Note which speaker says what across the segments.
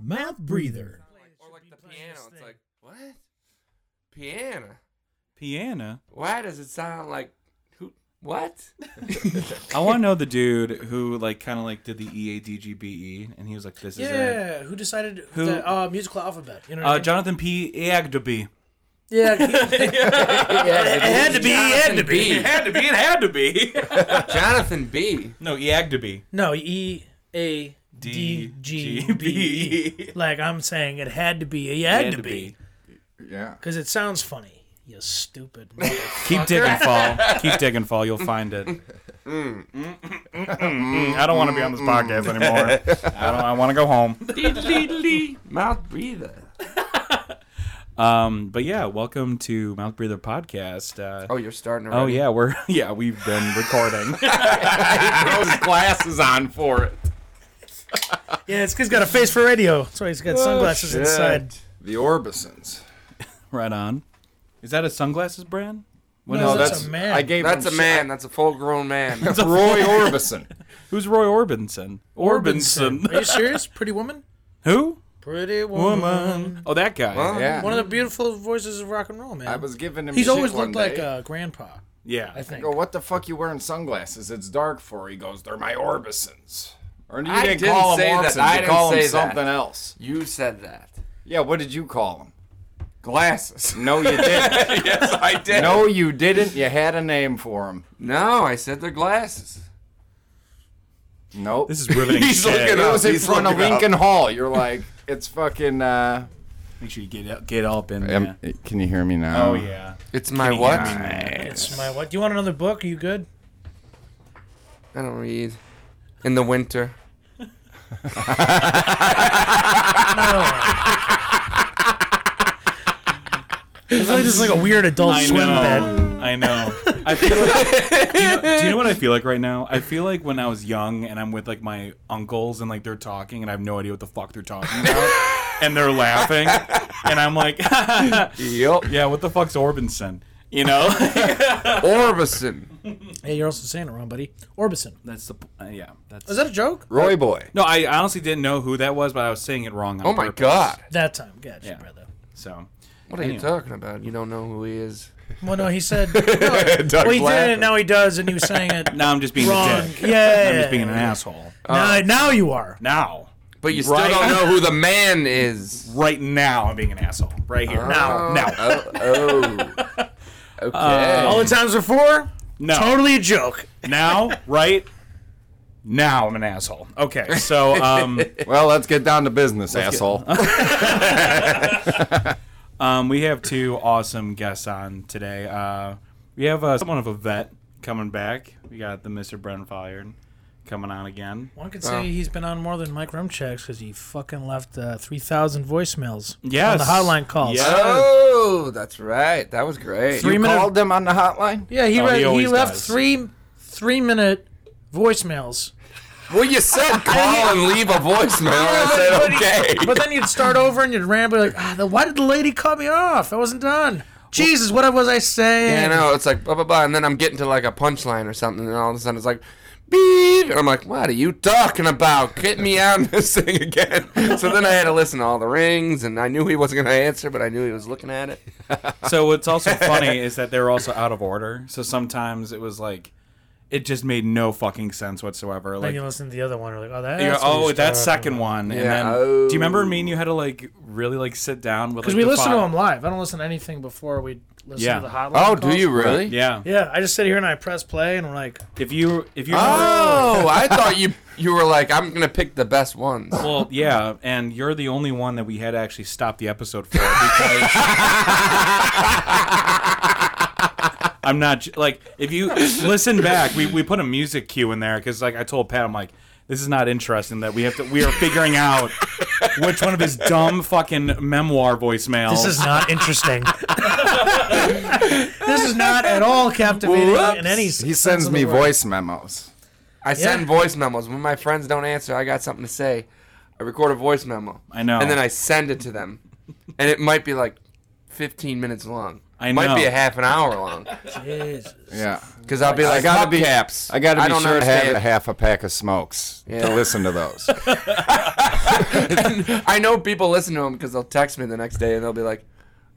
Speaker 1: mouth breather.
Speaker 2: Or like the piano. It's like, what? Piano?
Speaker 3: Piano.
Speaker 2: Why does it sound like who? What?
Speaker 3: I want to know the dude who like kind of like did the E A D G B E, and he was like, "This is it."
Speaker 1: Yeah, who decided
Speaker 3: Who-
Speaker 1: the uh, musical alphabet? You know what I
Speaker 3: Uh,
Speaker 1: mean?
Speaker 3: Jonathan P. Agdeby.
Speaker 1: yeah, it had to be. It had to
Speaker 2: Jonathan
Speaker 1: be.
Speaker 2: B.
Speaker 3: had to be. It had to be.
Speaker 2: Jonathan B.
Speaker 3: no, Agdeby.
Speaker 1: No, E A D G B.
Speaker 3: E.
Speaker 1: Like I'm saying, it had to be. It had, to be
Speaker 4: Yeah.
Speaker 1: because it sounds funny. You stupid.
Speaker 3: Keep digging, fall. Keep digging, fall. You'll find it.
Speaker 1: Mm.
Speaker 3: I don't want to be on this podcast anymore. I don't. I want to go home.
Speaker 2: Mouth breather.
Speaker 3: Um, but yeah, welcome to Mouth Breather Podcast. Uh,
Speaker 2: Oh, you're starting
Speaker 3: oh
Speaker 2: already.
Speaker 3: yeah, we're yeah we've been recording.
Speaker 4: Those glasses on for it.
Speaker 1: yeah, it's 'cause he's got a face for radio. That's why he's got sunglasses
Speaker 4: shit.
Speaker 1: inside.
Speaker 4: The Orbisons.
Speaker 3: right on. Is that a sunglasses brand? What
Speaker 1: No,
Speaker 3: is it?
Speaker 1: that's a man.
Speaker 4: Oh, I gave
Speaker 2: That's a
Speaker 4: him
Speaker 2: man. That's a full-grown man.
Speaker 4: shit. Roy Orbison.
Speaker 3: Who's Roy Orbison?
Speaker 1: Are you serious? Pretty Woman.
Speaker 3: Who?
Speaker 1: Pretty Woman.
Speaker 3: Oh, that guy.
Speaker 2: Huh?
Speaker 4: Yeah.
Speaker 1: One of the beautiful voices of rock and roll, man.
Speaker 4: I was giving him.
Speaker 1: he's
Speaker 4: shit
Speaker 1: always
Speaker 4: one
Speaker 1: looked like
Speaker 4: day.
Speaker 1: a grandpa. I
Speaker 3: Yeah.
Speaker 1: think.
Speaker 4: Go, what the fuck you wearing sunglasses? It's dark for. He goes, they're my Orbisons. Or you
Speaker 2: I
Speaker 4: didn't,
Speaker 2: didn't
Speaker 4: call him
Speaker 2: say that.
Speaker 4: Orbison.
Speaker 2: I
Speaker 4: you
Speaker 2: didn't
Speaker 4: call him
Speaker 2: say that.
Speaker 4: something else.
Speaker 2: You said that.
Speaker 4: Yeah. What did you call him?
Speaker 2: Glasses.
Speaker 4: No, you didn't.
Speaker 2: yes, I did. No,
Speaker 4: no, you didn't. You had a name for him.
Speaker 2: no, I said they're glasses.
Speaker 4: Nope.
Speaker 3: This is riveting
Speaker 4: it
Speaker 3: shit.
Speaker 4: was in
Speaker 2: He's
Speaker 4: front of
Speaker 2: looking up.
Speaker 4: Lincoln Hall. You're like, it's fucking. uh
Speaker 3: Make sure you get up, get up in
Speaker 4: um,
Speaker 5: eh,
Speaker 3: there.
Speaker 4: Can you hear me now?
Speaker 3: Oh yeah.
Speaker 2: It's my what?
Speaker 1: It's my what? Do you want another book? Are you good?
Speaker 2: I don't read. In the winter.
Speaker 1: I feel like this is like a weird adult
Speaker 3: I
Speaker 1: swim bed.
Speaker 3: know. I know. I feel like, do, you know, do you know what I feel like right now? I feel like when I was young and I'm with like my uncles and like they're talking and I have no idea what the fuck they're talking about and they're laughing and I'm like,
Speaker 2: Yup.
Speaker 3: yeah, what the fuck's Orbison? You know?
Speaker 2: Orbison.
Speaker 1: Hey, you're also saying it wrong, buddy. Orbison.
Speaker 3: that's the p- uh, yeah. That's
Speaker 1: Is that a joke?
Speaker 4: Roy Boy.
Speaker 3: no. I honestly didn't know who that was, but I was saying it wrong. On
Speaker 2: Oh my
Speaker 3: purpose.
Speaker 2: god.
Speaker 1: That time. Gotcha,
Speaker 3: Yeah.
Speaker 1: brother.
Speaker 3: So
Speaker 2: What are you
Speaker 3: Anyway.
Speaker 2: talking about? You don't know who he is.
Speaker 1: Well, no, he said. No, well, he did it.
Speaker 4: Blackman.
Speaker 1: Now he does, and he was saying it
Speaker 3: now I'm just being
Speaker 1: wrong.
Speaker 3: a dick.
Speaker 1: Yeah.
Speaker 3: I'm just being an asshole.
Speaker 1: Now, now you are.
Speaker 3: Now,
Speaker 2: But you still
Speaker 3: Right.
Speaker 2: don't know who the man is.
Speaker 3: right now, I'm being an asshole. Right here. now,
Speaker 2: Oh,
Speaker 3: now,
Speaker 2: Oh. oh. Okay.
Speaker 1: All the times before,
Speaker 3: no.
Speaker 1: totally a joke.
Speaker 3: Now, right now, I'm an asshole. Okay, so um,
Speaker 4: Well, let's get down to business, asshole.
Speaker 3: um, we have two awesome guests on today. Uh, we have uh, someone of a vet coming back. We got the Mr. Brent Fired coming on again.
Speaker 1: One could say he's been on more than Mike Rumchak's because he fucking left uh, 3,000 voicemails on
Speaker 3: Yes.
Speaker 1: the hotline calls.
Speaker 3: Yeah.
Speaker 2: Oh, that's right. That was great.
Speaker 1: Three
Speaker 4: you
Speaker 1: minute-
Speaker 4: called them on the hotline?
Speaker 1: Yeah, he,
Speaker 3: Oh,
Speaker 1: read,
Speaker 3: he
Speaker 1: he,
Speaker 3: always
Speaker 1: left
Speaker 3: does.
Speaker 1: three three minute voicemails.
Speaker 2: Well, you said call and leave a voicemail. I said okay.
Speaker 1: But then you'd start over and you'd ramble like, ah, the, why did the lady cut me off? I wasn't done. Jesus, what was I saying?
Speaker 2: Yeah, I know. It's like blah blah blah, and then I'm getting to like a punchline or something, and all of a sudden it's like, beep. And I'm like, what are you talking about? Get me out of this thing again. So then I had to listen to all the rings, and I knew he wasn't gonna answer, but I knew he was looking at it.
Speaker 3: So what's also funny is that they were also out of order. So sometimes it was like it just made no fucking sense whatsoever.
Speaker 1: Then
Speaker 3: Like
Speaker 1: you listen to the other one. You're like, oh, that's
Speaker 3: you go,
Speaker 1: what
Speaker 3: oh,
Speaker 1: he's
Speaker 3: that
Speaker 1: talking
Speaker 3: second
Speaker 1: about."
Speaker 3: one, and
Speaker 2: Yeah,
Speaker 3: then
Speaker 2: oh.
Speaker 3: do you remember me and you had to like really like sit down with
Speaker 1: Because
Speaker 3: like,
Speaker 1: we
Speaker 3: the
Speaker 1: listen to
Speaker 3: five-
Speaker 1: him live. I don't listen to anything before we listen
Speaker 3: Yeah.
Speaker 1: to the hotline.
Speaker 2: Oh, do
Speaker 1: calls.
Speaker 2: you really?
Speaker 3: Yeah,
Speaker 1: Yeah, I just sit here and I press play and I'm like,
Speaker 3: if you if you
Speaker 2: Oh, I thought you you were like, I'm gonna pick the best ones.
Speaker 3: Well, yeah, and you're the only one that we had to actually stop the episode for because I'm not j- like if you listen back, we, we put a music cue in there because like I told Pat, I'm like, this is not interesting that we have to we are figuring out which one of his dumb fucking memoir voicemails.
Speaker 1: this is not interesting. this is not at all captivating in any sense.
Speaker 4: He sends
Speaker 1: of the
Speaker 4: me
Speaker 1: word.
Speaker 4: voice memos.
Speaker 2: I send
Speaker 1: Yeah.
Speaker 2: voice memos when my friends don't answer. I got something to say. I record a voice memo.
Speaker 3: I know.
Speaker 2: And then I send it to them, and it might be like 15 minutes long.
Speaker 3: I
Speaker 2: Might be
Speaker 3: know.
Speaker 2: a half an hour long.
Speaker 1: Jesus.
Speaker 4: Yeah.
Speaker 2: Because I'll be like,
Speaker 4: I gotta be
Speaker 2: caps.
Speaker 4: I gotta be
Speaker 2: don't
Speaker 4: sure to have
Speaker 2: understand.
Speaker 4: a half a pack of smokes
Speaker 2: Yeah.
Speaker 4: to listen to those.
Speaker 2: and I know people listen to him because they'll text me the next day and they'll be like,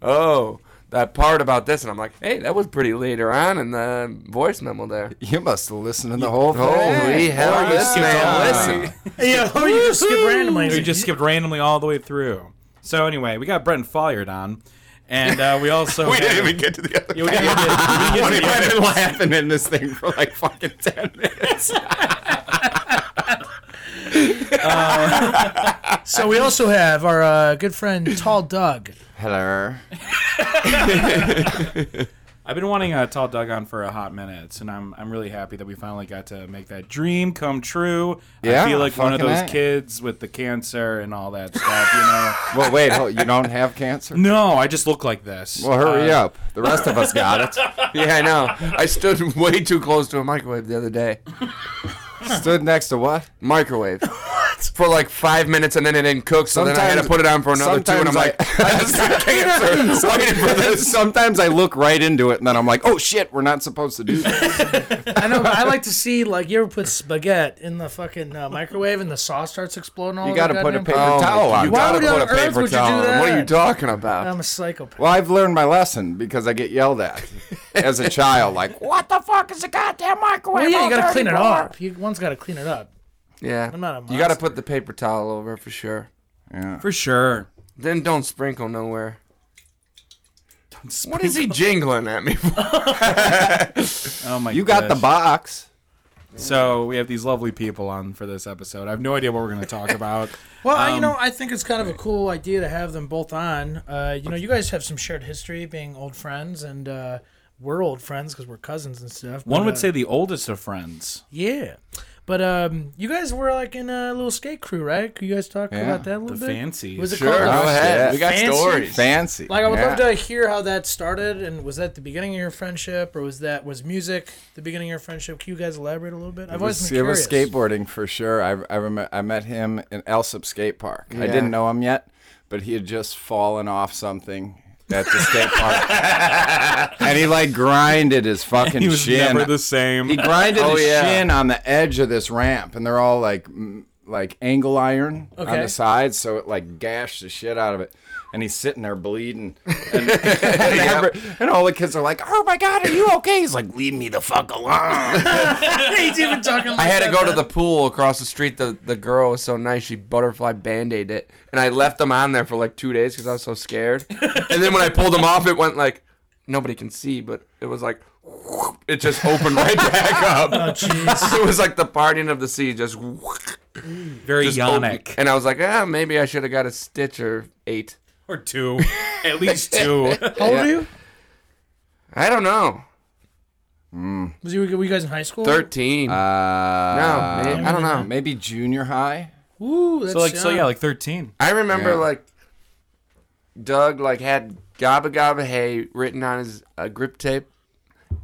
Speaker 2: "Oh, that part about this," and I'm like, "Hey, that was pretty later on in the voice memo there."
Speaker 5: You must have listened to the whole thing.
Speaker 2: Holy hell,
Speaker 5: Wow.
Speaker 2: this man! Listen,
Speaker 1: yeah, or you just skip randomly.
Speaker 3: We just skipped randomly all the way through. So anyway, we got Brent Follard on, and uh, we also
Speaker 5: We
Speaker 3: had-
Speaker 5: didn't even get to the other.
Speaker 3: Yeah, we didn't even get- we didn't
Speaker 5: We've
Speaker 3: get to the
Speaker 5: been laughing in this thing for like fucking ten minutes.
Speaker 1: So we also have our uh, good friend Tall Doug.
Speaker 5: Hello.
Speaker 3: I've been wanting a tall Doug on for a hot minute, and I'm I'm really happy that we finally got to make that dream come true.
Speaker 5: Yeah,
Speaker 3: I feel like one of
Speaker 5: fucking
Speaker 3: those
Speaker 5: A.
Speaker 3: kids with the cancer and all that stuff, you
Speaker 5: Well, wait. hold- You don't have cancer?
Speaker 3: know. No, I just look like this.
Speaker 5: Well, hurry
Speaker 3: Uh,
Speaker 5: up. The rest of us got it.
Speaker 2: yeah, I know. I stood way too close to a microwave the other day.
Speaker 5: Stood next to what?
Speaker 2: Microwave. For like five minutes and then it didn't cook, so then I had to
Speaker 5: Sometimes-
Speaker 2: put it on for another two, and I'm like,
Speaker 5: sometimes
Speaker 2: "That's got cancer. Waiting for this."
Speaker 5: Sometimes I look right into it and then I'm like, oh shit, we're not supposed to do that.
Speaker 1: I know. but I like to see like you ever put spaghetti in the fucking uh, microwave and the sauce starts exploding all.
Speaker 5: You
Speaker 1: got to
Speaker 5: gotta put a paper
Speaker 2: Oh my
Speaker 5: towel
Speaker 2: God,
Speaker 5: on.
Speaker 2: You
Speaker 5: it.
Speaker 1: Why
Speaker 2: gotta
Speaker 1: would
Speaker 2: put
Speaker 1: on
Speaker 2: a
Speaker 1: earth
Speaker 2: paper
Speaker 1: would you do
Speaker 2: towel on. What are you
Speaker 1: that?
Speaker 2: talking about?
Speaker 1: I'm a psychopath.
Speaker 5: Well, I've learned my lesson because I get yelled at as a child. Like, what the fuck is a goddamn microwave?
Speaker 1: Well, yeah, you
Speaker 5: all
Speaker 1: got to clean it
Speaker 5: dirty for?"
Speaker 1: up. You, one's got to clean it up.
Speaker 2: yeah.
Speaker 1: I'm not a
Speaker 2: you gotta
Speaker 1: monster.
Speaker 2: put the paper towel over for sure.
Speaker 3: for sure.
Speaker 2: Then don't sprinkle nowhere. What is he jingling at me for?
Speaker 3: Oh my!
Speaker 5: You got the
Speaker 3: gosh.
Speaker 5: box.
Speaker 3: So we have these lovely people on for this episode. I have no idea what we're going to talk about.
Speaker 1: Well, I- you know, I think it's kind of a cool idea to have them both on. Uh, you know, you guys have some shared history being old friends, and uh, we're old friends because we're cousins and stuff.
Speaker 3: One
Speaker 1: but,
Speaker 3: would
Speaker 1: uh,
Speaker 3: say the oldest of friends.
Speaker 1: yeah. But um, you guys were like in a little skate crew, right? Could you guys talk
Speaker 5: Yeah.
Speaker 1: about that a little
Speaker 3: The
Speaker 1: bit?
Speaker 3: fancy.
Speaker 1: Was it
Speaker 2: Sure,
Speaker 1: called?
Speaker 2: go ahead.
Speaker 5: yeah.
Speaker 2: We got
Speaker 1: Fancy.
Speaker 2: stories.
Speaker 5: Fancy.
Speaker 1: Like I would
Speaker 5: Yeah.
Speaker 1: love to hear how that started, and was that the beginning of your friendship, or was that was music the beginning of your friendship? Can you guys elaborate a little bit? I've
Speaker 5: It was,
Speaker 1: always been
Speaker 5: it was
Speaker 1: curious.
Speaker 5: skateboarding for sure. I I, rem- I met him in Elsip Skate Park.
Speaker 2: Yeah.
Speaker 5: I didn't know him yet, but he had just fallen off something at the skate park, and he like grinded his fucking
Speaker 3: He was
Speaker 5: shin.
Speaker 3: never the same.
Speaker 5: He grinded
Speaker 2: Oh,
Speaker 5: his
Speaker 2: yeah.
Speaker 5: shin on the edge of this ramp, and they're all like mm, like angle iron on
Speaker 1: Okay.
Speaker 5: the sides, so it like gashed the shit out of it. And he's sitting there bleeding, and, and, every- and all the kids are like, "Oh my god, are you okay?" He's like, "Leave me the fuck alone."
Speaker 1: He's even talking. Like
Speaker 2: I had
Speaker 1: that,
Speaker 2: to go to
Speaker 1: man.
Speaker 2: the pool across the street. The, the girl was so nice. She butterfly band-aid it. And I left them on there for like two days because I was so scared. and then when I pulled them off, it went like, nobody can see, but it was like, it just opened right back up.
Speaker 1: Oh, Jeez.
Speaker 2: it was like the parting of the sea. Just,
Speaker 3: Very
Speaker 2: just
Speaker 3: yonic.
Speaker 2: opened. And I was like, ah, maybe I should have got a stitch or eight.
Speaker 3: Or two. At least two.
Speaker 1: How old are you?
Speaker 2: I don't know.
Speaker 1: Was you were you guys in high school?
Speaker 2: 13. no,
Speaker 5: Uh,
Speaker 2: man, I don't know.
Speaker 5: Maybe junior high.
Speaker 1: Ooh, that's
Speaker 3: so like so
Speaker 1: young.
Speaker 3: yeah, like 13.
Speaker 2: I remember
Speaker 5: Yeah.
Speaker 2: like Doug like had "Gabba Gabba Hey" written on his uh, grip tape,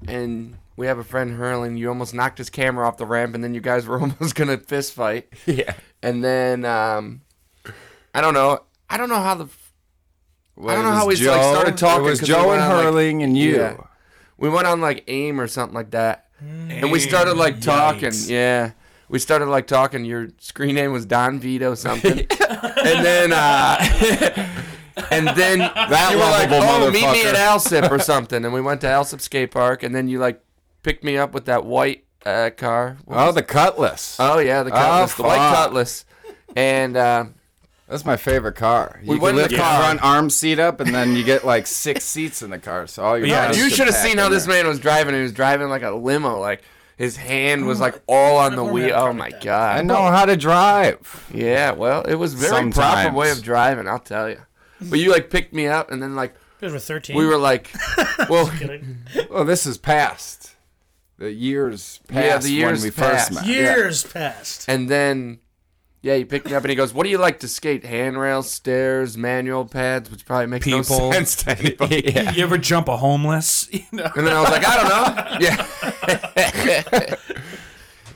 Speaker 2: and we have a friend Hurling. You almost knocked his camera off the ramp, and then you guys were almost gonna fist fight.
Speaker 5: Yeah.
Speaker 2: And then um, I don't know. I don't know how the f-
Speaker 5: Well,
Speaker 2: I don't
Speaker 5: it
Speaker 2: know how
Speaker 5: was
Speaker 2: we, like, started talking
Speaker 5: It was
Speaker 2: 'cause we
Speaker 5: Joe
Speaker 2: went
Speaker 5: and
Speaker 2: on, like-
Speaker 5: Hurling and you.
Speaker 2: yeah. we went on like AIM or something like that, and we started like talking.
Speaker 3: Yikes.
Speaker 2: Yeah. We started like talking. Your screen name was Don Vito something, and then uh, and then
Speaker 5: That
Speaker 2: you were like,
Speaker 5: lovable
Speaker 2: oh, meet me
Speaker 5: motherfucker."
Speaker 2: at Alsip or something. And we went to Alsip Skate Park, and then you like picked me up with that white uh, car. What
Speaker 5: Oh,
Speaker 2: was-
Speaker 5: the Cutlass.
Speaker 2: oh yeah, the Cutlass, the white
Speaker 5: fuck.
Speaker 2: Cutlass. And uh,
Speaker 5: That's my favorite car. You
Speaker 2: We went
Speaker 5: can
Speaker 2: in the
Speaker 5: lift the
Speaker 2: car.
Speaker 5: front arm seat up, and then you get like six seats in the car. So all your
Speaker 3: Yeah,
Speaker 5: friends
Speaker 2: you
Speaker 5: can
Speaker 2: should have
Speaker 5: pack
Speaker 2: seen
Speaker 5: in
Speaker 2: how this
Speaker 5: there.
Speaker 2: man was driving. He was driving like a limo. Like his hand was like all on the
Speaker 1: I've
Speaker 2: wheel.
Speaker 1: never
Speaker 2: Oh my
Speaker 5: I
Speaker 2: god.
Speaker 5: know how to drive.
Speaker 2: Yeah, well, it was very proper
Speaker 5: Sometimes.
Speaker 2: way of driving. I'll tell you. But you like picked me up, and then like
Speaker 1: You guys were thirteen.
Speaker 2: we were like, well,
Speaker 5: Well, this is past. The years past
Speaker 2: Yeah, the years
Speaker 5: when we
Speaker 2: past.
Speaker 5: first met.
Speaker 1: years past.
Speaker 2: And then, yeah, he picked me up and he goes, "What do you like to skate? Handrails, stairs, manual pads, which probably makes no
Speaker 3: People.
Speaker 2: sense to anybody." yeah.
Speaker 3: You ever jump a homeless? You know?
Speaker 2: And then I was like, "I don't know." Yeah.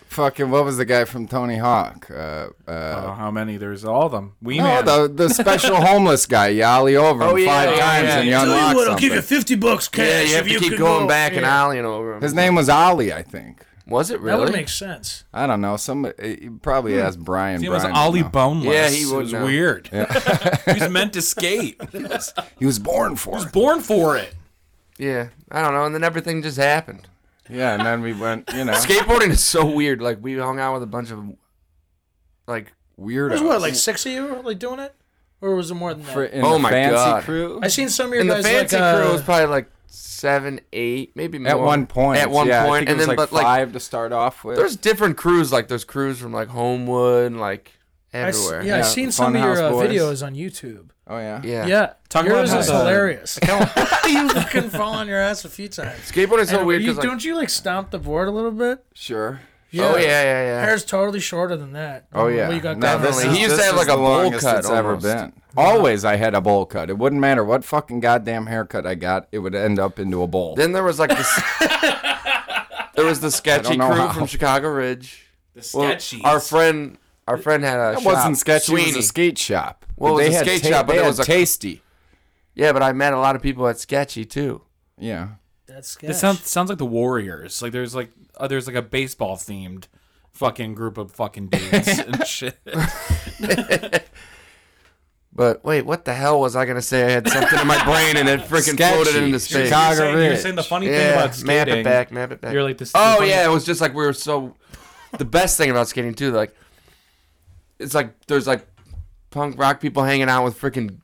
Speaker 5: Fucking what was the guy from Tony Hawk? Uh, uh,
Speaker 3: Oh, how many? There's all of them. We
Speaker 5: no,
Speaker 3: man.
Speaker 5: Oh, the the special homeless guy. You ollie over him
Speaker 2: Oh, yeah,
Speaker 5: five
Speaker 2: yeah,
Speaker 5: times
Speaker 2: yeah.
Speaker 5: and you
Speaker 2: Tell
Speaker 5: unlock something.
Speaker 1: fifty bucks cash
Speaker 2: yeah, you have to keep going back and ollieing over him.
Speaker 5: His name was Ollie, I think.
Speaker 2: Was it
Speaker 1: That would
Speaker 2: really?
Speaker 1: make sense.
Speaker 5: I don't know. Some uh, you probably
Speaker 2: Hmm.
Speaker 5: asked Brian.
Speaker 3: It was
Speaker 5: Brian would
Speaker 3: Ollie
Speaker 5: know.
Speaker 3: Boneless.
Speaker 2: Yeah, he
Speaker 3: It
Speaker 2: would
Speaker 3: was
Speaker 2: know.
Speaker 3: weird. he was meant to skate. He was
Speaker 5: He was born for it.
Speaker 3: born for it.
Speaker 2: yeah, I don't know. And then everything just happened.
Speaker 5: Yeah, and then we went. You know,
Speaker 2: Skateboarding is so weird. Like we hung out with a bunch of like
Speaker 5: weirdo.
Speaker 1: There's what, like six of you like doing it, or was it more than that?
Speaker 5: For- in
Speaker 2: Oh
Speaker 5: the
Speaker 2: my
Speaker 5: fancy
Speaker 2: God.
Speaker 5: crew.
Speaker 1: I seen some of your
Speaker 2: in the
Speaker 1: guys
Speaker 2: fancy
Speaker 1: like, uh,
Speaker 2: crew was probably like seven, eight, maybe more.
Speaker 5: At one point.
Speaker 2: At one
Speaker 5: yeah, I
Speaker 2: point,
Speaker 5: think
Speaker 2: and
Speaker 5: it was
Speaker 2: then
Speaker 5: like
Speaker 2: but like
Speaker 5: five to start off with.
Speaker 2: there's different crews. Like there's crews from like Homewood, and, like
Speaker 1: I s-
Speaker 2: everywhere.
Speaker 1: yeah, I
Speaker 5: Yeah,
Speaker 1: seen
Speaker 5: the
Speaker 1: some of
Speaker 5: Funhouse
Speaker 1: your uh,
Speaker 5: Boys.
Speaker 1: videos on YouTube.
Speaker 5: oh yeah.
Speaker 2: yeah.
Speaker 1: Yeah,
Speaker 3: Talk about
Speaker 1: yours
Speaker 3: how
Speaker 1: is
Speaker 3: the-
Speaker 1: hilarious. you fucking fall on your ass a few times.
Speaker 2: Skateboarding is so
Speaker 1: And
Speaker 2: weird
Speaker 1: you,
Speaker 2: because like,
Speaker 1: don't you like stomp the board a little bit?
Speaker 5: Sure.
Speaker 2: oh yeah, yeah, yeah.
Speaker 1: Hair's totally shorter than that.
Speaker 5: Oh yeah.
Speaker 1: What you got
Speaker 5: No,
Speaker 1: going
Speaker 5: this
Speaker 1: on
Speaker 2: Definitely.
Speaker 1: now.
Speaker 5: is-
Speaker 2: He used to
Speaker 5: this
Speaker 2: have,
Speaker 5: is
Speaker 2: like, a
Speaker 5: the
Speaker 2: bowl
Speaker 5: longest
Speaker 2: cut
Speaker 5: it's ever
Speaker 2: almost.
Speaker 5: been. Always, I had a bowl cut. It wouldn't matter what fucking goddamn haircut I got. It would end up into a bowl.
Speaker 2: Then there was like this. there was the sketchy crew
Speaker 5: know how.
Speaker 2: from Chicago Ridge.
Speaker 3: The
Speaker 2: Well,
Speaker 3: sketchy.
Speaker 2: our friend, our friend had a.
Speaker 5: That
Speaker 2: shop,
Speaker 5: wasn't sketchy. It
Speaker 2: Sweeney.
Speaker 5: was a skate shop.
Speaker 2: Well, it was
Speaker 5: they
Speaker 2: a
Speaker 5: had
Speaker 2: skate
Speaker 5: ta-
Speaker 2: shop, but
Speaker 5: they
Speaker 2: it
Speaker 5: had
Speaker 2: was a-
Speaker 5: tasty.
Speaker 2: yeah, but I met a lot of people at sketchy too.
Speaker 5: Yeah.
Speaker 1: That's
Speaker 3: It
Speaker 1: sketch.
Speaker 3: sounds sounds like the Warriors. Like there's like uh, there's like a baseball themed fucking group of fucking dudes and shit.
Speaker 2: But wait, what the hell was I gonna say? I had something in my brain and it freaking floated
Speaker 5: Sketchy.
Speaker 2: into space.
Speaker 5: Chicago
Speaker 3: You're saying, you're
Speaker 5: Ridge.
Speaker 3: saying the funny thing
Speaker 2: Yeah,
Speaker 3: about
Speaker 2: map
Speaker 3: skating.
Speaker 2: it back, map it back.
Speaker 3: You're like this.
Speaker 2: oh
Speaker 3: the funny-
Speaker 2: yeah, it was just like we were so. The best thing about skating too, like, it's like there's like punk rock people hanging out with freaking.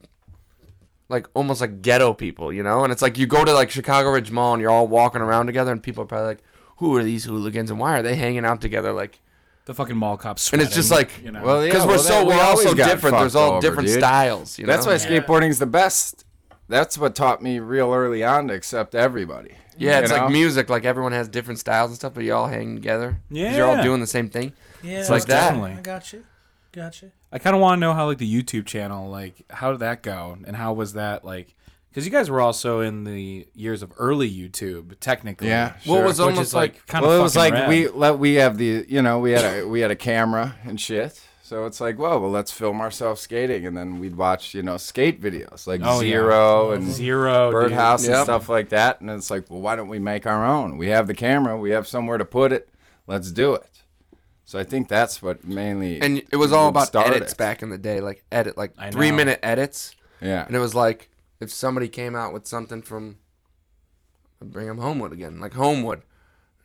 Speaker 2: Like almost like ghetto people, you know, and it's like you go to like Chicago Ridge Mall and you're all walking around together, and people are probably like, "Who are these hooligans and why are they hanging out together?" Like,
Speaker 3: the fucking mall cops.
Speaker 2: and it's just
Speaker 3: sweating,
Speaker 2: like,
Speaker 3: you know.
Speaker 5: well, yeah,
Speaker 2: because we're
Speaker 5: well,
Speaker 2: so
Speaker 5: that- we
Speaker 2: we're all
Speaker 5: always
Speaker 2: so
Speaker 5: got
Speaker 2: different. There's
Speaker 5: fucked
Speaker 2: all
Speaker 5: over,
Speaker 2: different
Speaker 5: dude.
Speaker 2: styles. You know?
Speaker 5: That's why skateboarding's the best. That's what taught me real early on to accept everybody.
Speaker 2: Yeah, it's
Speaker 5: You know?
Speaker 2: like music. Like everyone has different styles and stuff, but you all hang together. 'Cause you're
Speaker 3: Yeah.
Speaker 2: all doing the same thing.
Speaker 1: yeah,
Speaker 2: it's like that.
Speaker 1: I
Speaker 3: Definitely.
Speaker 1: got you. Got you.
Speaker 3: I kind of want to know how like the YouTube channel, like how did that go, and how was that like? Because you guys were also in the years of early YouTube, technically.
Speaker 5: Yeah,
Speaker 2: Well,
Speaker 5: sure.
Speaker 2: it was
Speaker 3: Which
Speaker 2: almost
Speaker 3: is like,
Speaker 2: like,
Speaker 3: kind of
Speaker 5: well, it was like we let, we have the you know we had a we had a camera and shit. So it's like, whoa, well, let's film ourselves skating, and then we'd watch you know skate videos like
Speaker 3: Oh, yeah.
Speaker 5: Zero and
Speaker 3: zero
Speaker 5: Birdhouse
Speaker 2: Yep.
Speaker 5: and stuff like that. And it's like, well, why don't we make our own? We have the camera, we have somewhere to put it. Let's do it. So I think that's what mainly
Speaker 2: and it was all about
Speaker 5: started.
Speaker 2: edits back in the day, like edit, like
Speaker 3: I
Speaker 2: three
Speaker 3: know.
Speaker 2: minute edits,
Speaker 5: yeah.
Speaker 2: and it was like if somebody came out with something from, bring them Homewood again, like Homewood,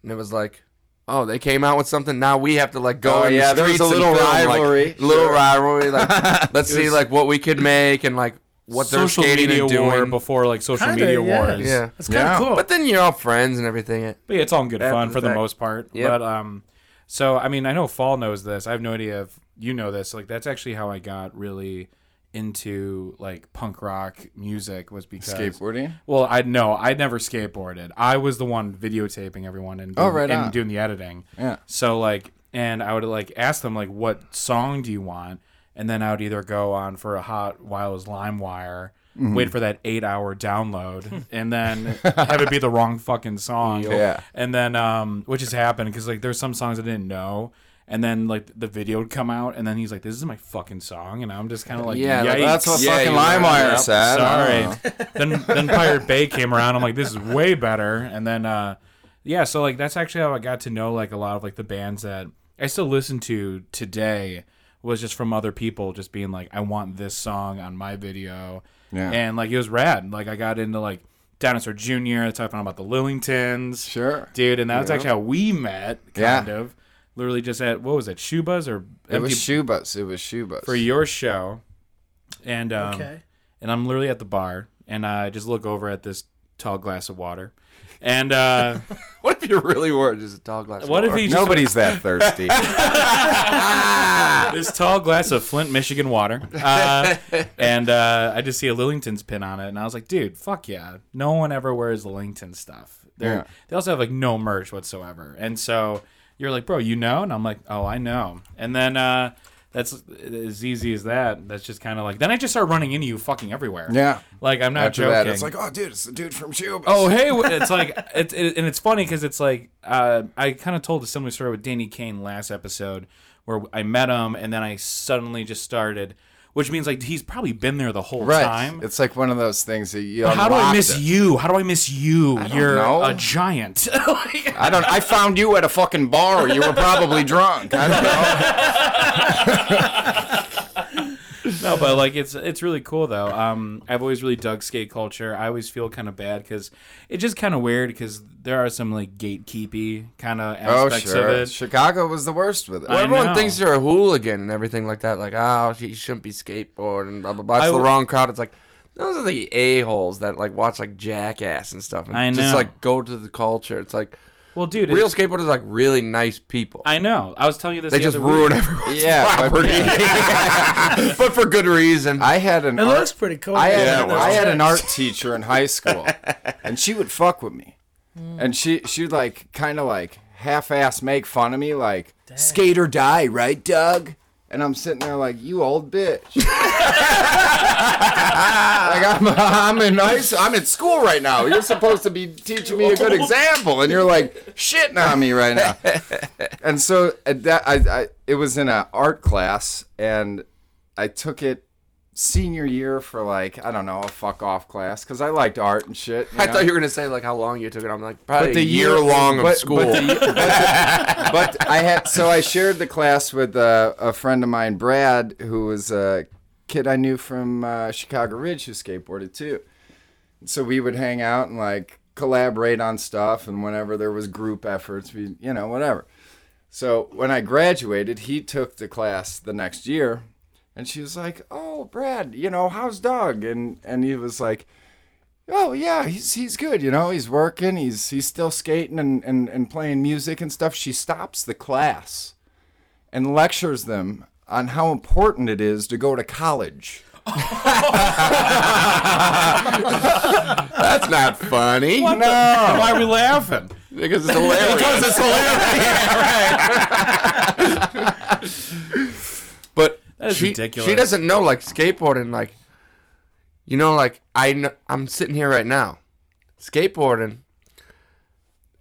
Speaker 2: and it was like. Oh, they came out with something. Now we have to like go.
Speaker 5: Oh,
Speaker 2: in
Speaker 5: yeah,
Speaker 2: the
Speaker 5: there was
Speaker 2: streets
Speaker 5: a
Speaker 2: and
Speaker 5: little
Speaker 2: film, like,
Speaker 5: rivalry.
Speaker 2: little
Speaker 5: Sure.
Speaker 2: rivalry. Like, let's see like what we could make and like what they're
Speaker 3: social
Speaker 2: skating
Speaker 3: media
Speaker 2: and doing.
Speaker 3: war before like social
Speaker 1: Kinda,
Speaker 3: media
Speaker 1: yeah.
Speaker 3: wars.
Speaker 2: Yeah,
Speaker 1: That's kind of
Speaker 5: Yeah.
Speaker 1: cool.
Speaker 2: but then you're all friends and everything.
Speaker 3: But yeah, it's all in good
Speaker 2: After
Speaker 3: fun
Speaker 2: the
Speaker 3: for the
Speaker 2: fact.
Speaker 3: most part.
Speaker 2: Yep.
Speaker 3: But um, so I mean, I know Fall knows this. I have no idea if you know this. Like that's actually how I got really into like punk rock music was because
Speaker 5: skateboarding.
Speaker 3: Well, I no, I never skateboarded. I was the one videotaping everyone and doing,
Speaker 5: Oh, right
Speaker 3: and
Speaker 5: on.
Speaker 3: doing the editing.
Speaker 5: Yeah.
Speaker 3: So like, and I would like ask them like, what song do you want? And then I would either go on for a hot while it was LimeWire,
Speaker 5: Mm-hmm.
Speaker 3: wait for that eight hour download, and then have it be the wrong fucking song.
Speaker 5: Yeah.
Speaker 3: And then um, which has happened because like there's some songs I didn't know. And then like the video would come out, and then he's like, "This is my fucking song," and I'm just kind of like,
Speaker 2: Yeah, like,
Speaker 3: Yikes.
Speaker 5: That's what
Speaker 2: Yeah,
Speaker 5: fucking
Speaker 2: you learned
Speaker 5: LimeWire
Speaker 2: that.
Speaker 5: said. I don't know.
Speaker 3: Sorry. then then Pirate Bay came around. I'm like, this is way better. And then uh, yeah, so like that's actually how I got to know like a lot of like the bands that I still listen to today was just from other people just being like, I want this song on my video.
Speaker 5: Yeah.
Speaker 3: And like it was rad. Like I got into like Dinosaur Jr. talking about the Lillingtons.
Speaker 5: Sure.
Speaker 3: Dude, and that's actually how we met, kind
Speaker 5: Yeah.
Speaker 3: of. Literally just at what was it, Shuba's or
Speaker 5: It was
Speaker 3: Empty-
Speaker 5: Shubas. It was Shubas.
Speaker 3: for your show, and um,
Speaker 1: Okay.
Speaker 3: and I'm literally at the bar, and I just look over at this tall glass of water, and uh,
Speaker 2: What if you really were just a dog glass?
Speaker 3: what if
Speaker 2: blower?
Speaker 3: he just
Speaker 5: Nobody's that thirsty.
Speaker 3: this tall glass of Flint, Michigan water, uh, and uh, I just see a Lillington's pin on it, and I was like, dude, fuck yeah, no one ever wears Lillington stuff. They
Speaker 5: Yeah.
Speaker 3: are they also have like no merch whatsoever, and so you're like, bro, you know, and I'm like, oh, I know, and then. Uh, that's as easy as that. That's just kind of like. Then I just start running into you fucking everywhere.
Speaker 5: Yeah.
Speaker 3: Like I'm not
Speaker 5: After
Speaker 3: joking.
Speaker 5: that, it's like, oh, dude, it's the dude from Shubas.
Speaker 3: oh hey w- it's like it's it, and it's funny because it's like uh, i kind of told a similar story with danny kane last episode where i met him and then i suddenly just started which means like he's probably been there the whole
Speaker 5: Right.
Speaker 3: time.
Speaker 5: It's like one of those things that you.
Speaker 3: How do I
Speaker 5: unlocked
Speaker 3: miss
Speaker 5: it.
Speaker 3: you? How do I miss you? You're
Speaker 5: know.
Speaker 3: a giant. Like-
Speaker 5: I don't. I found you at a fucking bar. You were probably drunk. I don't know.
Speaker 3: no, but like it's it's really cool though. Um, I've always really dug skate culture. I always feel kind of bad because it's just kind of weird because there are some like gatekeepy kind of
Speaker 5: Oh
Speaker 3: aspects
Speaker 5: sure.
Speaker 3: of it.
Speaker 5: Chicago was the worst with it.
Speaker 3: I
Speaker 2: Everyone
Speaker 3: know.
Speaker 2: thinks you're a hooligan and everything like that. Like, oh, you shouldn't be skateboarding, and blah blah blah. It's
Speaker 3: I
Speaker 2: the
Speaker 3: w-
Speaker 2: wrong crowd. It's like those are the a holes that like watch like Jackass and stuff. And
Speaker 3: I
Speaker 2: Just
Speaker 3: know.
Speaker 2: like go to the culture. It's like
Speaker 3: Well, dude,
Speaker 2: real
Speaker 3: it's-
Speaker 2: skateboarders are like really nice people.
Speaker 3: I know. I was telling you this.
Speaker 2: they
Speaker 3: the
Speaker 2: just
Speaker 3: other week.
Speaker 2: ruin everyone's
Speaker 5: Yeah, but-
Speaker 2: property, but for good reason.
Speaker 5: I had an.
Speaker 1: It
Speaker 5: art-
Speaker 1: looks pretty cool.
Speaker 5: I had,
Speaker 1: Yeah,
Speaker 5: an-
Speaker 1: it
Speaker 5: I uh,
Speaker 1: was.
Speaker 5: had an art teacher in high school, and she would fuck with me,
Speaker 1: Hmm.
Speaker 5: and she she'd like kind of like half-ass make fun of me, like skate or die, right, Doug? And I'm sitting there like, you old bitch. like I'm, I'm in nice, I'm in school right now. You're supposed to be teaching me a good example, and you're like shitting on me right now. And so at that I, I it was in an art class, and I took it senior year for like I don't know a fuck off class because I liked art and shit.
Speaker 2: I
Speaker 5: know?
Speaker 2: thought you were gonna say like how long you took it. I'm like probably
Speaker 5: the
Speaker 2: a year,
Speaker 5: year-
Speaker 2: long of
Speaker 5: but- but
Speaker 2: school.
Speaker 5: the- but I had so I shared the class with uh, a friend of mine, Brad, who was a kid I knew from uh, Chicago Ridge who skateboarded too. So we would hang out and like collaborate on stuff, and whenever there was group efforts, we you know whatever. So when I graduated, he took the class the next year, and she was like, "Oh, Brad, you know how's Doug?" and and he was like. Oh yeah, he's he's good. You know, he's working. He's he's still skating and, and, and playing music and stuff. She stops the class and lectures them on how important it is to go to college.
Speaker 2: That's not funny.
Speaker 5: No,
Speaker 3: Why are we laughing?
Speaker 2: Because it's hilarious. But
Speaker 3: That is
Speaker 2: she,
Speaker 3: ridiculous.
Speaker 2: She doesn't know like skateboarding. Like, you know, like I kn- I'm sitting here right now, skateboarding.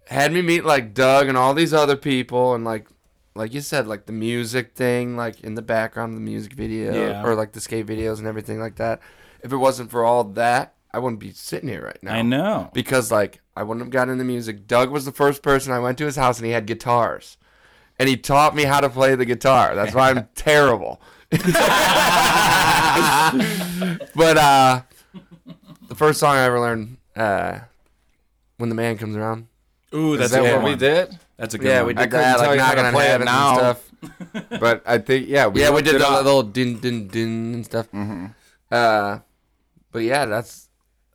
Speaker 2: Had me meet like Doug and all these other people, and like, like you said, like the music thing, like in the background of the music video,
Speaker 3: Yeah.
Speaker 2: or like the skate videos and everything like that. If it wasn't for all that, I wouldn't be sitting here right now
Speaker 3: I know.
Speaker 2: because like I wouldn't have gotten into music. Doug was the first person I went to his house and he had guitars. And he taught me how to play the guitar. That's why I'm terrible. but uh the first song I ever learned uh when the man comes around.
Speaker 3: Ooh, that's
Speaker 5: is that
Speaker 3: a good
Speaker 5: what
Speaker 3: one.
Speaker 5: we did?
Speaker 3: That's a good
Speaker 2: Yeah,
Speaker 3: one.
Speaker 2: we
Speaker 5: I
Speaker 2: did
Speaker 5: couldn't
Speaker 2: that
Speaker 5: tell
Speaker 2: like
Speaker 5: you how
Speaker 2: knocking
Speaker 5: to
Speaker 2: on
Speaker 5: play it
Speaker 2: heaven
Speaker 5: now.
Speaker 2: and stuff.
Speaker 5: But I think yeah, we
Speaker 2: Yeah, we
Speaker 5: looked
Speaker 2: did
Speaker 5: it
Speaker 2: the
Speaker 5: up.
Speaker 2: little din din din and stuff. Uh but yeah, that's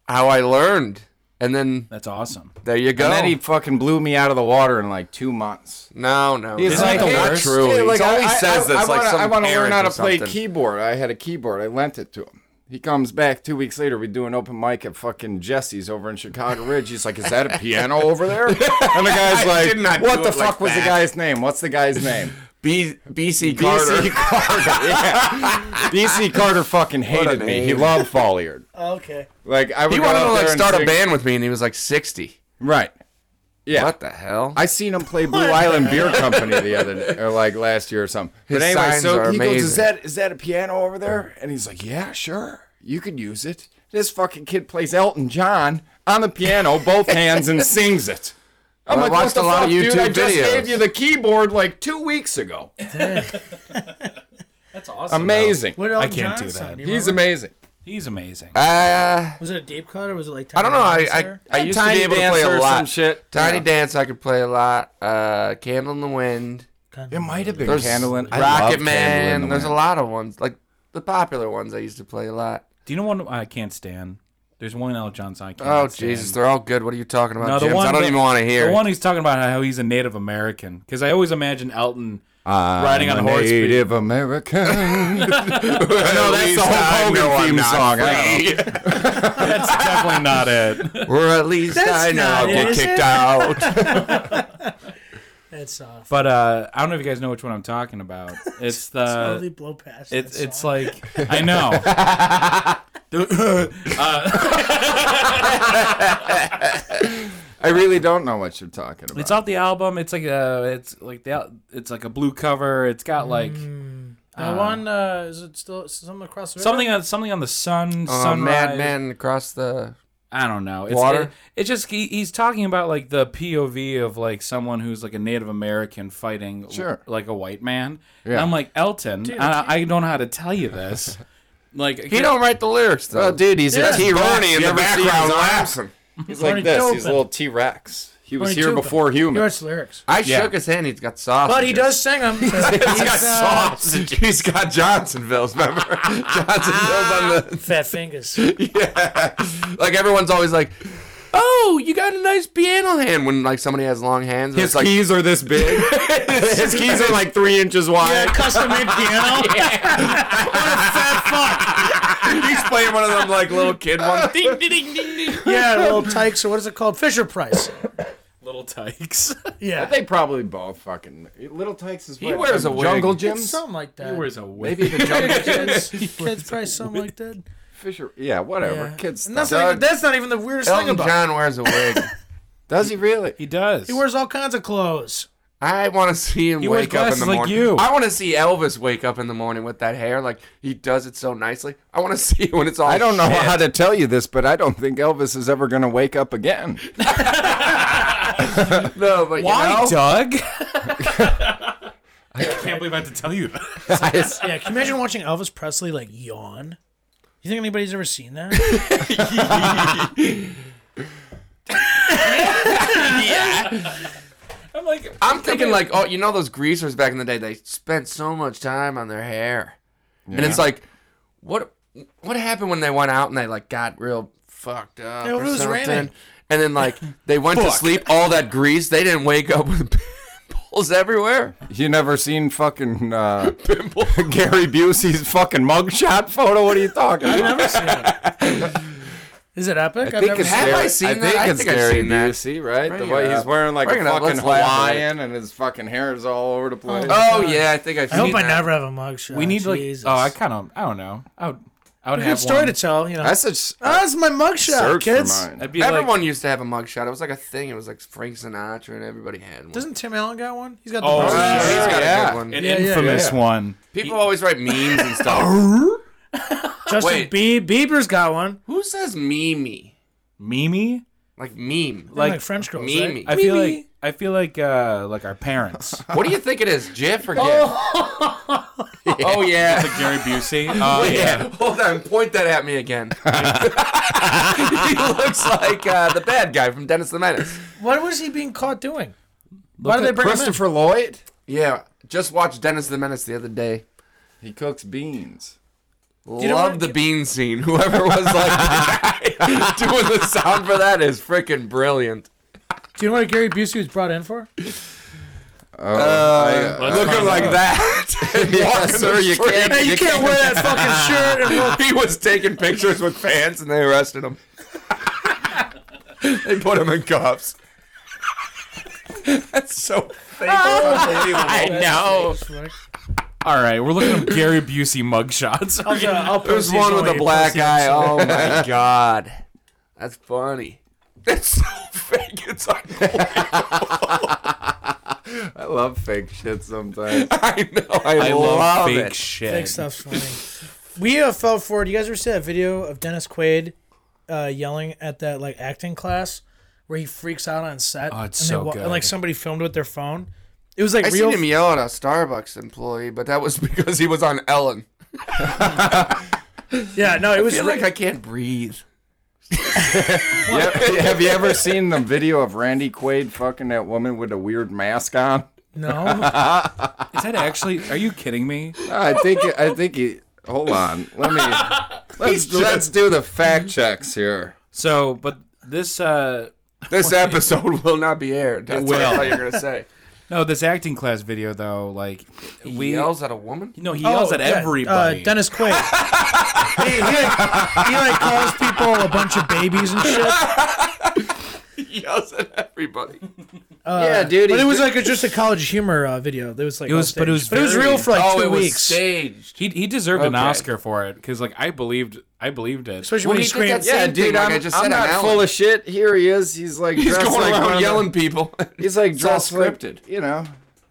Speaker 2: how I learned. And then
Speaker 3: That's awesome.
Speaker 2: there you go.
Speaker 5: And then he fucking blew me out of the water in like two months.
Speaker 2: no, no.
Speaker 5: He's
Speaker 2: no.
Speaker 3: like,
Speaker 5: "Hey,
Speaker 3: not
Speaker 5: it's-
Speaker 2: true.
Speaker 5: yeah,
Speaker 2: He
Speaker 5: like,
Speaker 2: always says this, like
Speaker 5: wanna,
Speaker 2: some
Speaker 5: I want to learn
Speaker 2: parent
Speaker 5: how
Speaker 2: or
Speaker 5: to play
Speaker 2: something.
Speaker 5: keyboard. I had a keyboard. I lent it to him. He comes back two weeks later. We do an open mic at fucking Jesse's over in Chicago Ridge. He's like, "Is that a piano over there?" And the
Speaker 2: I
Speaker 5: guy's
Speaker 2: did not
Speaker 5: like,
Speaker 2: do
Speaker 5: "What the
Speaker 2: it like
Speaker 5: fuck was the
Speaker 2: that."
Speaker 5: guy's name? What's the guy's name?"
Speaker 2: B- BC Carter.
Speaker 5: BC Carter. Yeah. BC Carter fucking hated me. He
Speaker 2: name.
Speaker 5: loved Folliard.
Speaker 1: Oh, Okay.
Speaker 5: Like I would
Speaker 2: He
Speaker 5: go
Speaker 2: wanted
Speaker 5: out
Speaker 2: to like
Speaker 5: there and
Speaker 2: start a
Speaker 5: sing-
Speaker 2: band with me, and he was like sixty.
Speaker 5: Right. Yeah.
Speaker 2: What the hell?
Speaker 5: I seen him play Blue Island Beer Company the other day, or like last year or something.
Speaker 2: His
Speaker 5: but anyway,
Speaker 2: signs
Speaker 5: so
Speaker 2: are
Speaker 5: he goes, "Is
Speaker 2: amazing.
Speaker 5: that is that a piano over there?" And he's like, "Yeah, sure, you could use it." This fucking kid plays Elton John on the piano, both hands, and sings it. I'm
Speaker 2: I
Speaker 5: like, "What
Speaker 2: watched
Speaker 5: the
Speaker 2: a lot
Speaker 5: fuck,
Speaker 2: of
Speaker 5: dude? I
Speaker 2: YouTube
Speaker 5: just
Speaker 2: videos."
Speaker 5: gave you the keyboard like two weeks ago.
Speaker 3: That's awesome.
Speaker 5: Amazing.
Speaker 1: What Elton
Speaker 3: can't
Speaker 1: John
Speaker 3: do
Speaker 1: song?
Speaker 3: that.
Speaker 1: Do you
Speaker 5: He's
Speaker 1: remember?
Speaker 5: amazing.
Speaker 3: He's amazing.
Speaker 2: Uh,
Speaker 1: Was it a deep cut or was it like?
Speaker 2: I don't know. I I, I used to be
Speaker 5: Tiny
Speaker 2: able to play
Speaker 5: Dancer or
Speaker 2: a
Speaker 5: some
Speaker 2: lot.
Speaker 5: shit.
Speaker 2: Tiny
Speaker 5: Yeah.
Speaker 2: Dance, I could play a lot. Uh, Candle in the Wind.
Speaker 5: It might have been
Speaker 2: There's
Speaker 5: Candlin. I love
Speaker 2: Rocket
Speaker 5: Candle in
Speaker 2: Man.
Speaker 5: the
Speaker 2: There's a
Speaker 5: Wind.
Speaker 2: lot of ones like the popular ones I used to play a lot.
Speaker 3: Do you know one I can't stand? There's one L. Johnson I can't
Speaker 2: Oh
Speaker 3: stand.
Speaker 2: Jesus, they're all good. What are you talking about,
Speaker 3: No, the
Speaker 2: James?
Speaker 3: one
Speaker 2: I don't
Speaker 3: the-
Speaker 2: even want to hear.
Speaker 3: The
Speaker 2: it.
Speaker 3: one he's talking about how he's a Native American because I always imagine Elton
Speaker 5: I'm
Speaker 3: riding on a
Speaker 5: a
Speaker 3: horse.
Speaker 5: Native American.
Speaker 2: no,
Speaker 5: that's the Hulk Hogan theme song. I don't know.
Speaker 3: That's definitely not it.
Speaker 2: Or at least I know I'll
Speaker 1: not it,
Speaker 2: get
Speaker 1: is
Speaker 2: kicked
Speaker 1: it?
Speaker 2: out.
Speaker 1: That's off.
Speaker 3: But uh, I don't know if you guys know which one I'm talking about. It's the
Speaker 1: Totally blow past.
Speaker 3: Uh, It's
Speaker 1: that
Speaker 3: it's
Speaker 1: song.
Speaker 3: like I know. The- uh,
Speaker 5: I really don't know what you're talking about.
Speaker 1: Mm.
Speaker 3: it's off the album. It's like a it's like the al- it's like a blue cover. It's got like
Speaker 1: Now, one uh, is it still something across the river?
Speaker 3: Something on something on the sun,
Speaker 2: Uh, Mad
Speaker 3: sunrise.
Speaker 2: Men across the.
Speaker 3: I don't know. It's,
Speaker 2: Water?
Speaker 3: it- it's just he, he's talking about like the POV of like someone who's like a Native American fighting
Speaker 5: Sure.
Speaker 3: like a white man. And
Speaker 5: Yeah.
Speaker 3: I'm like Elton. I, I don't know how to tell you this. like
Speaker 2: He don't write the lyrics though.
Speaker 5: Oh, dude, he's a T
Speaker 2: Bernie
Speaker 5: Rex.
Speaker 2: in the background laughing.
Speaker 5: He's like
Speaker 1: Bernie
Speaker 5: this. He's
Speaker 1: Taupin.
Speaker 5: a little T Rex. He was
Speaker 1: Bernie
Speaker 5: here
Speaker 1: Taupin.
Speaker 5: before
Speaker 1: He
Speaker 5: humans.
Speaker 1: writes lyrics,
Speaker 2: I
Speaker 3: Yeah.
Speaker 2: shook his hand. He's got sauce.
Speaker 1: but he does sing them.
Speaker 2: He's got sauce. He's got Johnsonville's. Remember Johnsonville's
Speaker 5: Ah.
Speaker 2: on the
Speaker 1: Fat fingers.
Speaker 2: yeah. Like everyone's always like, "Oh, you got a nice piano hand." When like somebody has long hands, and
Speaker 5: His
Speaker 2: it's like,
Speaker 5: keys are this big. His keys are like three inches wide.
Speaker 1: Custom made piano.
Speaker 2: he's playing one of them like little kid ones. Ding, ding, ding, ding, ding.
Speaker 1: Yeah, little tykes. Or what is it called? Fisher Price.
Speaker 3: little tykes.
Speaker 1: Yeah,
Speaker 5: They probably both fucking. Little Tykes is
Speaker 2: He wears a wig.
Speaker 5: jungle gym.
Speaker 1: it's something like that.
Speaker 3: Where's a wig?
Speaker 5: Maybe the jungle
Speaker 1: kids, kids price something like that.
Speaker 5: Fisher. Yeah, whatever.
Speaker 1: Yeah.
Speaker 5: Kids.
Speaker 1: And that's
Speaker 5: stuff.
Speaker 1: not, even, that's not even the weirdest thing
Speaker 2: Elton
Speaker 1: about.
Speaker 2: John wears a wig.
Speaker 5: Does he really?
Speaker 3: He does.
Speaker 1: He wears all kinds of clothes.
Speaker 2: I want to see him
Speaker 3: He wears
Speaker 2: wake up in
Speaker 3: glasses
Speaker 2: the
Speaker 3: like
Speaker 2: morning.
Speaker 3: you.
Speaker 2: I want to see Elvis wake up in the morning with that hair. Like he does it so nicely. I want to see it when it's all.
Speaker 5: I don't know
Speaker 2: shit.
Speaker 5: how to tell you this, but I don't think Elvis is ever going to wake up again.
Speaker 2: No, but
Speaker 3: Why,
Speaker 2: you know,
Speaker 3: Doug? I can't believe I had to tell you. that.
Speaker 1: Yeah, can you imagine watching Elvis Presley like yawn? You think anybody's ever seen that?
Speaker 3: I'm like,
Speaker 2: I'm thinking like, oh, you know those greasers back in the day? They spent so much time on their hair, and it's like, what what happened when they went out and they like got real fucked up
Speaker 1: Yeah,
Speaker 2: or
Speaker 1: it was
Speaker 2: something?
Speaker 1: raining.
Speaker 2: And then like they went to sleep, all that grease. They didn't wake up with pimples everywhere.
Speaker 5: You never seen fucking uh,
Speaker 2: Pimples.
Speaker 5: Gary Busey's fucking mugshot photo? What are you talking
Speaker 1: I've
Speaker 5: about?
Speaker 1: never seen it. Is it epic? I
Speaker 5: think it's
Speaker 2: Have
Speaker 5: Gary-
Speaker 2: I seen that?
Speaker 5: think
Speaker 2: I
Speaker 5: it's
Speaker 2: think I've
Speaker 5: Gary
Speaker 2: seen that.
Speaker 5: Busey, right?
Speaker 2: Bring
Speaker 5: the
Speaker 2: it
Speaker 5: way he's
Speaker 2: up.
Speaker 5: wearing like
Speaker 2: Bring
Speaker 5: a
Speaker 2: it up.
Speaker 5: fucking
Speaker 2: Let's laugh at it.
Speaker 5: Hawaiian and his fucking hair is all over the place.
Speaker 2: Oh yeah, I think I've
Speaker 1: I
Speaker 2: seen
Speaker 1: hope I
Speaker 2: that.
Speaker 1: never have a mugshot.
Speaker 3: we need like.
Speaker 1: Jesus.
Speaker 3: Oh, I kind of. I don't know. I would. I would
Speaker 1: a
Speaker 3: have
Speaker 1: good story
Speaker 3: one.
Speaker 1: to tell. You know,
Speaker 5: That's a s-
Speaker 1: oh, it's my mugshot,
Speaker 5: search
Speaker 1: kids.
Speaker 5: for mine.
Speaker 3: I'd be like,
Speaker 2: Everyone used to have a mugshot. It was like a thing. It was like Frank Sinatra, and everybody had one.
Speaker 1: Doesn't Tim Allen got one? He's got the
Speaker 3: Oh,
Speaker 1: mugshot.
Speaker 2: Oh,
Speaker 5: sure.
Speaker 2: he's got a
Speaker 5: Yeah.
Speaker 2: good one.
Speaker 3: an
Speaker 1: Yeah, yeah,
Speaker 3: infamous
Speaker 5: yeah.
Speaker 3: one.
Speaker 2: People always write memes and stuff.
Speaker 1: Justin
Speaker 2: Wait.
Speaker 1: Bie- Bieber's got one.
Speaker 2: Who says meme?
Speaker 3: Mimi.
Speaker 2: Like meme.
Speaker 1: Like,
Speaker 3: Like
Speaker 1: French girls,
Speaker 2: Mimi.
Speaker 1: right?
Speaker 3: I feel
Speaker 1: Mimi.
Speaker 3: like I feel like uh like our parents.
Speaker 2: What do you think it is, GIF or GIF? Oh, yeah.
Speaker 3: Gary Busey. Oh yeah.
Speaker 2: Hold on, point that at me again. he looks like uh, the bad guy from Dennis the Menace.
Speaker 1: What was he being caught doing? Why did they bring him in?
Speaker 5: Christopher Lloyd?
Speaker 2: Yeah, just watched Dennis the Menace the other day.
Speaker 5: He cooks beans.
Speaker 1: know
Speaker 2: Love
Speaker 1: what-
Speaker 2: the bean scene. Whoever was like the guy doing the sound for that is freaking brilliant.
Speaker 1: Do you know what Gary Busey was brought in for?
Speaker 5: Oh, I-
Speaker 2: Looking like that.
Speaker 5: Yeah,
Speaker 2: Walking
Speaker 5: sir,
Speaker 2: the
Speaker 5: you
Speaker 2: street.
Speaker 5: can't-
Speaker 1: you can't wear that fucking shirt and look.
Speaker 2: he was taking pictures with fans and they arrested him. they put him in cuffs. That's so fake. I know.
Speaker 3: All right, we're looking at Gary Busey mugshots.
Speaker 1: I'll, uh, I'll
Speaker 2: There's
Speaker 1: post these
Speaker 2: one with
Speaker 1: away.
Speaker 2: a black eye. Oh my god. That's funny. That's so fake. It's unbelievable.
Speaker 5: I love fake shit sometimes.
Speaker 2: I know. I,
Speaker 3: I
Speaker 2: love,
Speaker 3: love, fake
Speaker 2: it.
Speaker 3: shit.
Speaker 1: Big stuff's funny. We uh, fell forward. You guys ever see that video of Dennis Quaid uh, yelling at that like acting class where he freaks out on set?
Speaker 3: Oh, it's
Speaker 1: and
Speaker 3: so
Speaker 1: wa-
Speaker 3: good.
Speaker 1: And, like somebody filmed with their phone. It was like
Speaker 2: I
Speaker 1: real.
Speaker 2: seen him yell at a Starbucks employee, but that was because he was on Ellen.
Speaker 1: yeah, no, it
Speaker 2: I
Speaker 1: was
Speaker 2: feel
Speaker 1: re-
Speaker 2: like I can't breathe.
Speaker 5: Yep. Have you ever seen the video of Randy Quaid fucking that woman with a weird mask on?
Speaker 1: no.
Speaker 3: Is that actually? Are you kidding me?
Speaker 5: I think I think he. Hold on. Let me. Let's let's do the fact checks here.
Speaker 3: So, but this uh
Speaker 2: This episode will not be aired. That's what I
Speaker 3: will.
Speaker 2: thought you were gonna say.
Speaker 3: no, this acting class video though, like
Speaker 2: He
Speaker 3: we
Speaker 2: yells at a woman.
Speaker 3: no, he yells
Speaker 1: Oh,
Speaker 3: at
Speaker 1: yeah,
Speaker 3: everybody.
Speaker 1: Uh, Dennis Quaid. he, he, like, he like calls people a bunch of babies and shit.
Speaker 2: He yells at everybody.
Speaker 1: Uh,
Speaker 5: yeah, dude.
Speaker 1: But it was like a, just a college humor uh, video. It was like
Speaker 3: It was-
Speaker 1: on
Speaker 3: but it
Speaker 1: stage.
Speaker 3: was
Speaker 1: but it was
Speaker 3: very-
Speaker 1: real for like two
Speaker 2: Oh, it was
Speaker 1: weeks.
Speaker 2: staged.
Speaker 3: he he deserved an
Speaker 2: Okay.
Speaker 3: Oscar for it because like I believed I believed it.
Speaker 1: Especially when he screamed.
Speaker 5: yeah, dude.
Speaker 2: like
Speaker 5: I'm,
Speaker 2: I just
Speaker 5: I'm
Speaker 2: said on
Speaker 5: not
Speaker 2: Ellen.
Speaker 5: full of shit. Here he is. He's like
Speaker 2: He's
Speaker 5: dressed
Speaker 2: going
Speaker 5: like one of
Speaker 2: around
Speaker 5: the-
Speaker 2: yelling people.
Speaker 5: he's like
Speaker 2: all
Speaker 5: dressed like-
Speaker 2: scripted.
Speaker 5: you know,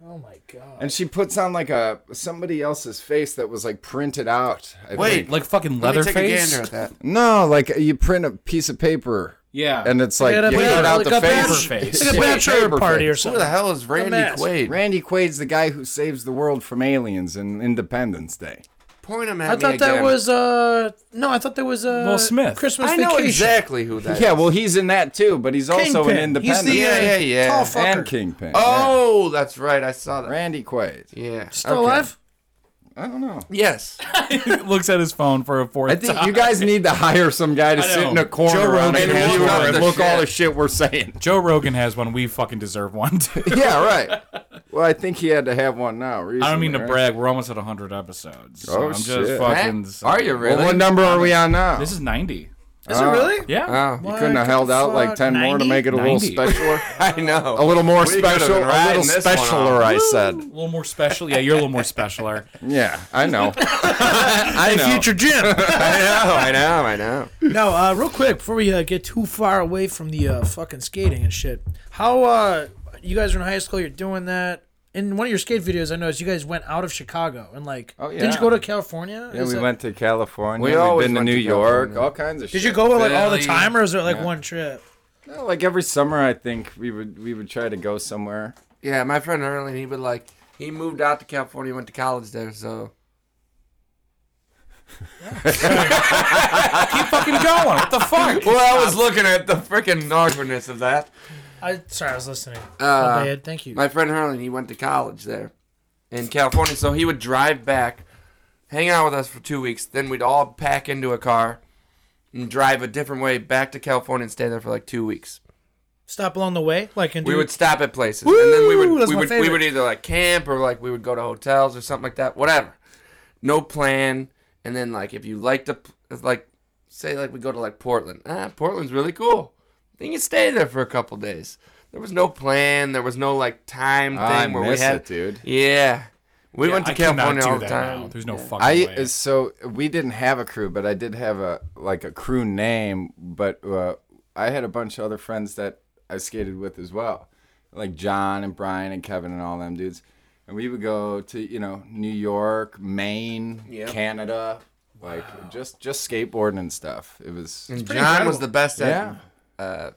Speaker 1: Oh my God.
Speaker 5: And she puts on like a somebody else's face that was like printed out. I
Speaker 2: Wait,
Speaker 5: think.
Speaker 3: Like fucking
Speaker 2: Let me take a
Speaker 3: Leatherface.
Speaker 2: gander at that.
Speaker 5: no, like you print a piece of paper.
Speaker 3: Yeah.
Speaker 5: and it's like
Speaker 1: Like a
Speaker 5: you
Speaker 1: bat-
Speaker 5: print out
Speaker 1: like
Speaker 5: the
Speaker 1: a
Speaker 5: face.
Speaker 1: bat-
Speaker 3: Face.
Speaker 1: Like a bachelor
Speaker 2: Paperface.
Speaker 1: party or
Speaker 2: Who
Speaker 1: something.
Speaker 2: the hell is Randy
Speaker 1: mask.
Speaker 2: Quaid?
Speaker 5: Randy Quaid's the guy who saves the world from aliens in Independence Day.
Speaker 2: Point him at
Speaker 1: I
Speaker 2: me
Speaker 1: thought that
Speaker 2: again.
Speaker 1: was uh no, I thought that was uh
Speaker 3: Will Smith.
Speaker 1: Christmas
Speaker 2: I know
Speaker 1: vacation.
Speaker 2: exactly who that is.
Speaker 5: Yeah, well, he's in that too, but he's also in
Speaker 1: Kingpin. He's
Speaker 5: Independence
Speaker 1: the
Speaker 2: Yeah,
Speaker 1: uh,
Speaker 2: yeah, yeah.
Speaker 1: tall fucker.
Speaker 5: and Kingpin.
Speaker 2: Oh, that's right. I saw that.
Speaker 5: yeah. Randy Quaid.
Speaker 2: Yeah.
Speaker 1: Still
Speaker 2: Okay.
Speaker 1: alive?
Speaker 5: I don't know.
Speaker 2: Yes.
Speaker 3: looks at his phone for a fourth
Speaker 5: I think you guys need to hire some guy to
Speaker 3: I
Speaker 5: sit
Speaker 3: know.
Speaker 5: in a corner
Speaker 3: Joe
Speaker 5: on a
Speaker 3: Rogan has
Speaker 5: computer
Speaker 3: one.
Speaker 5: and
Speaker 2: The
Speaker 5: look all
Speaker 2: shit.
Speaker 5: the shit we're saying.
Speaker 3: Joe Rogan has one. We fucking deserve one. Too.
Speaker 5: yeah, right. Well, I think he had to have one now. Recently,
Speaker 3: I don't mean to
Speaker 5: right?
Speaker 3: brag. We're almost at 100 episodes. So
Speaker 5: Oh,
Speaker 3: I'm just
Speaker 5: shit.
Speaker 3: fucking.
Speaker 2: Matt, Are you
Speaker 5: Well,
Speaker 2: really?
Speaker 5: what number are we on now?
Speaker 3: This is 90.
Speaker 1: Is it really?
Speaker 3: Yeah.
Speaker 2: Oh,
Speaker 5: you couldn't have held out like ten more to make it a little
Speaker 3: 90?
Speaker 5: specialer,
Speaker 2: I know.
Speaker 5: a little more
Speaker 2: We could've been
Speaker 5: special, a
Speaker 2: riding
Speaker 5: little
Speaker 2: this one
Speaker 5: specialer.
Speaker 2: off.
Speaker 5: I said.
Speaker 3: A little more special. Yeah, you're a little more specialer.
Speaker 5: Yeah, I know. I know.
Speaker 1: future Jim.
Speaker 2: I know. I know. I know.
Speaker 1: no, uh, real quick before we uh, get too far away from the uh, fucking skating and shit. How uh, you guys are in high school? You're doing that. In one of your skate videos, I noticed you guys went out of Chicago and like.
Speaker 5: Oh,
Speaker 1: Didn't
Speaker 5: yeah.
Speaker 1: you go to California?
Speaker 5: Yeah,
Speaker 1: Is
Speaker 5: we
Speaker 1: that-
Speaker 5: went to California.
Speaker 2: We
Speaker 5: We have
Speaker 2: always
Speaker 5: been to
Speaker 2: went
Speaker 5: New
Speaker 2: to
Speaker 5: York,
Speaker 2: California.
Speaker 5: all kinds of shit.
Speaker 1: Did you go like all the
Speaker 2: Philly.
Speaker 1: time, or is it like one trip?
Speaker 5: Yeah, like every summer, I think we would we would try to go somewhere.
Speaker 2: Yeah, my friend Erlen, he would like. He moved out to California, went to college there, so.
Speaker 3: Keep fucking going. What the fuck?
Speaker 2: Well, I was looking at the freaking awkwardness of that.
Speaker 1: I sorry, I was listening.
Speaker 2: Uh,
Speaker 1: My bad. Thank you.
Speaker 2: My friend Herlin, he went to college there in California, so he would drive back, hang out with us for two weeks, then we'd all pack into a car and drive a different way back to California and stay there for like two weeks.
Speaker 1: Stop along the way, like in
Speaker 2: We would stop at places, and then we
Speaker 1: Woo,
Speaker 2: would
Speaker 1: that's
Speaker 2: we
Speaker 1: my
Speaker 2: would we
Speaker 1: favorite.
Speaker 2: would either like camp or like we would go to hotels or something like that, whatever. No plan, and then like if you like to like say like we go to like Portland, ah, Portland's really cool. Then you stay there for a couple days. There was no plan. There was no like time thing
Speaker 5: I
Speaker 2: where
Speaker 5: miss
Speaker 2: we had
Speaker 5: it, dude.
Speaker 2: Yeah, we went to
Speaker 3: I cannot
Speaker 2: California
Speaker 3: do
Speaker 2: all the
Speaker 3: that
Speaker 2: time.
Speaker 3: now. There's no fucking
Speaker 5: I uh,
Speaker 3: way.
Speaker 5: so we didn't have a crew, but I did have a like a crew name. But uh, I had a bunch of other friends that I skated with as well, like John and Brian and Kevin and all them dudes. And we would go to you know New York, Maine,
Speaker 2: Yep.
Speaker 5: Canada, like just just skateboarding and stuff. It was
Speaker 2: And John
Speaker 1: pretty
Speaker 2: was
Speaker 1: incredible.
Speaker 2: the best at.
Speaker 5: yeah
Speaker 2: Uh,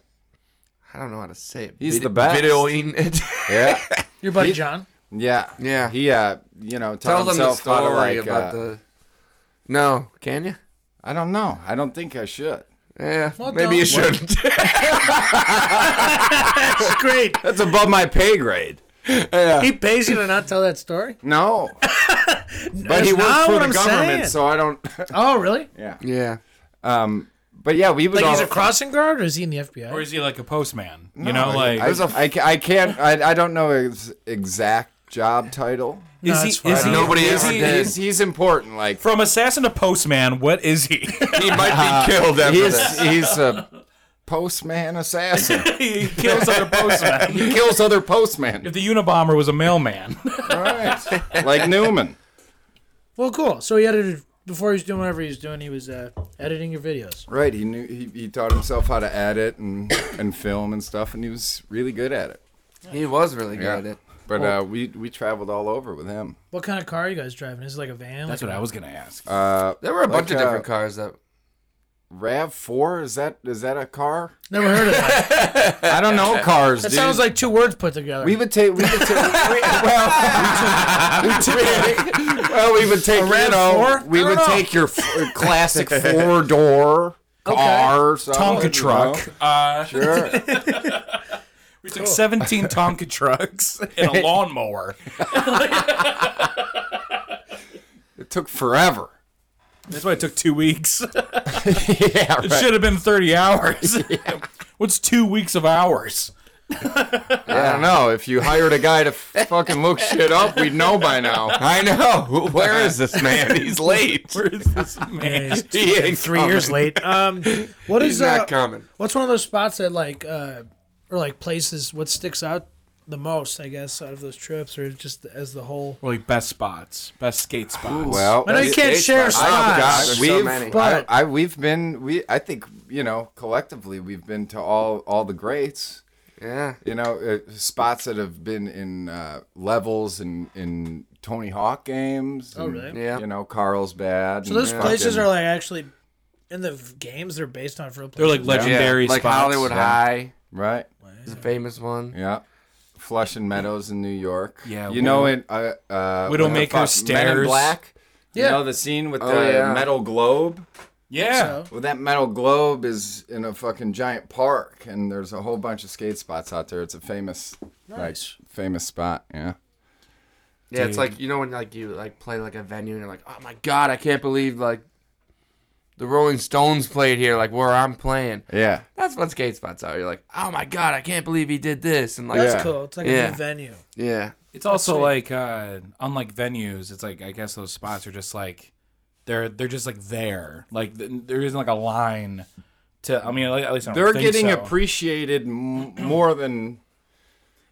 Speaker 2: I don't know how to say it.
Speaker 5: He's
Speaker 2: Vid-
Speaker 5: the best.
Speaker 2: Videoing it.
Speaker 5: yeah
Speaker 1: your buddy John.
Speaker 5: yeah
Speaker 2: Yeah.
Speaker 5: He uh you know
Speaker 2: Tell
Speaker 5: taught
Speaker 2: them the
Speaker 5: himself how
Speaker 2: story
Speaker 5: to like
Speaker 2: about
Speaker 5: uh,
Speaker 2: the. No, can you?
Speaker 5: I don't know. I don't think I should.
Speaker 2: Yeah,
Speaker 1: Well,
Speaker 2: maybe you
Speaker 1: don't-
Speaker 2: shouldn't.
Speaker 1: Great.
Speaker 5: That's above my pay grade.
Speaker 1: He pays you to not tell that story.
Speaker 5: No. but he
Speaker 1: That's
Speaker 5: works
Speaker 1: not
Speaker 5: for
Speaker 1: what
Speaker 5: the
Speaker 1: I'm
Speaker 5: government,
Speaker 1: saying.
Speaker 5: so I don't.
Speaker 1: Oh, really?
Speaker 2: yeah,
Speaker 5: Um, but yeah, we would
Speaker 1: Like
Speaker 5: all.
Speaker 1: he's a crossing guard, or is he in the FBI?
Speaker 3: or is he like a postman? you know, like
Speaker 5: I, I, ca- I can't. I, I don't know his exact job title.
Speaker 1: No,
Speaker 3: is
Speaker 1: it's
Speaker 3: he? Is
Speaker 1: fine.
Speaker 3: he
Speaker 2: Nobody
Speaker 3: is
Speaker 2: ever
Speaker 3: he-
Speaker 2: did.
Speaker 5: He's, he's important. Like
Speaker 3: From assassin to postman, what is he?
Speaker 2: he might be killed after
Speaker 5: he's
Speaker 2: this.
Speaker 5: he's a postman assassin.
Speaker 3: he kills other postmen.
Speaker 5: he kills other postmen.
Speaker 3: If the Unabomber was a mailman,
Speaker 5: All right, like Newman.
Speaker 1: Well, cool. So he edited before he was doing whatever he was doing. He was uh, editing your videos.
Speaker 5: Right. He knew he, he taught himself how to edit and and film and stuff, and he was really good at it.
Speaker 2: He was really good at it.
Speaker 5: But uh, we we traveled all over with him.
Speaker 1: What kind of car are you guys driving? Is it like a van?
Speaker 3: that's
Speaker 1: like
Speaker 3: what I was gonna ask.
Speaker 5: Uh,
Speaker 2: There were a bunch
Speaker 5: Like,
Speaker 2: of different
Speaker 5: uh,
Speaker 2: cars that.
Speaker 5: Rav Four is that is that a car?
Speaker 1: a- Never heard of that.
Speaker 5: I don't know cars.
Speaker 1: That
Speaker 5: dude.
Speaker 1: sounds like two words put together.
Speaker 5: we would take we would take we, well we took- well we would take you know,
Speaker 1: Four?
Speaker 5: we
Speaker 1: I
Speaker 5: would
Speaker 1: don't know.
Speaker 5: take your f- classic four door car so-
Speaker 3: Tonka
Speaker 5: you
Speaker 3: truck. Uh,
Speaker 5: know. Sure.
Speaker 3: we took 17 Tonka trucks and a lawnmower.
Speaker 5: It took forever.
Speaker 3: That's why it took two weeks.
Speaker 5: Yeah,
Speaker 3: It should have been 30 hours. What's two weeks of hours?
Speaker 5: I don't know. If you hired a guy to fucking look shit up, we'd know by now.
Speaker 2: I know. Where is this man? He's late.
Speaker 3: Where is this man?
Speaker 1: Anyways,
Speaker 2: he ain't
Speaker 1: three years late. Um, what is
Speaker 2: He's not
Speaker 1: uh,
Speaker 2: coming.
Speaker 1: What's one of those spots that like, uh, or like places? What sticks out the most? I guess out of those trips, or just as the whole.
Speaker 3: Well, like best spots, best skate spots.
Speaker 5: Well,
Speaker 1: I know you can't share
Speaker 5: I
Speaker 1: spots.
Speaker 5: God,
Speaker 2: There's so
Speaker 5: we've
Speaker 2: many.
Speaker 5: I,
Speaker 1: But-
Speaker 5: I we've been we I think you know collectively we've been to all all the greats.
Speaker 2: Yeah.
Speaker 5: You know, uh, spots that have been in uh, levels in in Tony Hawk games.
Speaker 1: Oh,
Speaker 5: and,
Speaker 1: really?
Speaker 2: Yeah.
Speaker 5: You know, Carlsbad.
Speaker 1: So those places are like actually in the v- games they're based on real
Speaker 3: They're
Speaker 1: places.
Speaker 3: like legendary
Speaker 2: like
Speaker 3: spots.
Speaker 2: Hollywood High
Speaker 5: right.
Speaker 2: is a famous one.
Speaker 5: Yeah. Flushing Meadows in New York.
Speaker 3: Yeah,
Speaker 5: You know, in uh, uh, what the
Speaker 3: Widowmaker
Speaker 5: fuck, Men in
Speaker 3: Stairs.
Speaker 5: Black. Yeah.
Speaker 1: Yeah.
Speaker 5: You know the scene with
Speaker 2: Oh,
Speaker 5: the
Speaker 2: yeah.
Speaker 5: metal globe.
Speaker 3: Yeah.
Speaker 1: So,
Speaker 5: Well, that metal globe is in a fucking giant park, and there's a whole bunch of skate spots out there. It's a famous,
Speaker 1: Nice.
Speaker 5: like, famous spot. Yeah.
Speaker 2: Yeah, it's like you know when like you like play like a venue and you're like, oh my god, I can't believe like the Rolling Stones played here, like where I'm playing.
Speaker 5: Yeah.
Speaker 2: That's what skate spots are. You're like, oh my god, I can't believe he did this, and like,
Speaker 1: that's
Speaker 5: Yeah.
Speaker 1: cool. It's like a
Speaker 2: Yeah.
Speaker 1: new venue.
Speaker 2: yeah,
Speaker 3: It's also like uh unlike venues, it's like I guess those spots are just like they're they're just like there. Like th- there isn't like a line to I mean at le- at least I don't
Speaker 5: They're
Speaker 3: think
Speaker 5: getting
Speaker 3: so.
Speaker 5: appreciated m- more than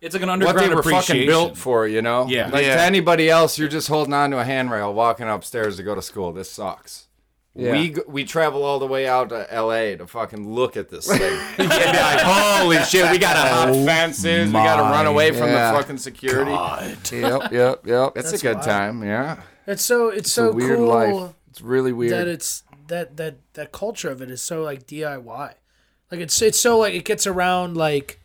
Speaker 3: It's like an
Speaker 5: what
Speaker 3: underground
Speaker 5: they were fucking
Speaker 3: appreciation.
Speaker 5: built for, you know?
Speaker 3: Yeah.
Speaker 5: Like to
Speaker 2: Yeah.
Speaker 5: anybody else, you're just holding on to a handrail walking upstairs to go to school. This sucks.
Speaker 2: Yeah.
Speaker 5: We g- we travel all the way out to L.A. to fucking look at this thing. You'd be like,
Speaker 3: Holy shit, we got a
Speaker 5: hop fences. We got to
Speaker 3: my
Speaker 5: run away from
Speaker 2: Yeah.
Speaker 5: the fucking security.
Speaker 2: yep, yep, yep.
Speaker 5: It's
Speaker 1: That's
Speaker 5: a good
Speaker 1: wild.
Speaker 5: time, yeah.
Speaker 1: It's so it's,
Speaker 2: a
Speaker 1: so
Speaker 2: weird
Speaker 1: cool
Speaker 2: life. It's really weird.
Speaker 1: that it's that that that culture of it is so like DIY. Like it's it's so like it gets around like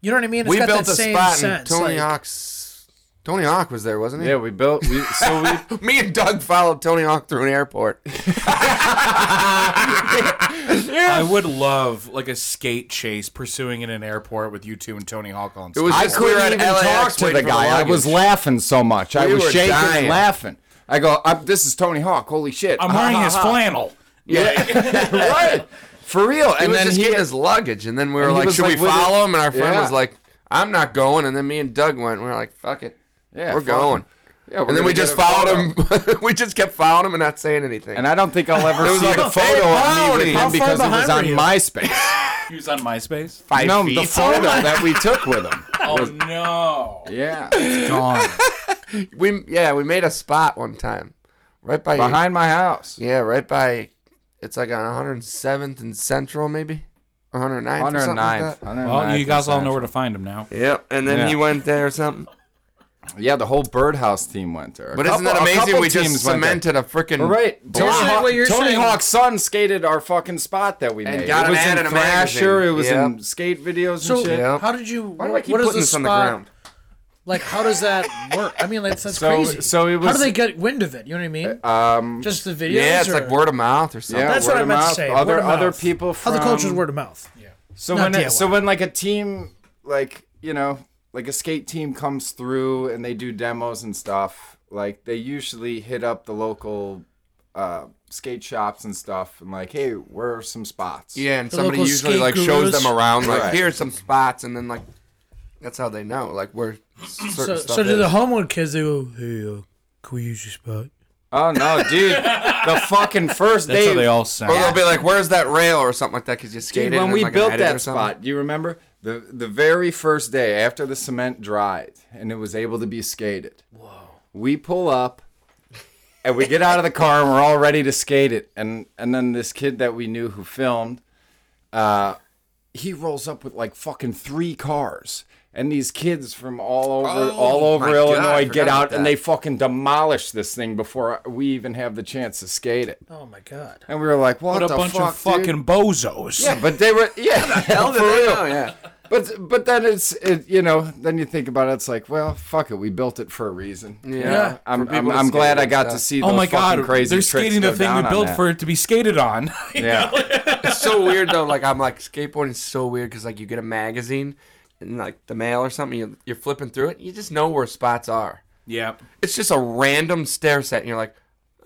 Speaker 1: you know what I mean? It's
Speaker 2: we
Speaker 1: got
Speaker 2: built
Speaker 1: that
Speaker 2: a
Speaker 1: same
Speaker 2: spot,
Speaker 1: sense.
Speaker 2: and Tony
Speaker 1: like,
Speaker 2: Hawk's Tony Hawk was there, wasn't he?
Speaker 5: Yeah, we built. We, so we
Speaker 2: Me and Doug followed Tony Hawk through an airport.
Speaker 3: I would love like a skate chase pursuing in an airport with you two and Tony Hawk on.
Speaker 2: was-
Speaker 5: I
Speaker 2: just we were
Speaker 5: couldn't
Speaker 2: at
Speaker 5: even
Speaker 2: LAX
Speaker 5: talk to
Speaker 2: waiting
Speaker 5: the
Speaker 2: for
Speaker 5: guy.
Speaker 2: the
Speaker 5: I was
Speaker 2: luggage.
Speaker 5: laughing so much. I
Speaker 2: We
Speaker 5: was
Speaker 2: were
Speaker 5: shaking and
Speaker 2: dying.
Speaker 5: laughing. I go, I'm, this is Tony Hawk. Holy shit!
Speaker 3: I'm
Speaker 5: Ha,
Speaker 3: wearing
Speaker 5: ha,
Speaker 3: his
Speaker 5: ha.
Speaker 3: flannel.
Speaker 5: Yeah, right. For real.
Speaker 2: and
Speaker 5: And then
Speaker 2: just
Speaker 5: he
Speaker 2: getting his luggage, and then we were
Speaker 5: and he
Speaker 2: like,
Speaker 5: was
Speaker 2: "Should
Speaker 5: like
Speaker 2: we
Speaker 5: with
Speaker 2: follow
Speaker 5: it-
Speaker 2: him?" And our friend
Speaker 5: Yeah.
Speaker 2: was like, "I'm not going." And then me and Doug went. and we were like, "Fuck it,
Speaker 5: Yeah,
Speaker 2: we're
Speaker 5: fuck
Speaker 2: going."
Speaker 5: it. Yeah, we're
Speaker 2: and then
Speaker 5: gonna
Speaker 2: we
Speaker 5: get
Speaker 2: just
Speaker 5: a
Speaker 2: followed
Speaker 5: photo.
Speaker 2: him. we just kept following him and not saying anything.
Speaker 5: And I don't think I'll ever see
Speaker 2: like
Speaker 5: the
Speaker 2: a
Speaker 5: photo
Speaker 2: fake
Speaker 5: of me with
Speaker 2: How
Speaker 5: him
Speaker 1: far
Speaker 5: because it was
Speaker 1: behind
Speaker 5: on
Speaker 1: were you?
Speaker 5: MySpace.
Speaker 3: He was on MySpace.
Speaker 2: Five
Speaker 5: no,
Speaker 2: feet.
Speaker 5: the photo that we took with him.
Speaker 3: Oh no!
Speaker 5: Yeah,
Speaker 3: Gone.
Speaker 2: we yeah, we made a spot one time, right by
Speaker 5: behind my house.
Speaker 2: Yeah, right by. It's like on 107th and Central, maybe 109th. 109th. Or something like
Speaker 5: 109th.
Speaker 2: that.
Speaker 5: 109th.
Speaker 3: Well, you guys all know
Speaker 5: Central.
Speaker 3: where to find him now.
Speaker 2: Yep, and then
Speaker 5: Yeah.
Speaker 2: he went there or something.
Speaker 5: Yeah, the whole birdhouse team went there. A
Speaker 2: But isn't
Speaker 5: couple-
Speaker 2: that
Speaker 5: a
Speaker 2: amazing?
Speaker 5: couple
Speaker 2: We just
Speaker 5: teams went there.
Speaker 2: cemented a freaking
Speaker 5: All right. Tony,
Speaker 1: saying
Speaker 5: Hawk,
Speaker 1: what you're
Speaker 5: Tony
Speaker 1: saying.
Speaker 5: Hawk's son skated our fucking spot that we
Speaker 2: And
Speaker 5: made.
Speaker 2: got
Speaker 5: it
Speaker 2: an
Speaker 5: was
Speaker 2: ad
Speaker 5: in
Speaker 2: in a
Speaker 5: Thrasher.
Speaker 2: magazine.
Speaker 5: It was
Speaker 2: Yep.
Speaker 5: in skate videos and
Speaker 1: So
Speaker 5: shit.
Speaker 2: Yeah.
Speaker 1: how did you? Why
Speaker 2: Why do I keep
Speaker 1: what is
Speaker 2: putting
Speaker 1: the
Speaker 2: this
Speaker 1: spot,
Speaker 2: on the ground?
Speaker 1: Like how does that work? I mean, like, that's
Speaker 5: So-
Speaker 1: crazy.
Speaker 5: so it
Speaker 1: how do
Speaker 5: was-
Speaker 1: they get wind of it? You know what I mean?
Speaker 2: Uh,
Speaker 5: Um,
Speaker 1: Just the videos.
Speaker 2: Yeah, it's
Speaker 1: or-
Speaker 2: like word of mouth or something.
Speaker 5: yeah,
Speaker 1: That's what
Speaker 5: word
Speaker 1: I
Speaker 5: of
Speaker 1: meant to
Speaker 5: mouth.
Speaker 1: say.
Speaker 5: Other
Speaker 1: word of
Speaker 5: other
Speaker 1: mouth.
Speaker 5: people from
Speaker 1: How the culture's word of mouth. Yeah.
Speaker 5: So
Speaker 1: Not
Speaker 5: when
Speaker 1: DIY.
Speaker 5: so when like a team like you know like a skate team comes through and they do demos and stuff like they usually hit up the local uh, skate shops and stuff and like hey where are some spots
Speaker 2: Yeah, and
Speaker 1: The
Speaker 2: somebody
Speaker 1: local
Speaker 2: usually
Speaker 1: skate
Speaker 2: like shows
Speaker 1: gurus.
Speaker 2: them around, like
Speaker 5: Right.
Speaker 2: here's some spots, and then like that's how they know, like where certain
Speaker 1: So,
Speaker 2: stuff
Speaker 1: so do
Speaker 2: is.
Speaker 1: the homewood kids? They go, hey, uh, can we use your spot?
Speaker 5: oh no dude the fucking first
Speaker 3: That's
Speaker 5: day
Speaker 3: how they all
Speaker 2: or
Speaker 3: sound.
Speaker 2: they'll be like, "Where's that rail?" or something like that, because you skated.
Speaker 5: Dude, when
Speaker 2: and
Speaker 5: we
Speaker 2: like, an
Speaker 5: built
Speaker 2: edit or
Speaker 5: that
Speaker 2: something.
Speaker 5: spot, do you remember the the very first day after the cement dried and it was able to be skated? Whoa! We pull up and we get out of the car and we're all ready to skate it. And and then this kid that we knew who filmed, uh, he rolls up with like fucking three cars. And these kids from all over
Speaker 2: Oh,
Speaker 5: all over
Speaker 2: my God, I
Speaker 5: Illinois
Speaker 2: forgot
Speaker 5: get
Speaker 2: about
Speaker 5: out and
Speaker 2: that.
Speaker 5: they fucking demolish this thing before we even have the chance to skate it.
Speaker 1: Oh my god.
Speaker 5: And we were like, "What,
Speaker 3: what a
Speaker 5: the
Speaker 3: bunch
Speaker 5: fuck,
Speaker 3: of
Speaker 5: dude?
Speaker 3: fucking bozos.
Speaker 5: Yeah, but they were yeah,
Speaker 2: hell did
Speaker 5: for
Speaker 2: they
Speaker 5: real.
Speaker 2: know? Yeah.
Speaker 5: But but then it's it, you know then you think about it, it's like well fuck it we built it for a reason. You know?
Speaker 2: Yeah.
Speaker 5: I'm
Speaker 2: For people
Speaker 5: I'm,
Speaker 2: to
Speaker 5: I'm
Speaker 2: skate
Speaker 5: glad I
Speaker 2: and
Speaker 5: got to
Speaker 2: stuff.
Speaker 5: see. Those
Speaker 3: Oh my god,
Speaker 5: fucking crazy
Speaker 3: they're
Speaker 5: tricks
Speaker 3: skating the
Speaker 5: go
Speaker 3: thing we
Speaker 5: down on
Speaker 3: built
Speaker 5: that.
Speaker 3: for it to be skated on.
Speaker 5: Yeah,
Speaker 2: it's so weird though. Like I'm like skateboarding is so weird because like you get a magazine and like the mail or something, you, you're flipping through it, you just know where spots are.
Speaker 3: yeah.
Speaker 2: It's just a random stair set, and you're like.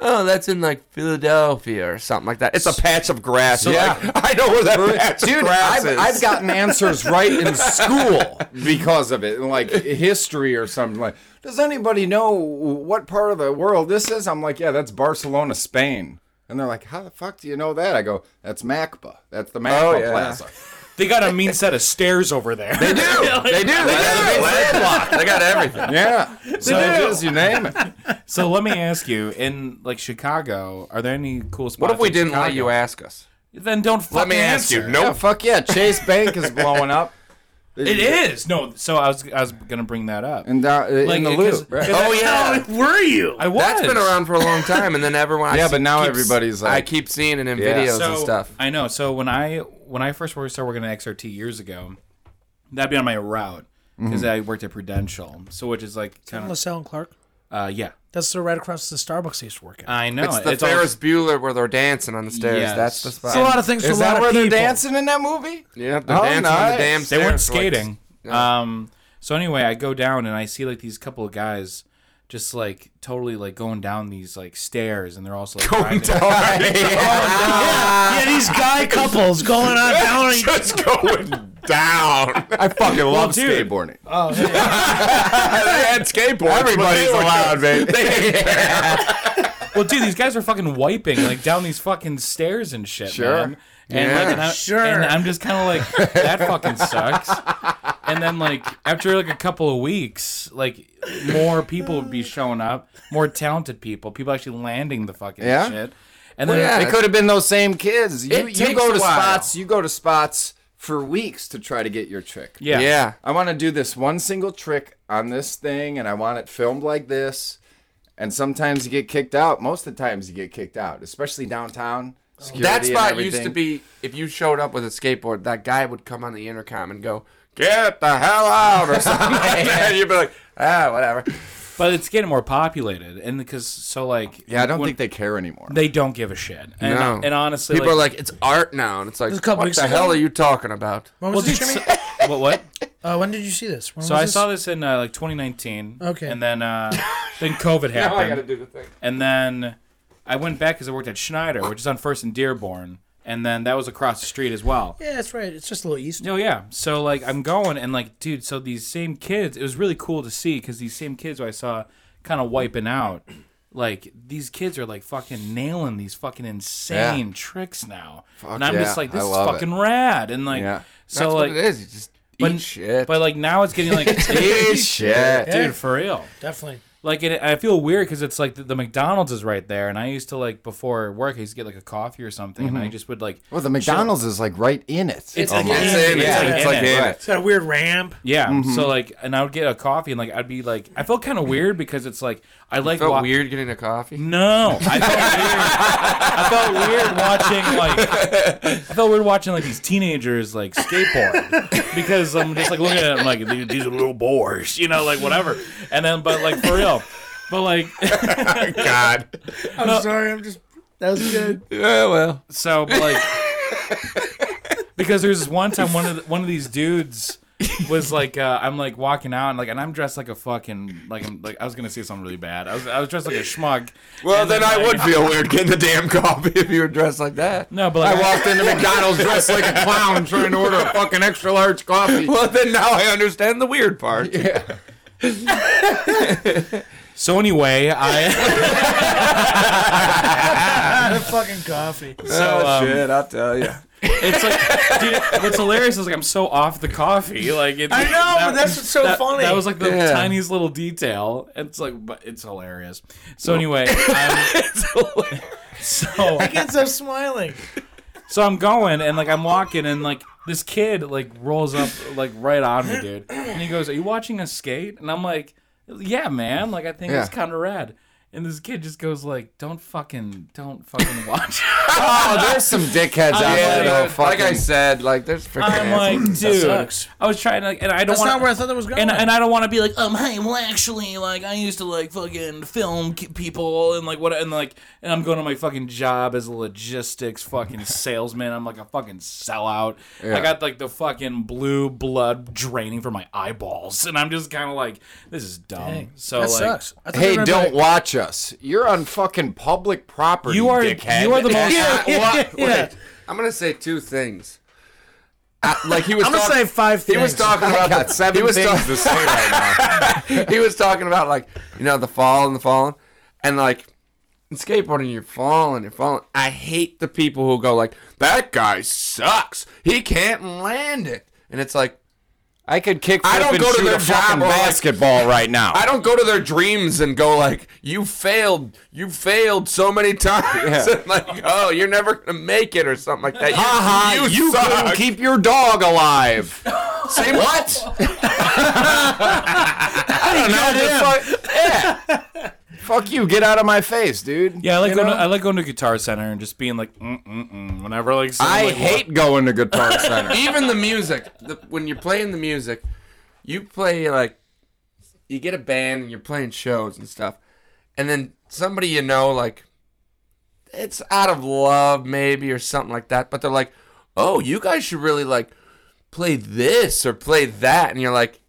Speaker 2: Oh, that's in like Philadelphia or something like that. It's a patch of grass. You're
Speaker 5: Yeah.
Speaker 2: like, I know where that patch of
Speaker 5: dude,
Speaker 2: grass
Speaker 5: I've,
Speaker 2: is.
Speaker 5: I've gotten answers right in school because of it, like history or something. Like, does anybody know what part of the world this is? I'm like, yeah, that's Barcelona, Spain. And they're like, how the fuck do you know that? I go, that's MACPA. That's the MACPA
Speaker 2: Oh, yeah.
Speaker 5: Plaza.
Speaker 3: They got a mean set of stairs over there.
Speaker 2: They do. They do. They got, landlocked. They got everything.
Speaker 5: Yeah. So it is, you name it.
Speaker 3: so let me ask you, in like Chicago, are there any cool spots?
Speaker 2: What if we
Speaker 3: in
Speaker 2: didn't
Speaker 3: Chicago?
Speaker 2: let you ask us?
Speaker 3: Then don't fucking
Speaker 2: Let me ask
Speaker 3: answer.
Speaker 2: you.
Speaker 5: Yeah,
Speaker 2: Nope.
Speaker 5: fuck yeah. Chase Bank is blowing up.
Speaker 3: It is no. So I was I was gonna bring that up.
Speaker 5: And that,
Speaker 3: Like,
Speaker 5: in the
Speaker 3: 'cause-
Speaker 5: loop, right?
Speaker 3: 'cause I-
Speaker 2: Oh yeah,
Speaker 1: Were you?
Speaker 3: I was.
Speaker 2: that's been around for a long time, and then everyone.
Speaker 5: Yeah,
Speaker 2: I see-
Speaker 5: but now
Speaker 2: keeps-
Speaker 5: everybody's like-
Speaker 2: I keep seeing it in
Speaker 5: Yeah.
Speaker 2: videos
Speaker 3: so,
Speaker 2: and stuff.
Speaker 3: I know. So when I when I first started working at XRT years ago, that'd be on my route because
Speaker 2: Mm-hmm.
Speaker 3: I worked at Prudential, so which is like kind of
Speaker 1: LaSalle and Clark.
Speaker 3: uh, yeah.
Speaker 1: That's the right across the Starbucks I used to work at.
Speaker 3: I know.
Speaker 2: It's the
Speaker 3: all-
Speaker 2: Ferris Bueller where they're dancing on the stairs.
Speaker 3: Yes.
Speaker 2: That's the spot.
Speaker 1: It's a lot of things for
Speaker 5: Is
Speaker 1: a lot
Speaker 5: that
Speaker 1: of
Speaker 5: where they're
Speaker 1: people.
Speaker 5: dancing in that movie?
Speaker 2: yeah, they're
Speaker 5: Oh,
Speaker 2: dancing on the
Speaker 5: nice.
Speaker 2: damn
Speaker 3: they
Speaker 2: stairs.
Speaker 3: weren't
Speaker 2: for, like,
Speaker 3: skating. Um. So anyway, I go down and I see like these couple of guys just like totally like going down these like stairs, and they're also like,
Speaker 2: Going
Speaker 3: grinding.
Speaker 2: down.
Speaker 1: Yeah, these guy couples going on down. on each-
Speaker 2: Just going down.
Speaker 5: I fucking love
Speaker 3: dude.
Speaker 5: skateboarding.
Speaker 1: Oh,
Speaker 2: they had skateboards.
Speaker 5: Everybody's allowed, man.
Speaker 3: Well, dude, these guys are fucking wiping like down these fucking stairs and shit,
Speaker 5: Sure.
Speaker 3: man. And,
Speaker 2: Yeah.
Speaker 3: like, and I,
Speaker 1: Sure.
Speaker 3: And I'm just kind of like, that fucking sucks. And then like after like a couple of weeks, like more people would be showing up, more talented people, people actually landing the fucking
Speaker 5: Yeah?
Speaker 3: shit. And then
Speaker 2: Well, yeah.
Speaker 5: It could have been those same kids. You,
Speaker 2: It
Speaker 5: you
Speaker 2: takes
Speaker 5: go to
Speaker 2: a while.
Speaker 5: spots. You go to spots for weeks to try to get your trick.
Speaker 3: yeah,
Speaker 2: yeah.
Speaker 5: I want to do this one single trick on this thing, and I want it filmed like this. And sometimes you get kicked out. Most of the times you get kicked out, especially downtown.
Speaker 2: That
Speaker 5: Security and
Speaker 2: spot used to
Speaker 5: everything.
Speaker 2: be if you showed up with a skateboard, that guy would come on the intercom and go, "Get the hell out!" or something like that. And you'd be like, "Ah, whatever."
Speaker 3: but it's getting more populated, and because so like
Speaker 5: Yeah, I don't
Speaker 3: when-
Speaker 5: think they care anymore.
Speaker 3: they don't give a shit. And,
Speaker 2: No.
Speaker 3: and honestly,
Speaker 2: People are like, "It's art now," and it's like,
Speaker 1: a couple
Speaker 2: "What
Speaker 1: weeks
Speaker 2: the
Speaker 1: ago.
Speaker 2: hell are you talking about?"
Speaker 1: When
Speaker 3: well,
Speaker 1: was
Speaker 3: dude,
Speaker 1: this, Jimmy?
Speaker 3: so- what what?
Speaker 1: Uh, when did you see this? When
Speaker 3: So
Speaker 1: was
Speaker 3: I
Speaker 1: this?
Speaker 3: saw this in uh, like 2019.
Speaker 1: Okay.
Speaker 3: And then uh, then COVID happened.
Speaker 2: do the thing.
Speaker 3: and then I went back because I worked at Schneider, which is on First and Dearborn, and then that was across the street as well.
Speaker 1: Yeah, that's right. It's just a little east.
Speaker 3: No, Oh, yeah. So like I'm going and like dude, so these same kids, it was really cool to see because these same kids who I saw kind of wiping out, like these kids are like fucking nailing these fucking insane tricks now, and I'm just
Speaker 5: yeah,
Speaker 3: like this
Speaker 5: I
Speaker 3: is
Speaker 5: love it.
Speaker 3: fucking rad, and like
Speaker 5: Yeah.
Speaker 3: so
Speaker 2: That's
Speaker 3: like
Speaker 2: what it is. You just
Speaker 3: but-
Speaker 2: eat shit.
Speaker 3: but like now it's getting like dude
Speaker 5: shit.
Speaker 1: Yeah.
Speaker 3: for real.
Speaker 1: Definitely.
Speaker 3: Like it, I feel weird because it's like the, the McDonald's is right there, and I used to like before work, I used to get like a coffee or something,
Speaker 5: Mm-hmm.
Speaker 3: and I just would like.
Speaker 5: Well, the McDonald's is like right in it.
Speaker 3: It's
Speaker 5: Oh
Speaker 3: like
Speaker 5: my-
Speaker 2: it's
Speaker 3: yeah,
Speaker 2: in it.
Speaker 3: yeah,
Speaker 2: it's
Speaker 3: yeah,
Speaker 2: like
Speaker 3: yeah.
Speaker 2: in
Speaker 5: Right.
Speaker 2: it.
Speaker 1: It's got a weird ramp.
Speaker 3: Yeah,
Speaker 2: Mm-hmm.
Speaker 3: so like, and I would get a coffee, and like I'd be like, I felt kind of weird because it's like I like
Speaker 2: Felt
Speaker 3: wa-
Speaker 2: weird getting a coffee.
Speaker 3: No, I felt weird. I felt weird watching like I felt weird watching like these teenagers like skateboard because I'm just like looking at them like these these are little boars, you know, like whatever. And then, but like for real, but like.
Speaker 2: God.
Speaker 1: I'm sorry. I'm just. That was good.
Speaker 2: Yeah, well.
Speaker 3: So but like because there's this one time one of the, one of these dudes was like uh, I'm like walking out and like and I'm dressed like a fucking like I'm like I was gonna say something really bad. I was I was dressed like a schmuck.
Speaker 2: Well,
Speaker 3: And
Speaker 2: then, I
Speaker 3: like-
Speaker 2: would feel weird getting the damn coffee if you were dressed like that.
Speaker 3: No, but like,
Speaker 2: I walked into McDonald's dressed like a clown trying to order a fucking extra large coffee. Well, then now I understand the weird part.
Speaker 3: so anyway, I
Speaker 1: That fucking coffee.
Speaker 3: so um,
Speaker 2: Oh, shit, I'll tell you.
Speaker 3: it's like dude, what's hilarious is like I'm so off the coffee. Like it,
Speaker 1: I know, but that's what's so
Speaker 3: that-
Speaker 1: funny.
Speaker 3: That was like the
Speaker 2: Yeah.
Speaker 3: tiniest little detail. It's like but it's hilarious. So anyway, I'm, so
Speaker 1: I can't stop smiling.
Speaker 3: So I'm going and like I'm walking and like this kid like rolls up like right on me, dude. And he goes, "Are you watching us skate?" And I'm like, "Yeah, man. Like I think it's
Speaker 5: Yeah.
Speaker 3: kind of rad." And this kid just goes like, "Don't fucking, don't fucking watch."
Speaker 5: oh, there's some dickheads out
Speaker 3: Yeah,
Speaker 5: there.
Speaker 3: dude,
Speaker 5: that'll
Speaker 2: uh, like I
Speaker 5: fucking-
Speaker 2: said, like there's freaking
Speaker 3: I'm like, dude,
Speaker 1: sucks.
Speaker 3: I was trying to, like, and I don't
Speaker 1: That's not where I
Speaker 3: want.
Speaker 1: thought that was going.
Speaker 3: And, and I don't want to be like, um, hey, well, actually, like, I used to like fucking film ki- people and like what, and like, and I'm going to my fucking job as a logistics fucking salesman. I'm like a fucking sellout. I got like the fucking blue blood draining from my eyeballs, and I'm just kind of like, this is dumb. So
Speaker 1: that
Speaker 3: like,
Speaker 1: sucks. I thought
Speaker 5: Hey,
Speaker 1: they were
Speaker 5: don't
Speaker 1: Like,
Speaker 5: watch us. You're on fucking public property.
Speaker 3: you are
Speaker 5: dickhead.
Speaker 3: you are the most.
Speaker 1: yeah.
Speaker 2: I'm gonna say two things. I- like he was.
Speaker 1: I'm gonna
Speaker 2: talking-
Speaker 1: say five
Speaker 2: He
Speaker 1: things.
Speaker 2: was talking
Speaker 5: I
Speaker 2: about
Speaker 5: got
Speaker 2: the,
Speaker 5: seven
Speaker 2: He was,
Speaker 5: things
Speaker 2: talk-
Speaker 5: to say right now.
Speaker 2: he was talking about like you know the fall and the falling, and like in skateboarding you're falling, you're falling. I hate the people who go like that guy sucks. He can't land it, and it's like
Speaker 5: I could kick.
Speaker 2: I don't
Speaker 5: flip, and
Speaker 2: go to
Speaker 5: shoot
Speaker 2: their
Speaker 5: a
Speaker 2: job
Speaker 5: fucking
Speaker 2: or, like-
Speaker 5: basketball right now.
Speaker 2: I don't go to their dreams and go like, "You failed. You failed so many times."
Speaker 5: Yeah.
Speaker 2: and like, "Oh, you're never gonna make it," or something like that. You,
Speaker 5: Ha ha! You,
Speaker 2: suck.
Speaker 5: couldn't keep your dog alive.
Speaker 2: Same what?
Speaker 5: I don't know. just fuck, yeah. fuck you. Get out of my face, dude.
Speaker 3: Yeah, I like
Speaker 5: You
Speaker 3: going.
Speaker 5: know?
Speaker 3: To, I like going to Guitar Center and just being like, mm mm mm. Whenever like, someone,
Speaker 5: I
Speaker 3: like,
Speaker 5: hate going to Guitar Center.
Speaker 2: Even the music. The, when you're playing the music, you play like you get a band and you're playing shows and stuff, and then somebody you know like it's out of love maybe or something like that, but they're like, oh, you guys should really like play this or play that, and you're like.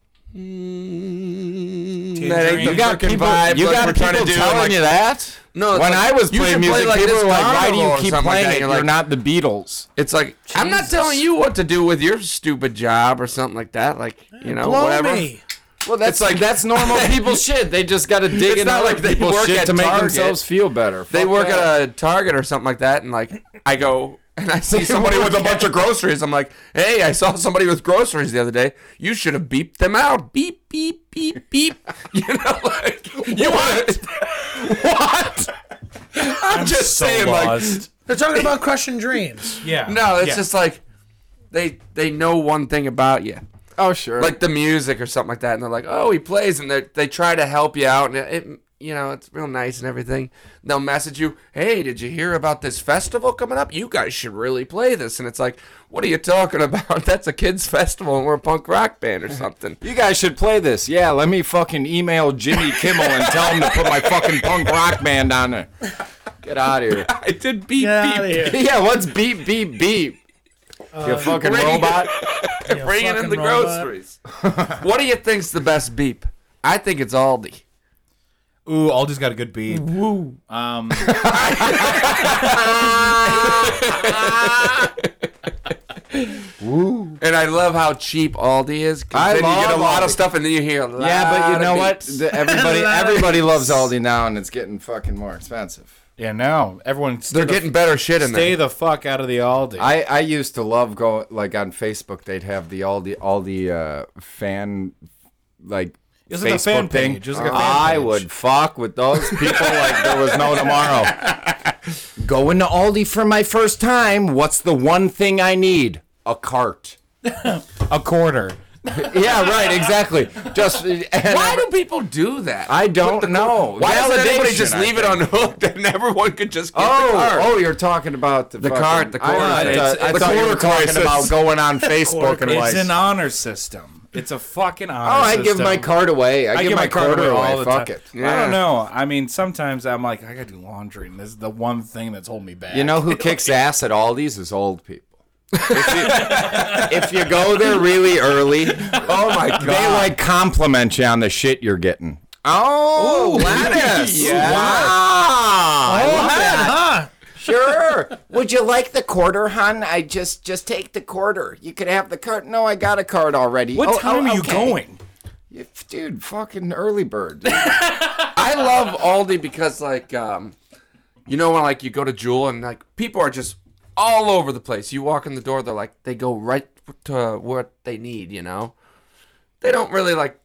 Speaker 2: Mm, that ain't the
Speaker 3: You got
Speaker 2: fucking vibe
Speaker 5: you
Speaker 2: like
Speaker 5: got
Speaker 2: we're trying
Speaker 5: people
Speaker 2: to do.
Speaker 5: telling
Speaker 2: like,
Speaker 5: you that.
Speaker 2: No, it's
Speaker 5: when
Speaker 2: like,
Speaker 5: I was
Speaker 2: you should
Speaker 5: playing
Speaker 2: play
Speaker 5: music,
Speaker 2: like
Speaker 5: people
Speaker 2: this
Speaker 5: were like, "Why do
Speaker 2: carnival
Speaker 5: you
Speaker 2: or
Speaker 5: keep
Speaker 2: something like
Speaker 5: playing
Speaker 2: that?"
Speaker 5: it?
Speaker 2: You're
Speaker 5: You're
Speaker 2: like-
Speaker 5: not the Beatles."
Speaker 2: It's like I'm not telling you what to do with your stupid job or something like that. Like you know,
Speaker 1: Blow
Speaker 2: whatever.
Speaker 1: me.
Speaker 5: Well, that's like that's normal people shit. They just got to dig
Speaker 2: It's
Speaker 5: in
Speaker 2: not
Speaker 5: other
Speaker 2: like they
Speaker 5: people's
Speaker 2: work
Speaker 5: shit
Speaker 2: at
Speaker 5: to make
Speaker 2: Target.
Speaker 5: themselves feel better.
Speaker 2: They
Speaker 5: Fuck
Speaker 2: work
Speaker 5: that.
Speaker 2: at a Target or something like that, and like I go and I see somebody with a bunch of groceries. I'm like, hey, I saw somebody with groceries the other day. You should have beeped them out. Beep beep beep beep. You know, like you want what? I'm,
Speaker 3: I'm
Speaker 2: just
Speaker 3: so
Speaker 2: saying, like
Speaker 3: lost.
Speaker 1: They're talking about crushing dreams.
Speaker 3: yeah.
Speaker 2: no, it's
Speaker 3: Yeah.
Speaker 2: just like they they know one thing about you.
Speaker 5: oh sure,
Speaker 2: like the music or something like that, and they're like, "Oh, he plays," and they they try to help you out, and it, it- you know it's real nice and everything. They'll message you, "Hey, did you hear about this festival coming up? You guys should really play this." And it's like, "What are you talking about? That's a kids' festival, and we're a punk rock band or something."
Speaker 5: you guys should play this. Yeah, let me fucking email Jimmy Kimmel and tell him to put my fucking punk rock band on it. Get out of here.
Speaker 2: I did beep
Speaker 1: Get out of
Speaker 2: beep,
Speaker 1: here.
Speaker 5: yeah, what's beep beep beep? Uh, you fucking
Speaker 2: radio-
Speaker 5: robot.
Speaker 1: you
Speaker 2: bringing in
Speaker 1: fucking
Speaker 2: the
Speaker 1: robot.
Speaker 2: groceries. what do you think's the best beep? I think it's Aldi.
Speaker 3: Ooh, Aldi's got a good beat. Woo. Um,
Speaker 2: And I love how cheap Aldi is. 'cause
Speaker 5: I
Speaker 2: then you get a
Speaker 5: love
Speaker 2: lot of
Speaker 5: Aldi.
Speaker 2: stuff, and then you hear a lot
Speaker 5: Yeah, but you know
Speaker 2: of
Speaker 5: what?
Speaker 2: beeps.
Speaker 5: The- everybody
Speaker 1: Loud
Speaker 5: everybody loves Aldi now, and it's getting fucking more expensive.
Speaker 3: yeah, no. Everyone, stay
Speaker 2: They're
Speaker 3: the-
Speaker 2: getting better shit in there.
Speaker 3: stay the fuck out of the Aldi.
Speaker 5: I, I used to love going like on Facebook. They'd have the all the all the uh, fan like.
Speaker 3: It was like a fan
Speaker 5: Facebook thing.
Speaker 3: page. It was like a fan
Speaker 5: I
Speaker 3: page.
Speaker 5: would fuck with those people like there was no tomorrow. Going to Aldi for my first time. What's the one thing I need? A cart.
Speaker 3: a quarter.
Speaker 5: Yeah, right. Exactly. Just and
Speaker 2: Why do people do that?
Speaker 5: I don't know.
Speaker 2: Why doesn't anybody
Speaker 5: Validation,
Speaker 2: just
Speaker 5: I
Speaker 2: leave it unhooked and everyone could just get
Speaker 5: Oh,
Speaker 2: the card?
Speaker 5: oh, you're talking about the, fucking-
Speaker 2: card, the quarter
Speaker 5: I, I,
Speaker 2: crisis.
Speaker 5: thought- I
Speaker 2: The
Speaker 5: thought you were
Speaker 2: quarter
Speaker 5: talking
Speaker 2: crisis.
Speaker 5: about going on Facebook and like.
Speaker 3: It's an honor system. It's a fucking honor.
Speaker 5: Oh, I
Speaker 3: system.
Speaker 5: give my card away. I,
Speaker 3: I
Speaker 5: give, my card away. Fuck it.
Speaker 3: I
Speaker 2: Yeah.
Speaker 3: don't know. I mean, sometimes I'm like, I gotta do laundry, and this is the one thing that's holding me back.
Speaker 5: You know who kicks ass at Aldi's is old people. If you, if you go there really early, oh my god, they like compliment you on the shit you're getting. Oh, lettuce.
Speaker 2: Yeah.
Speaker 5: Wow. I love that.
Speaker 1: Huh?
Speaker 5: Sure. Would you like the quarter, hon? I just just take the quarter. You could have the card. No, I got a card already.
Speaker 3: what
Speaker 5: Oh,
Speaker 3: time
Speaker 5: oh,
Speaker 3: are you
Speaker 5: okay.
Speaker 3: going?
Speaker 5: You- Dude, fucking early bird. dude.
Speaker 2: I love Aldi because, like, um, you know when like you go to Jewel and like people are just all over the place. You walk in the door, they're like they go right to what they need. You know, they don't really like.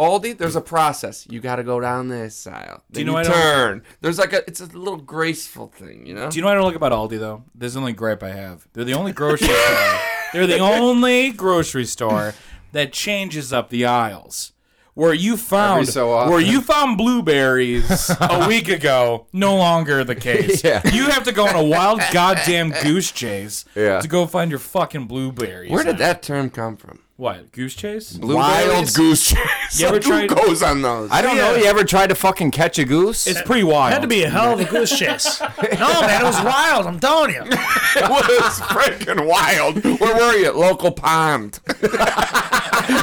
Speaker 2: Aldi, there's a process. You got to go down this aisle. Then
Speaker 3: you
Speaker 2: you,
Speaker 3: know I don't-
Speaker 2: turn. There's like a, it's a little graceful thing, you know.
Speaker 3: Do you know what I don't like about Aldi though? There's the only gripe I have. They're the only grocery store. They're the only grocery store that changes up the aisles. Where you found
Speaker 5: so often.
Speaker 3: where you found blueberries a week ago, no longer the case.
Speaker 5: Yeah.
Speaker 3: You have to go on a wild goddamn goose chase
Speaker 5: Yeah.
Speaker 3: to go find your fucking blueberries.
Speaker 2: Where did that term come from?
Speaker 3: what goose chase?
Speaker 5: Blueberries?
Speaker 2: Wild goose chase.
Speaker 3: You ever
Speaker 2: Like, who
Speaker 3: tried-
Speaker 2: goes on those?
Speaker 5: I don't know. You ever tried to fucking catch a goose?
Speaker 3: It's pretty wild.
Speaker 1: Had to be a hell of a goose chase. No, man, it was wild. I'm telling you.
Speaker 2: It was freaking wild. Where were you? Local pond.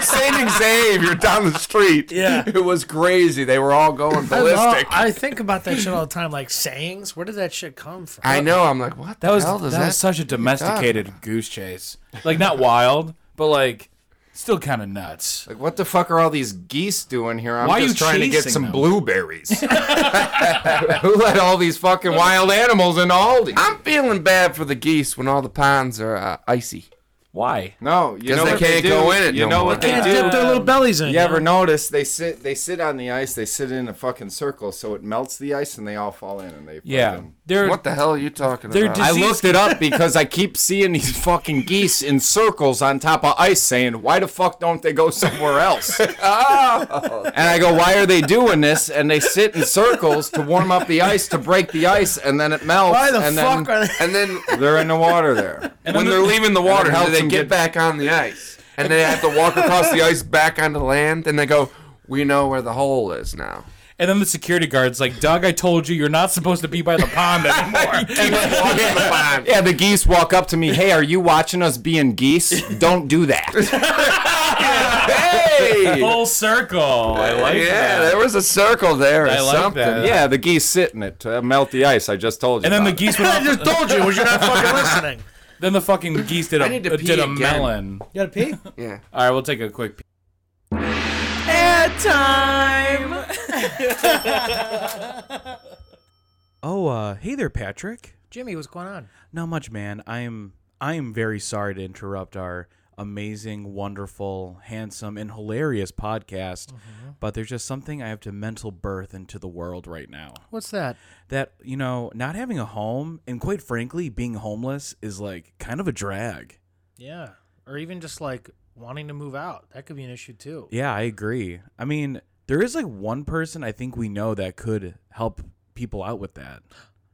Speaker 2: St. Xavier down the street.
Speaker 1: Yeah.
Speaker 2: It was crazy. They were all going ballistic.
Speaker 1: I, I think about that shit all the time, like sayings. Where did that shit come from?
Speaker 2: I know. I'm like, what the
Speaker 3: That was
Speaker 2: hell
Speaker 3: that,
Speaker 2: does
Speaker 3: was
Speaker 2: that?
Speaker 3: such a domesticated goose chase. Like not wild, but like still kind of nuts.
Speaker 5: Like, what the fuck are all these geese doing here? I'm
Speaker 3: Why are
Speaker 5: just
Speaker 3: you
Speaker 5: trying to get
Speaker 3: chasing
Speaker 5: some
Speaker 3: them?
Speaker 5: blueberries. Who let all these fucking wild animals in Aldi?
Speaker 2: I'm feeling bad for the geese when all the ponds are uh, icy.
Speaker 3: Why?
Speaker 5: No, you
Speaker 2: 'Cause
Speaker 5: know
Speaker 2: they
Speaker 5: what
Speaker 2: can't
Speaker 5: do?
Speaker 2: go in it
Speaker 5: You
Speaker 2: no
Speaker 5: know
Speaker 2: more.
Speaker 5: what they
Speaker 1: Can't
Speaker 5: do?
Speaker 1: dip their little bellies in.
Speaker 5: You ever
Speaker 1: know?
Speaker 5: notice they sit they sit on the ice, they sit in a fucking circle, so it melts the ice and they all fall in and they
Speaker 3: Yeah,
Speaker 5: fucking
Speaker 3: they're
Speaker 2: um, What the hell are you talking
Speaker 3: They're
Speaker 2: about?
Speaker 3: dis-
Speaker 5: I
Speaker 3: Disease-
Speaker 5: looked it up because I keep seeing these fucking geese in circles on top of ice saying, why the fuck don't they go somewhere else? and I go, why are they doing this? And they sit in circles to warm up the ice, to break the ice, and then it melts.
Speaker 1: Why the
Speaker 5: and
Speaker 1: fuck
Speaker 5: then
Speaker 1: are they?
Speaker 2: and then
Speaker 5: They're in the water there.
Speaker 2: when they're leaving the water,
Speaker 5: it
Speaker 2: how do
Speaker 5: helps
Speaker 2: they
Speaker 5: them
Speaker 2: get,
Speaker 5: get-
Speaker 2: back on the ice? And they have to walk across the ice back onto land, and they go, "We know where the hole is now."
Speaker 3: and then the security guard's like, Doug, I told you you're not supposed to be by the pond anymore.
Speaker 2: And they walk in the pond.
Speaker 5: Yeah, the geese walk up to me. Hey, are you watching us being geese? Don't do that.
Speaker 2: Hey!
Speaker 3: Full circle. I like
Speaker 2: Yeah,
Speaker 3: that.
Speaker 2: there was a circle there or
Speaker 3: I like
Speaker 2: something.
Speaker 3: that.
Speaker 5: yeah, the geese sit in it to melt the ice. I just told you.
Speaker 3: And then the
Speaker 5: about
Speaker 3: geese went
Speaker 1: I
Speaker 3: off.
Speaker 1: just told you. Was you not fucking listening?
Speaker 3: Then the fucking geese did a
Speaker 2: I need to
Speaker 3: uh,
Speaker 2: pee
Speaker 3: did a
Speaker 2: again.
Speaker 3: melon.
Speaker 1: You gotta pee.
Speaker 2: Yeah.
Speaker 3: All right, we'll take a quick. pee. Oh, uh, hey there, Patrick.
Speaker 1: Jimmy, what's going on?
Speaker 3: Not much, man. I am I am very sorry to interrupt our amazing, wonderful, handsome, and hilarious podcast, but there's just something I have to mental birth into the world right now.
Speaker 1: What's that?
Speaker 3: That you know, not having a home and quite frankly, being homeless is like kind of a drag.
Speaker 1: Yeah, or even just like wanting to move out. That could be an issue too.
Speaker 3: Yeah, I agree. I mean, there is like one person I think we know that could help people out with that.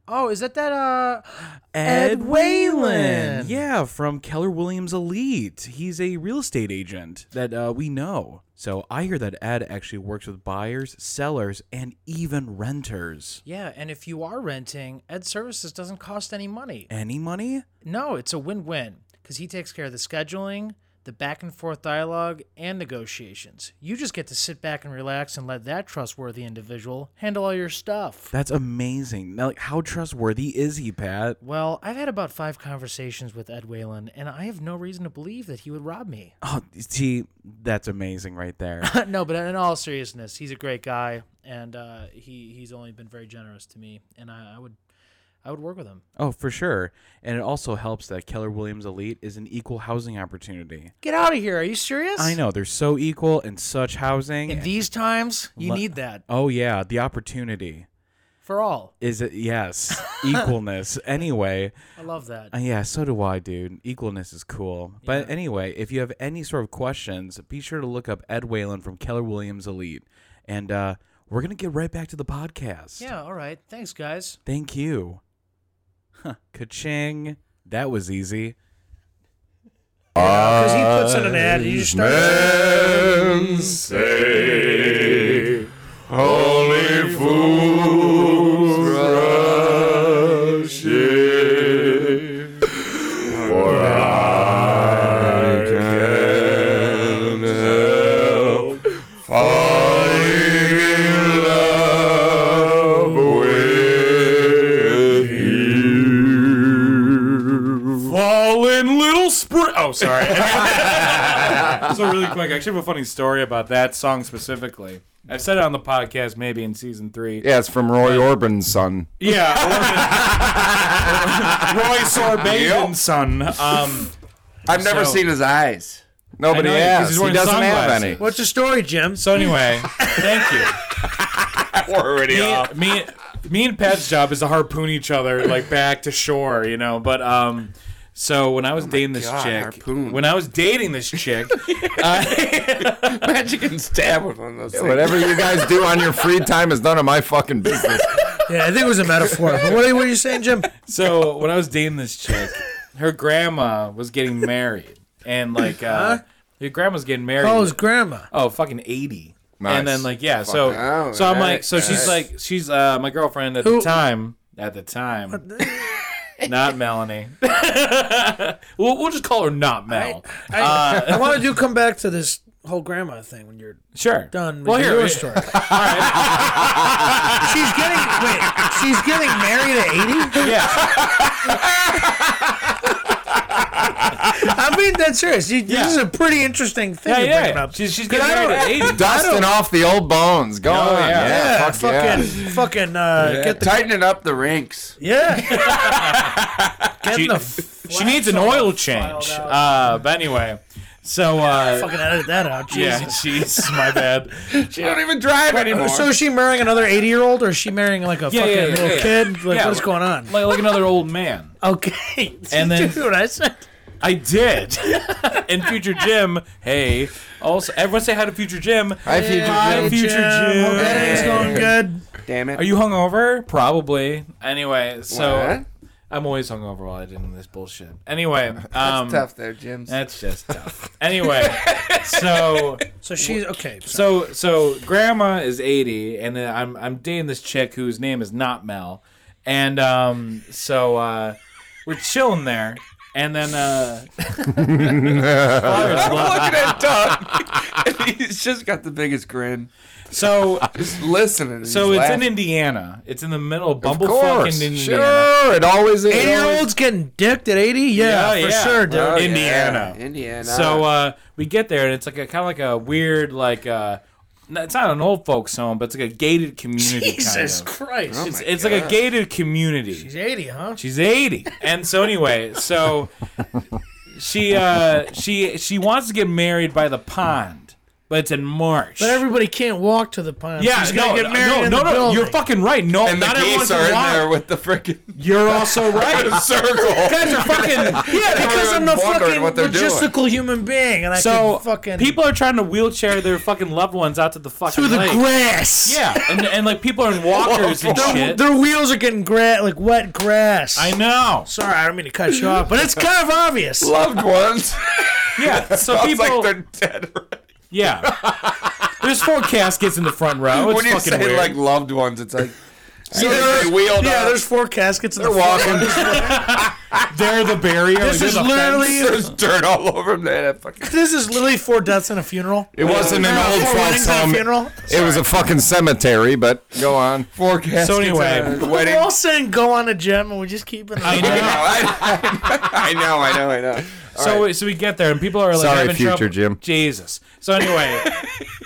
Speaker 1: Oh, is that that? Uh, Ed Whalen.
Speaker 3: Yeah, from Keller Williams Elite. He's a real estate agent that uh, we know. So I hear that Ed actually works with buyers, sellers, and even renters.
Speaker 1: yeah. And if you are renting, Ed Services doesn't cost any money.
Speaker 3: Any money?
Speaker 1: No, it's a win-win because he takes care of the scheduling, the back and forth dialogue, and negotiations. You just get to sit back and relax and let that trustworthy individual handle all your stuff.
Speaker 3: That's amazing. Now, like, how trustworthy is he, Pat?
Speaker 1: Well, I've had about five conversations with Ed Whalen, and I have no reason to believe that he would rob me.
Speaker 3: Oh, see, that's amazing right there.
Speaker 1: no, but in all seriousness, he's a great guy, and uh, he he's only been very generous to me, and I, I would I would work with him.
Speaker 3: Oh, for sure. And it also helps that Keller Williams Elite is an equal housing opportunity.
Speaker 1: Get out of here! Are you serious?
Speaker 3: I know, they're so equal in such housing.
Speaker 1: In these times, you
Speaker 3: Le-
Speaker 1: need that
Speaker 3: oh, yeah, the opportunity
Speaker 1: for all.
Speaker 3: is it yes, equalness. anyway,
Speaker 1: I love that.
Speaker 3: uh, yeah, so do I, dude. Equalness is cool. But anyway, if you have any sort of questions, be sure to look up Ed Whalen from Keller Williams Elite. And uh, we're going to get right back to the podcast.
Speaker 1: yeah. All right. Thanks, guys.
Speaker 3: Thank you. Huh, ka-ching. That was easy.
Speaker 1: Because he puts in an ad, you just start.
Speaker 3: Fall in little spring. Oh, sorry. so really quick, I actually have a funny story about that song specifically. I've said it on the podcast maybe in season three.
Speaker 5: Yeah, it's from Roy Orbison's son.
Speaker 3: Yeah. Roy Sorbane's son. Um,
Speaker 2: I've never
Speaker 3: So-
Speaker 2: seen his eyes.
Speaker 5: Nobody
Speaker 3: I know, 'cause
Speaker 5: asked.
Speaker 3: he's
Speaker 5: He
Speaker 3: wearing
Speaker 5: doesn't have
Speaker 3: sunglasses.
Speaker 5: any.
Speaker 1: What's your story, Jim?
Speaker 3: so anyway, thank you.
Speaker 2: already
Speaker 3: me, me, me and Pat's job is to harpoon each other like back to shore, you know. But um, so when I was dating this
Speaker 2: Oh God,
Speaker 3: chick,
Speaker 2: harpoon.
Speaker 3: when I was dating this chick,
Speaker 2: Magic and stab with one of those things.
Speaker 5: Whatever you guys do on your free time is none of my fucking business.
Speaker 1: Yeah, I think it was a metaphor. But what are, what are you saying, Jim?
Speaker 3: so when I was dating this chick, her grandma was getting married, and like uh, her grandma's getting married.
Speaker 1: Oh, his grandma.
Speaker 3: Oh, fucking eighty.
Speaker 5: Nice.
Speaker 3: And then like yeah, so
Speaker 2: hell,
Speaker 3: so I'm like
Speaker 2: nice,
Speaker 3: so she's
Speaker 2: nice.
Speaker 3: like she's uh my girlfriend at
Speaker 1: Who-
Speaker 3: the time at the time. not Melanie. we'll, we'll just call her not Mel.
Speaker 1: I, I want to do come back to this whole grandma thing when you're
Speaker 3: sure.
Speaker 1: done with
Speaker 3: Well,
Speaker 1: your
Speaker 3: here,
Speaker 1: newer
Speaker 3: it-
Speaker 1: story. she's getting wait, she's getting married at eighty.
Speaker 3: Yeah.
Speaker 1: I mean, that's serious. You,
Speaker 3: Yeah.
Speaker 1: This is a pretty interesting thing
Speaker 3: Yeah,
Speaker 1: you're
Speaker 3: yeah.
Speaker 1: bringing up.
Speaker 3: She's, she's
Speaker 1: 'Cause
Speaker 3: getting
Speaker 1: I
Speaker 3: married at
Speaker 1: don't-
Speaker 3: 80.
Speaker 5: Dusting off the old bones. Go on.
Speaker 3: yeah.
Speaker 5: Yeah,
Speaker 1: yeah,
Speaker 5: fuck yeah.
Speaker 1: fucking, fucking, uh, get the
Speaker 2: Tightening up the rinks.
Speaker 1: yeah. get
Speaker 3: She-
Speaker 1: the f-
Speaker 3: she needs an oil change. Uh, but anyway, So uh,
Speaker 1: Fucking edit that out.
Speaker 3: yeah,
Speaker 1: Jesus.
Speaker 3: jeez, my bad.
Speaker 2: She don't even drive anymore.
Speaker 1: So is she marrying another 80 year old or is she marrying like a fucking
Speaker 3: yeah, yeah,
Speaker 1: little
Speaker 3: yeah.
Speaker 1: kid? Like,
Speaker 3: Yeah,
Speaker 1: what's
Speaker 3: we're-
Speaker 1: going on?
Speaker 3: Like, like another old man.
Speaker 1: Okay.
Speaker 3: And then-
Speaker 1: Dude, I said.
Speaker 3: I did. and Future Jim, hey. Also, everyone say hi to Future Jim.
Speaker 5: Hi, Future
Speaker 3: Hi,
Speaker 5: Jim.
Speaker 3: Future Jim.
Speaker 1: Hope everything's going good.
Speaker 2: Damn it.
Speaker 3: Are you hungover? Probably. Anyway, so
Speaker 2: What?
Speaker 3: I'm always hungover while I do this bullshit. Anyway, um,
Speaker 2: It's tough there, Jim.
Speaker 3: That's just tough. anyway, so
Speaker 1: So she's okay. So
Speaker 3: so so grandma is 80 and then I'm I'm dating this chick whose name is not Mel. And um so uh we're chilling there and then uh
Speaker 2: I'm looking at Doug. He's just got the biggest grin.
Speaker 3: so
Speaker 2: Just listening. and
Speaker 3: so
Speaker 2: he's
Speaker 3: it's in
Speaker 2: laughing.
Speaker 3: Indiana. It's in the middle of
Speaker 5: Of course.
Speaker 3: bumblefucking Indiana.
Speaker 5: Sure. It always is.
Speaker 1: 80 year olds getting dicked at 80? Yeah,
Speaker 3: Yeah,
Speaker 1: for
Speaker 3: yeah.
Speaker 1: sure, dude.
Speaker 2: Oh, yeah.
Speaker 3: Indiana.
Speaker 2: Indiana.
Speaker 3: So uh we get there and it's like a kind of like a weird like uh no, it's not an old folks home, but it's like a gated community
Speaker 1: Jesus
Speaker 3: kind of.
Speaker 1: Christ.
Speaker 3: It's, it's like a gated community.
Speaker 1: Oh She's 80, huh?
Speaker 3: She's 80. And so anyway, so she uh she she wants to get married by the pond, but it's in March.
Speaker 1: But everybody can't walk to the pond.
Speaker 3: yeah,
Speaker 1: She's
Speaker 3: no,
Speaker 1: gonna get married
Speaker 3: no,
Speaker 1: in
Speaker 3: no,
Speaker 1: the
Speaker 3: no,
Speaker 1: building.
Speaker 3: you're fucking right. No,
Speaker 2: and the
Speaker 3: not everyone
Speaker 2: geese
Speaker 3: can
Speaker 2: are in
Speaker 3: walk.
Speaker 2: there with the freaking
Speaker 3: You're also right.
Speaker 2: circle.
Speaker 3: guys are fucking
Speaker 1: Yeah, because I'm no
Speaker 2: wondering
Speaker 1: fucking
Speaker 2: what they're doing.
Speaker 1: logistical human being, and I
Speaker 3: so
Speaker 1: can fucking
Speaker 3: people are trying to wheelchair their fucking loved ones out to the fucking
Speaker 1: through the
Speaker 3: lake.
Speaker 1: grass.
Speaker 3: Yeah, and, and like people are in walkers and
Speaker 2: Whoa,
Speaker 3: shit.
Speaker 1: their wheels are getting gra- like wet grass.
Speaker 3: I know.
Speaker 1: Sorry, I don't mean to cut you off, but it's kind of obvious.
Speaker 2: Loved ones.
Speaker 3: Yeah, so
Speaker 2: Sounds
Speaker 3: people
Speaker 2: like they're dead already.
Speaker 3: Yeah. There's four caskets in the front row. It's
Speaker 2: when you
Speaker 3: fucking
Speaker 2: say
Speaker 3: weird.
Speaker 2: like loved ones, it's like so
Speaker 1: there's-
Speaker 2: they wheeled
Speaker 1: yeah,
Speaker 2: up.
Speaker 1: there's four caskets in the
Speaker 2: they're walking.
Speaker 3: they're the barrier.
Speaker 1: This
Speaker 3: like,
Speaker 1: is
Speaker 3: they're the fence.
Speaker 1: literally-
Speaker 2: there's dirt all over them. They had a fucking
Speaker 1: This is literally four deaths in a funeral.
Speaker 5: It wasn't an
Speaker 1: Or
Speaker 5: old
Speaker 1: four
Speaker 5: folks
Speaker 1: weddings and a
Speaker 5: home.
Speaker 1: funeral.
Speaker 5: It was a fucking cemetery, but go on.
Speaker 2: four caskets.
Speaker 3: anyway,
Speaker 2: at a
Speaker 1: We're
Speaker 2: wedding.
Speaker 1: all saying go on a gym, and we just keep it.
Speaker 3: I know.
Speaker 2: I know, I know, I know.
Speaker 3: So so we get there and people are like
Speaker 5: Sorry,
Speaker 3: having
Speaker 5: future
Speaker 3: trouble.
Speaker 5: Jim.
Speaker 3: Jesus. So anyway,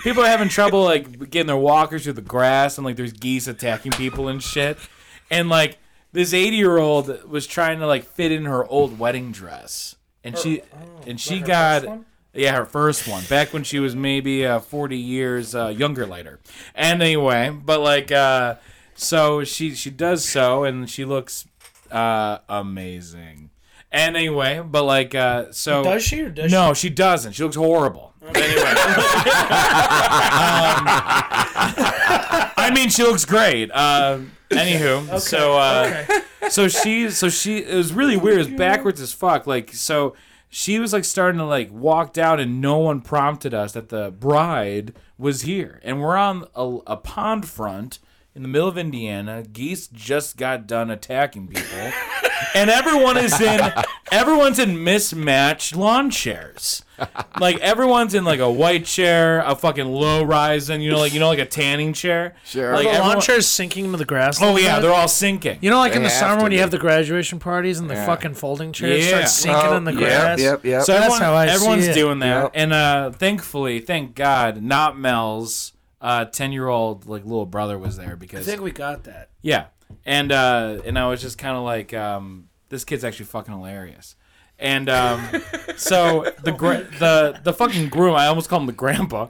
Speaker 3: people are having trouble like getting their walkers through the grass and like there's geese attacking people and shit. And like this 80 year old was trying to like fit in her old wedding dress and she and she got yeah her first one back when she was maybe uh, 40 years uh, younger later. And anyway, but like uh, so she she does so and she looks uh, amazing. And anyway, but like uh, so
Speaker 1: Does she or does
Speaker 3: no, she doesn't. She looks horrible. Anyway. Um, I mean, she looks great. Um, anywho, so uh, so she so she it was really weird. It was backwards as fuck. Like so, she was like starting to like walk down, and no one prompted us that the bride was here, and we're on a, a pond front. In the middle of Indiana, geese just got done attacking people, and everyone is in everyone's in mismatched lawn chairs. Like everyone's in like a white chair, a fucking low rise, and you know, like you know, like a tanning chair.
Speaker 5: Sure.
Speaker 3: Like
Speaker 1: she? The
Speaker 3: everyone-
Speaker 1: lawn chair's sinking into the grass.
Speaker 3: Oh
Speaker 1: like
Speaker 3: yeah,
Speaker 1: that?
Speaker 3: they're all sinking.
Speaker 1: You know, like in
Speaker 5: They
Speaker 1: the
Speaker 5: have
Speaker 1: summer
Speaker 5: to
Speaker 1: when you
Speaker 5: be.
Speaker 1: have the graduation parties and the fucking folding chairs
Speaker 3: Yeah.
Speaker 1: start sinking
Speaker 2: Oh,
Speaker 1: in the
Speaker 2: yep,
Speaker 1: grass.
Speaker 2: Yep, yep.
Speaker 3: so
Speaker 1: That's
Speaker 3: everyone,
Speaker 1: how I see
Speaker 3: everyone's
Speaker 1: it.
Speaker 3: doing that,
Speaker 2: Yep.
Speaker 3: and uh, thankfully, thank God, not Mel's uh ten-year-old like little brother was there
Speaker 1: I
Speaker 3: because
Speaker 1: think we got that.
Speaker 3: yeah, and uh, and I was just kind of like, um, this kid's actually fucking hilarious. And um, so the gra- the the fucking groom, I almost call him the grandpa.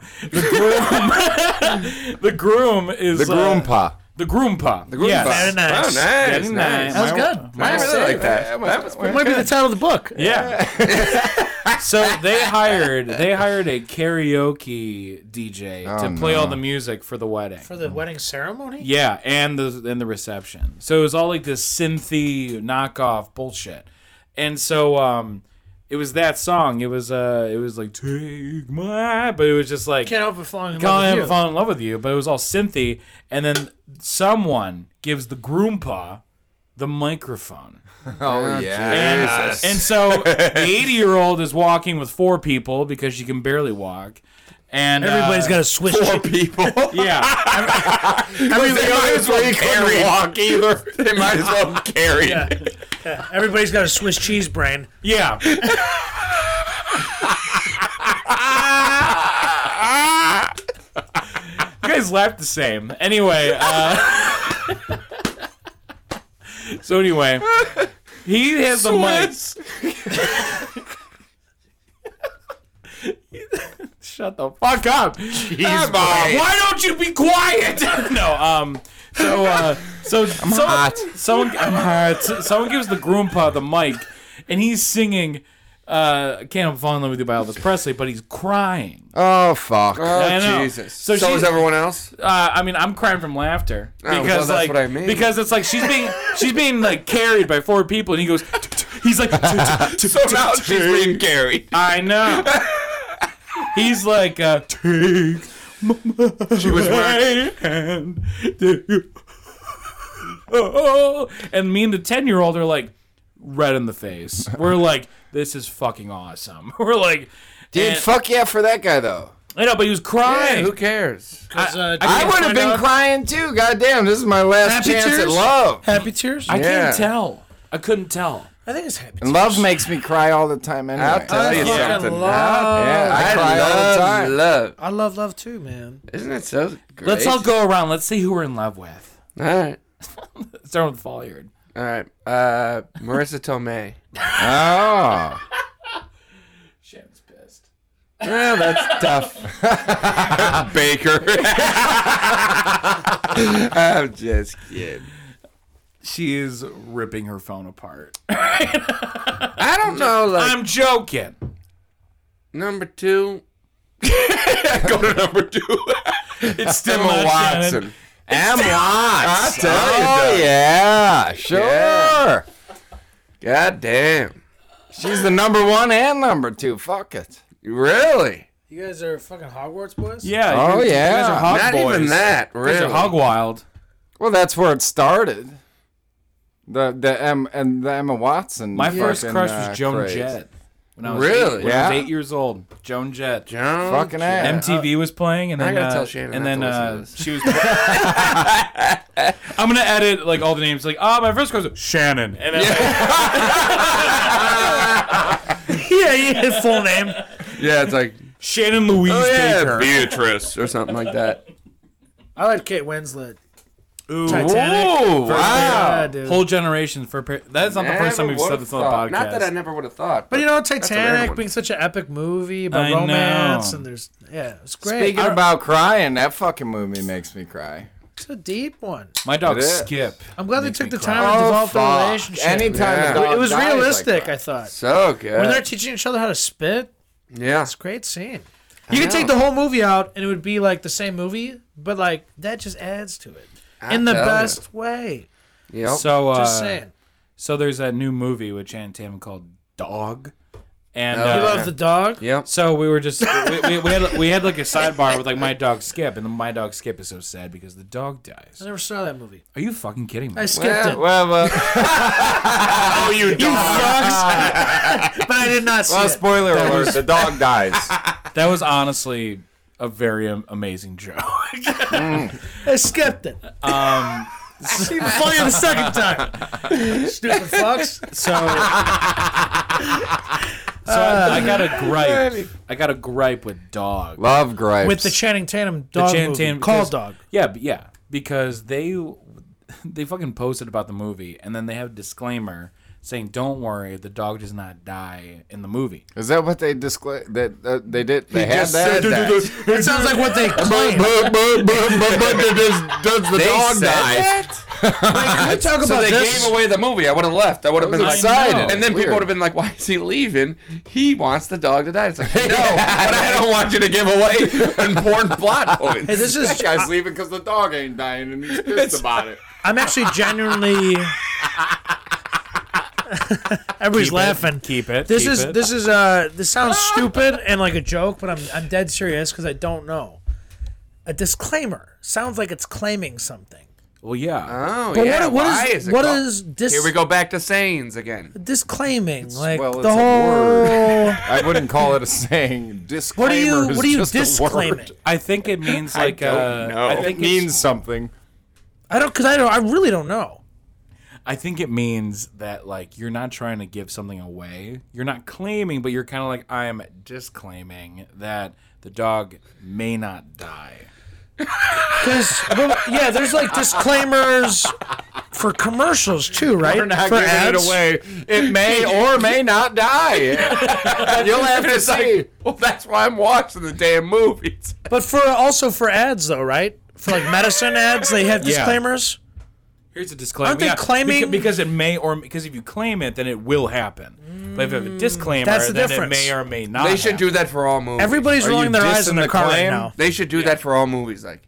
Speaker 3: The groom, the groom is
Speaker 5: The
Speaker 3: uh,
Speaker 5: groompa.
Speaker 3: The groompa. The groompa.
Speaker 1: Very
Speaker 3: Yes.
Speaker 1: nice.
Speaker 2: Oh, nice.
Speaker 3: Very nice.
Speaker 2: nice.
Speaker 1: That was
Speaker 3: My-
Speaker 1: good.
Speaker 2: I
Speaker 1: Nice.
Speaker 2: really like that.
Speaker 5: That was-
Speaker 2: That was pretty
Speaker 1: It might be the title of the book.
Speaker 3: Yeah. so they hired they hired a karaoke DJ to play all the music for the wedding.
Speaker 1: For the wedding ceremony?
Speaker 3: Yeah, and the and the reception. So it was all like this synthy knockoff bullshit. And so um it was that song. It was uh it was like take my but it was just like
Speaker 1: Can't help but falling in
Speaker 3: Can't
Speaker 1: love
Speaker 3: Help
Speaker 1: with
Speaker 3: But
Speaker 1: you.
Speaker 3: fall in love with you, but it was all synthy and then someone gives the groompa the microphone.
Speaker 5: Oh, yeah.
Speaker 3: And, and so the 80 year old is walking with four people because she can barely walk. And
Speaker 1: Everybody's got to switch.
Speaker 2: Poor people.
Speaker 3: to. Yeah.
Speaker 2: they might as well carry walk either. They might as well carry.
Speaker 1: Everybody's got a Swiss cheese brain.
Speaker 3: Yeah. you guys laughed the same. Anyway, uh, so anyway, he has the mic. shut the fuck up.
Speaker 2: Come on.
Speaker 3: Why don't you be quiet? no, um, so, uh, so, someone,
Speaker 2: hot.
Speaker 3: someone, I'm hot. So- Someone gives the Groompa the mic, and he's singing, uh, Can't Help Falling in Love with You by Elvis Presley, but he's crying. Uh,
Speaker 5: Oh fuck.
Speaker 3: I know.
Speaker 2: Oh, Jesus.
Speaker 3: So
Speaker 2: So,
Speaker 3: she-
Speaker 2: is everyone else?
Speaker 3: Uh, I mean, I'm crying from laughter. Because,
Speaker 2: Oh, well, that's
Speaker 3: like,
Speaker 2: what I mean.
Speaker 3: because it's like she's being, she's being, like, carried by four people, and he goes, he's like,
Speaker 2: So now she's being carried.
Speaker 3: I know. He's like, uh, take
Speaker 2: She was wearing.
Speaker 3: my hand. do you- Oh. And me and the 10 year old are like, red in the face. We're like, this is fucking awesome. We're like,
Speaker 5: Dude,
Speaker 3: and-
Speaker 5: fuck yeah for that guy though.
Speaker 3: I know, but he was crying.
Speaker 2: Who cares?
Speaker 1: 'Cause, uh,
Speaker 5: I would have
Speaker 1: find
Speaker 5: been
Speaker 1: out-
Speaker 5: crying too. Goddamn, this is my last
Speaker 1: Happy
Speaker 5: chance at
Speaker 1: tears?
Speaker 5: love.
Speaker 1: Happy tears.
Speaker 3: I
Speaker 1: I,
Speaker 3: can't
Speaker 2: Yeah.
Speaker 3: tell. I couldn't tell.
Speaker 1: think it's happy.
Speaker 5: And
Speaker 1: Tears.
Speaker 5: love makes me cry all the time anyway.
Speaker 2: I'll tell you
Speaker 1: fucking
Speaker 2: something.
Speaker 1: love-
Speaker 5: yeah, I,
Speaker 2: I
Speaker 5: cry all the
Speaker 2: love
Speaker 5: time.
Speaker 2: love.
Speaker 1: I love love too, man.
Speaker 2: Isn't it so great?
Speaker 3: Let's all go around. Let's see who we're in love with.
Speaker 2: All right.
Speaker 3: Start with Folliard.
Speaker 2: All right. Uh, Marissa Tomei.
Speaker 5: Oh.
Speaker 3: Shannon's pissed.
Speaker 2: Well, that's tough. Baker. I'm just kidding.
Speaker 3: She is ripping her phone apart.
Speaker 2: I don't know. Like
Speaker 3: I'm joking.
Speaker 2: number two. go to number two.
Speaker 3: It's still
Speaker 2: Emma
Speaker 3: not Shannon.
Speaker 2: Watson. Emma Watson.
Speaker 5: Oh yeah, sure.
Speaker 2: Yeah. God damn.
Speaker 5: She's the number one and number two. Fuck it.
Speaker 2: Really?
Speaker 1: You guys are fucking Hogwarts boys.
Speaker 3: Yeah.
Speaker 5: Oh,
Speaker 3: you-
Speaker 5: yeah.
Speaker 3: You guys are hog
Speaker 2: Not
Speaker 3: boys.
Speaker 2: even that.
Speaker 3: You guys
Speaker 2: Really?
Speaker 3: are hog wild.
Speaker 5: Well, that's where it started. The the M and the Emma Watson.
Speaker 3: My first
Speaker 5: fucking,
Speaker 3: crush
Speaker 5: uh,
Speaker 3: was Joan
Speaker 5: craze.
Speaker 3: Jett. When I was
Speaker 2: Really?
Speaker 3: Eight, when I was
Speaker 5: Yeah.
Speaker 3: eight years old. Joan Jett.
Speaker 2: Joan oh.
Speaker 5: Fucking ass.
Speaker 3: MTV was playing, and
Speaker 2: I
Speaker 3: then
Speaker 2: gotta
Speaker 3: uh,
Speaker 2: tell Shannon
Speaker 3: and
Speaker 2: not
Speaker 3: then
Speaker 2: to listen to
Speaker 3: uh,
Speaker 2: this.
Speaker 3: she was. I'm gonna edit like all the names. Like, oh, my first crush was Shannon, and then, yeah. yeah, yeah, his full name
Speaker 2: Yeah, it's like
Speaker 3: Shannon Louise
Speaker 2: oh, yeah,
Speaker 3: Baker.
Speaker 2: Beatrice or something like that.
Speaker 1: I like Kate Winslet.
Speaker 3: Ooh,
Speaker 1: Titanic.
Speaker 2: Oh
Speaker 1: Yeah,
Speaker 2: wow!
Speaker 1: dude.
Speaker 3: whole generation for. a pair- That's not the first time
Speaker 2: Never
Speaker 3: we've said
Speaker 2: would've
Speaker 3: this on the
Speaker 2: thought.
Speaker 3: podcast.
Speaker 2: Not that I never would have thought.
Speaker 1: but you know,
Speaker 2: a rare
Speaker 1: Titanic
Speaker 2: one.
Speaker 1: being such an epic movie about
Speaker 3: I
Speaker 1: romance,
Speaker 3: know.
Speaker 1: and there's yeah, it's great.
Speaker 5: Speaking
Speaker 1: I-
Speaker 5: about crying, that fucking movie makes me cry.
Speaker 1: it's a deep one.
Speaker 3: My dog
Speaker 5: It is.
Speaker 3: Skip.
Speaker 1: I'm glad they took the
Speaker 3: me
Speaker 1: time to
Speaker 5: Oh,
Speaker 1: develop the
Speaker 5: fuck.
Speaker 1: relationship.
Speaker 5: Anytime
Speaker 2: Yeah.
Speaker 5: the dog
Speaker 1: it was
Speaker 5: dies, I
Speaker 1: realistic,
Speaker 5: cry.
Speaker 1: I thought.
Speaker 2: so good.
Speaker 1: When they're teaching each other how to spit,
Speaker 2: yeah,
Speaker 1: it's a great scene. You could take the whole movie out and it would be like the same movie, but like that just adds to it in the
Speaker 2: tell ya.
Speaker 1: best way.
Speaker 2: yep.
Speaker 3: So uh,
Speaker 1: Just saying.
Speaker 3: So there's that new movie with Shannon Tatum called Dog, and
Speaker 1: You
Speaker 3: uh,
Speaker 1: love the dog?
Speaker 2: yep.
Speaker 3: so we were just we, we, we had we had like a sidebar with like my dog Skip, and my dog Skip is so sad because the dog dies.
Speaker 1: I never saw that movie.
Speaker 3: Are you fucking kidding me?
Speaker 1: I skipped it.
Speaker 5: Well, well,
Speaker 2: Oh, you
Speaker 1: but I did not see
Speaker 5: well,
Speaker 1: it.
Speaker 5: spoiler alert: the dog dies.
Speaker 3: That was honestly a very am- amazing joke.
Speaker 1: I skipped it. Um, Even funnier the second time. Stupid fucks.
Speaker 3: So. So I, I
Speaker 1: Ah,
Speaker 3: got a gripe. I got a gripe with dog.
Speaker 5: Love gripes.
Speaker 1: With the Channing Tatum dog
Speaker 3: Channing
Speaker 1: movie.
Speaker 3: Tatum-
Speaker 1: Call
Speaker 3: because-
Speaker 1: Dog.
Speaker 3: Yeah, b- yeah, because they they fucking posted about the movie, and then they have a disclaimer saying, "Don't worry, the dog does not die in the movie."
Speaker 5: is that what they disclosed? That uh, they did. They had
Speaker 2: just
Speaker 5: that.
Speaker 2: said that.
Speaker 1: It sounds like what they claim.
Speaker 5: does the
Speaker 2: They
Speaker 5: dog
Speaker 2: said
Speaker 5: die?
Speaker 2: that?
Speaker 1: we talk
Speaker 2: So
Speaker 1: about
Speaker 2: they
Speaker 1: this?
Speaker 2: gave away the movie. I would have left. I would have been like, and
Speaker 5: excited.
Speaker 2: then
Speaker 5: It's
Speaker 2: people
Speaker 5: weird.
Speaker 2: would have been like, "Why is he leaving? He wants the dog to die." It's like, no, but I don't want you to give away important plot points.
Speaker 1: Hey, this is.
Speaker 5: That guy's leaving because the dog ain't dying and he's pissed about it.
Speaker 1: I'm actually genuinely. Everybody's laughing.
Speaker 3: Keep it.
Speaker 1: This
Speaker 3: keep
Speaker 1: is
Speaker 3: it.
Speaker 1: this is uh this sounds stupid and like a joke, but I'm I'm dead serious because I don't know. A disclaimer sounds like it's claiming something.
Speaker 3: Well,
Speaker 1: Uh,
Speaker 3: yeah.
Speaker 2: oh,
Speaker 1: But
Speaker 2: yeah.
Speaker 1: what what
Speaker 2: why
Speaker 1: is
Speaker 2: it
Speaker 1: what
Speaker 2: called-
Speaker 1: is dis-
Speaker 2: Here we go back to Sane's again.
Speaker 1: disclaiming like
Speaker 5: well,
Speaker 1: the
Speaker 5: it's a
Speaker 1: whole
Speaker 5: word. I wouldn't call it a saying. Disclaimer
Speaker 1: what are you
Speaker 5: is
Speaker 1: what are you
Speaker 5: just a word.
Speaker 1: disclaiming?
Speaker 3: I think it means like. I uh,
Speaker 2: know.
Speaker 3: I think
Speaker 5: It
Speaker 3: it's-
Speaker 5: means something.
Speaker 1: I don't because I don't I really don't know.
Speaker 3: I think it means that like you're not trying to give something away. You're not claiming, but you're kind of like I am disclaiming that the dog may not die.
Speaker 1: Because yeah, there's like disclaimers for commercials too, right?
Speaker 5: We're not
Speaker 1: for
Speaker 5: giving
Speaker 1: ads.
Speaker 5: it away. It may or may not die. You'll have to
Speaker 2: It's
Speaker 5: see.
Speaker 2: like, well, that's why I'm watching the damn movies.
Speaker 1: But for also for ads though, right? For like medicine ads, they have disclaimers.
Speaker 3: Here's a disclaimer.
Speaker 1: Aren't they claiming-
Speaker 3: beca- because it may or because if you claim it, then it will happen. But if you have a disclaimer,
Speaker 1: Mm, That's the
Speaker 3: then
Speaker 1: difference.
Speaker 3: it may or may not.
Speaker 2: They should
Speaker 3: happen.
Speaker 2: do that for all movies.
Speaker 1: Everybody's
Speaker 5: Are
Speaker 1: rolling
Speaker 5: you
Speaker 1: their eyes in
Speaker 5: dissing
Speaker 1: their
Speaker 5: the
Speaker 1: car right
Speaker 5: claim?
Speaker 1: now.
Speaker 2: They should do that for all movies. Like,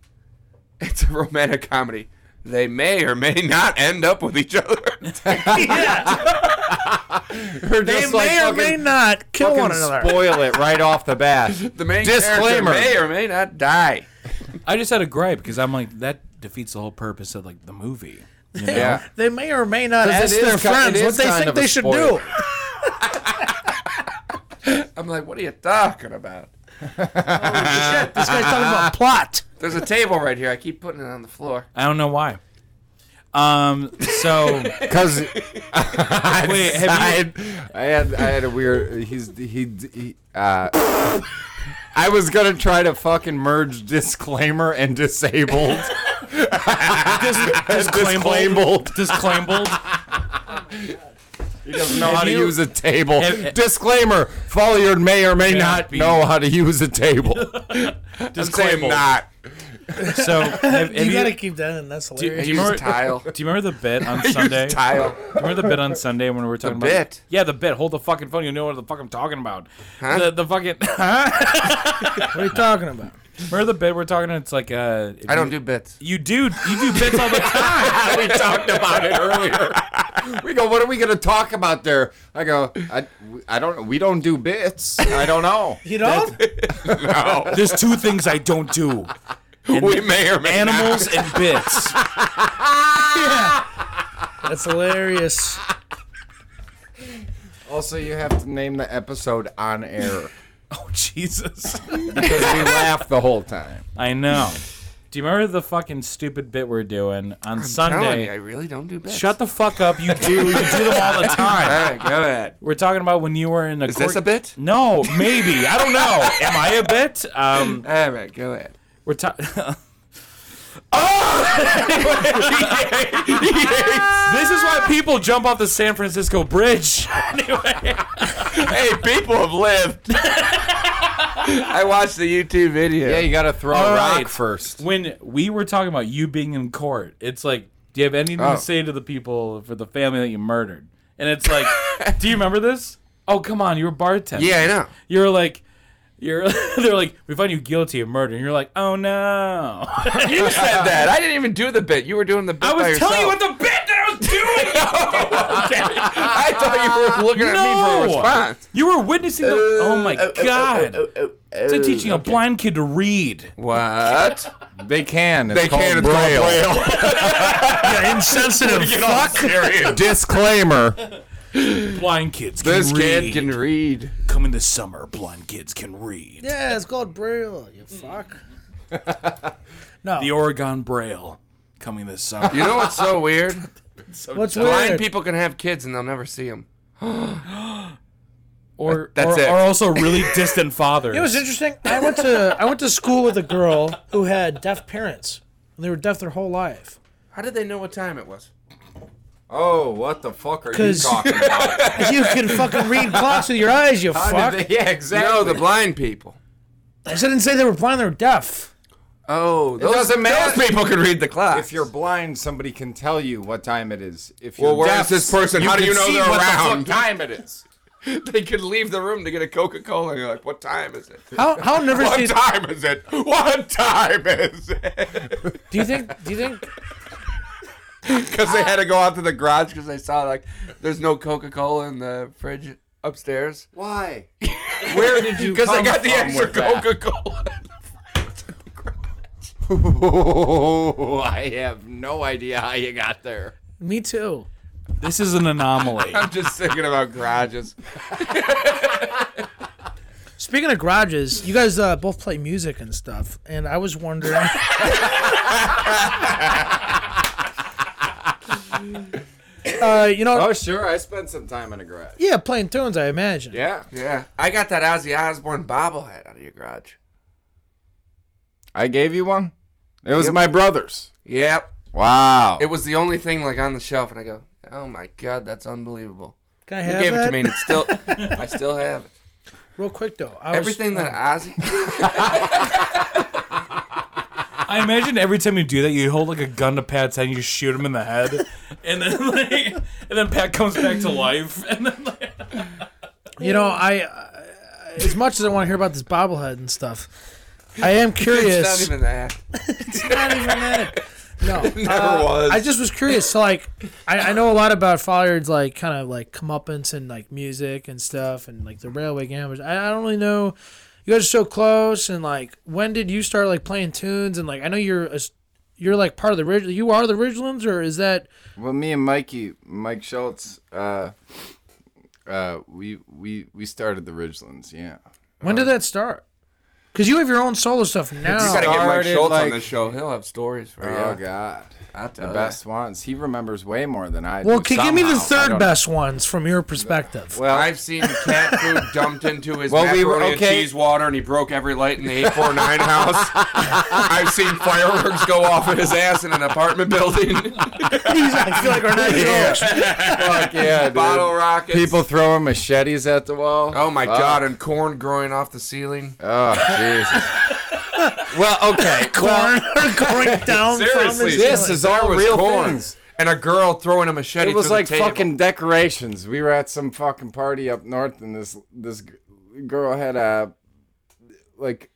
Speaker 2: it's a romantic comedy. They may or may not end up with each other.
Speaker 5: We're
Speaker 1: They
Speaker 5: just
Speaker 1: may
Speaker 5: like
Speaker 1: or
Speaker 5: fucking-
Speaker 1: may not kill
Speaker 5: fucking
Speaker 1: one another.
Speaker 5: spoil it right off the bat.
Speaker 2: The main
Speaker 5: Disclaimer.
Speaker 2: character may or may not die.
Speaker 3: I just had a gripe because I'm like that defeats the whole purpose of like the movie. you know?
Speaker 2: Yeah.
Speaker 1: They may or may not
Speaker 5: 'Cause
Speaker 1: ask
Speaker 5: it is
Speaker 1: their
Speaker 5: ki- it
Speaker 1: friends
Speaker 5: is
Speaker 1: what they
Speaker 5: kind
Speaker 1: think
Speaker 5: of a
Speaker 1: they should do.
Speaker 5: spoiler.
Speaker 2: I'm like, what are you talking about?
Speaker 1: Oh, Shit, this guy's talking about plot.
Speaker 2: There's a table right here. I keep putting it on the floor.
Speaker 3: I don't know why. Um. So
Speaker 5: Because
Speaker 3: wait, have you?
Speaker 5: I had I had a weird. He's he. he uh, I was gonna try to fucking merge disclaimer and disabled.
Speaker 3: Disclaimed. Disclaimed.
Speaker 5: He doesn't know how to
Speaker 3: you-
Speaker 5: use a table.
Speaker 3: Have-
Speaker 5: Disclaimer: Folliard may or may
Speaker 3: May
Speaker 5: not
Speaker 3: not be-
Speaker 5: know how to use a table.
Speaker 2: Claim not.
Speaker 3: So have, have
Speaker 1: You
Speaker 3: you-
Speaker 1: gotta keep that in. That's hilarious.
Speaker 2: I
Speaker 3: Do
Speaker 2: use
Speaker 3: you remember-
Speaker 2: tile.
Speaker 3: do you remember the bit on Sunday? Do
Speaker 2: Tile.
Speaker 3: you remember the bit on Sunday when we were talking about
Speaker 2: bit?
Speaker 3: Yeah, the bit. Hold the fucking phone. You know what the fuck I'm talking about.
Speaker 2: Huh?
Speaker 3: The, the fucking.
Speaker 1: what are you talking about?
Speaker 3: remember the bit we're talking? It's like uh. if
Speaker 2: I don't
Speaker 3: you-
Speaker 2: do bits.
Speaker 3: You do. You do bits all the time.
Speaker 5: we talked about it earlier. We go, what are we gonna talk about there? I go, I, I don't know. We don't do bits. I don't know.
Speaker 1: You know?
Speaker 3: There's two things I don't do:
Speaker 2: We may or may
Speaker 3: animals and bits.
Speaker 2: Oh,
Speaker 1: That's hilarious.
Speaker 5: Also, you have to name the episode on air
Speaker 3: Oh Jesus!
Speaker 5: because we laugh the whole time.
Speaker 3: I know. Do you remember the fucking stupid bit we're doing
Speaker 2: not.
Speaker 3: on
Speaker 2: I'm telling you,
Speaker 3: Sunday?
Speaker 2: I really don't do bits.
Speaker 3: Shut the fuck up! You do. You do them all the
Speaker 2: All
Speaker 3: time.
Speaker 2: right, go ahead.
Speaker 3: We're talking about when you were in a.
Speaker 2: Is this a bit?
Speaker 3: No, maybe. I don't know. Am I a bit? Um,
Speaker 2: All right, go ahead.
Speaker 3: we're talking. This is why people jump off the San Francisco Bridge. anyway,
Speaker 2: hey, people have lived. I watched the YouTube video.
Speaker 5: Yeah, you gotta throw
Speaker 3: All
Speaker 5: a rock
Speaker 3: right.
Speaker 5: first.
Speaker 3: when we were talking about you being in court, it's like, do you have anything
Speaker 2: Oh.
Speaker 3: to say to the people for the family that you murdered? And it's like, do you remember this? Oh, come on, you were bartender.
Speaker 2: yeah, I know.
Speaker 3: You're like, you're. They're like, we find you guilty of murder, and you're like, oh no.
Speaker 2: You said that. I didn't even do the bit. You were doing the bit
Speaker 3: I
Speaker 2: by
Speaker 3: was telling you
Speaker 2: yourself.
Speaker 3: what the bit that I was doing.
Speaker 2: I thought you were looking at me for a
Speaker 3: No.
Speaker 2: response.
Speaker 3: You were witnessing the. Oh my god! It's like teaching a blind kid to read.
Speaker 2: What?
Speaker 5: They can. It's
Speaker 2: They
Speaker 5: called
Speaker 2: can. It's called
Speaker 5: braille.
Speaker 1: Yeah, insensitive. Fuck.
Speaker 5: Disclaimer.
Speaker 3: Blind kids can
Speaker 2: This
Speaker 3: read.
Speaker 2: kid can read.
Speaker 3: Coming this summer, blind kids can read.
Speaker 1: Yeah, it's called Braille. Oh, You fuck.
Speaker 3: The Oregon Braille. Coming this summer.
Speaker 2: You know what's so weird?
Speaker 1: What's
Speaker 2: Blind
Speaker 1: weird?
Speaker 2: people can have kids and they'll never see them.
Speaker 3: Or,
Speaker 2: That's
Speaker 3: or,
Speaker 2: it.
Speaker 3: or also really distant fathers.
Speaker 1: It was interesting. I went to I went to school with a girl who had deaf parents. And they were deaf their whole life.
Speaker 2: How did they know what time it was?
Speaker 5: Oh, what the fuck are you
Speaker 1: 'Cause-
Speaker 5: talking about?
Speaker 1: 'Cause you can fucking read clocks with your eyes, you
Speaker 5: How
Speaker 1: fuck.
Speaker 5: did they- yeah,
Speaker 2: No,
Speaker 5: exactly.
Speaker 2: the blind people.
Speaker 1: I said- didn't say they were blind, they were deaf.
Speaker 2: Oh, those,
Speaker 5: doesn't matter.
Speaker 2: those people can read the clock.
Speaker 5: if you're blind, somebody can tell you what time it is. If you're
Speaker 2: well, where's
Speaker 5: deaf,
Speaker 2: this person? How do
Speaker 5: can
Speaker 2: you know
Speaker 5: see
Speaker 2: they're
Speaker 5: what the fuck
Speaker 2: around?
Speaker 5: time it is.
Speaker 2: they could leave the room to get a Coca Cola, and you're like, "What time is it?
Speaker 1: How how nervous do
Speaker 2: What
Speaker 1: you,
Speaker 2: time is it? What time is it?"
Speaker 1: do you think do you think
Speaker 2: Because they had to go out to the garage because they saw like there's no Coca Cola in the fridge upstairs.
Speaker 5: Why? Where did you?
Speaker 2: Because they
Speaker 5: come
Speaker 2: got the
Speaker 5: from
Speaker 2: extra
Speaker 5: with that?
Speaker 2: Coca Cola.
Speaker 5: Oh, I have no idea how you got there.
Speaker 1: me too.
Speaker 3: this is an anomaly.
Speaker 2: I'm just thinking about garages.
Speaker 1: Speaking of garages, you guys uh, both play music and stuff, and I was wondering. uh, you know,
Speaker 5: Oh, sure. I spent some time in a garage.
Speaker 1: yeah, playing tunes, I imagine.
Speaker 5: Yeah,
Speaker 2: Yeah, I got that Ozzy Osbourne bobblehead out of your garage.
Speaker 5: I gave you one. It was my brother's.
Speaker 2: Yep.
Speaker 5: Wow.
Speaker 2: It was the only thing like on the shelf, and I go, "Oh my god, that's unbelievable."
Speaker 1: Can I
Speaker 2: He
Speaker 1: have
Speaker 2: gave
Speaker 1: that?
Speaker 2: it to me, and it's still, I still have it.
Speaker 1: Real quick though, I was,
Speaker 2: Everything that Ozzy,
Speaker 3: I imagine every time you do that, you hold like a gun to Pat's head and you shoot him in the head, and then like, and then Pat comes back to life, and then like,
Speaker 1: you know, I uh, as much as I want to hear about this bobblehead and stuff, I am
Speaker 2: it's not
Speaker 1: curious.
Speaker 2: even that.
Speaker 1: not even that. No,
Speaker 2: Never was.
Speaker 1: I just was curious. So like, I, I know a lot about Folliard's like kind of like comeuppance and like music and stuff and like the Railway Gamblers. I, I don't really know. You guys are so close, and like, when did you start like playing tunes? And like, I know you're a, s- you're like part of the original. You are the originals, or is that
Speaker 5: Well, me and Mikey, Mike Schultz, uh, uh, we we we started the Ridgelands. Yeah.
Speaker 1: when did that start? Because you have your own solo stuff
Speaker 2: You
Speaker 1: now.
Speaker 2: gotta get Mike
Speaker 5: Started,
Speaker 2: Schultz on
Speaker 5: like-
Speaker 2: this show. He'll have stories for you.
Speaker 5: Oh God.
Speaker 2: I'll
Speaker 5: The
Speaker 2: tell ya.
Speaker 5: best ones. He remembers way more than I
Speaker 1: Well,
Speaker 5: do.
Speaker 1: can, give me the
Speaker 5: somehow. I
Speaker 1: third
Speaker 5: don't-
Speaker 1: best ones from your perspective.
Speaker 5: Well,
Speaker 2: I've seen cat food dumped into his
Speaker 5: Well, we
Speaker 2: macaroni
Speaker 5: were-
Speaker 2: and
Speaker 5: okay.
Speaker 2: cheese water, and he broke every light in the 849 house. I've seen fireworks go off in his ass in an apartment building.
Speaker 1: I feel like we're not
Speaker 5: yeah. Fuck yeah, dude.
Speaker 2: Bottle rockets.
Speaker 5: People throwing machetes at the wall.
Speaker 2: Oh my
Speaker 5: Fuck.
Speaker 2: god, and corn growing off the ceiling.
Speaker 5: Oh Jesus. well, okay. Well,
Speaker 1: going down. from
Speaker 2: Seriously,
Speaker 1: the
Speaker 5: this
Speaker 1: ceiling.
Speaker 5: is all
Speaker 2: was
Speaker 5: real
Speaker 2: corn.
Speaker 5: things.
Speaker 2: And a girl throwing a machete.
Speaker 5: It was
Speaker 2: through
Speaker 5: like
Speaker 2: the table.
Speaker 5: fucking decorations. We were at some fucking party up north, and this this g- girl had a like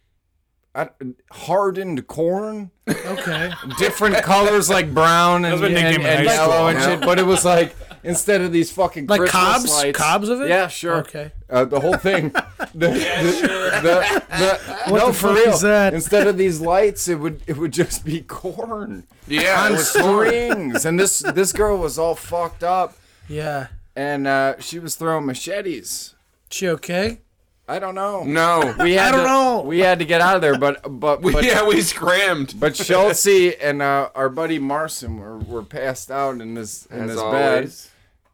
Speaker 5: I, hardened corn,
Speaker 1: okay.
Speaker 5: different colors like brown and,
Speaker 3: my nickname
Speaker 5: and,
Speaker 3: in
Speaker 5: and
Speaker 3: high school.
Speaker 5: yellow and shit. But it was like instead of these fucking
Speaker 1: Like
Speaker 5: Christmas
Speaker 1: cobs?
Speaker 5: lights-
Speaker 1: Cobs of it?
Speaker 5: Yeah, sure.
Speaker 1: Okay.
Speaker 5: Uh, the whole thing. The- the- the- the- no,
Speaker 1: the
Speaker 5: for
Speaker 1: fuck
Speaker 5: real.
Speaker 1: is that?
Speaker 5: Instead of these lights, it would it would just be corn
Speaker 2: Yeah, it
Speaker 5: on
Speaker 2: was corn.
Speaker 5: strings, and this this girl was all fucked up
Speaker 1: Yeah.
Speaker 5: and uh, she was throwing machetes.
Speaker 1: She okay?
Speaker 5: I don't know.
Speaker 2: No.
Speaker 5: we had
Speaker 1: I don't
Speaker 5: to,
Speaker 1: know.
Speaker 5: We had to get out of there, but but but,
Speaker 2: yeah, we scrammed.
Speaker 5: but Schultze and uh, our buddy Marson were, were passed out in this in
Speaker 2: As
Speaker 5: this bed,
Speaker 2: always.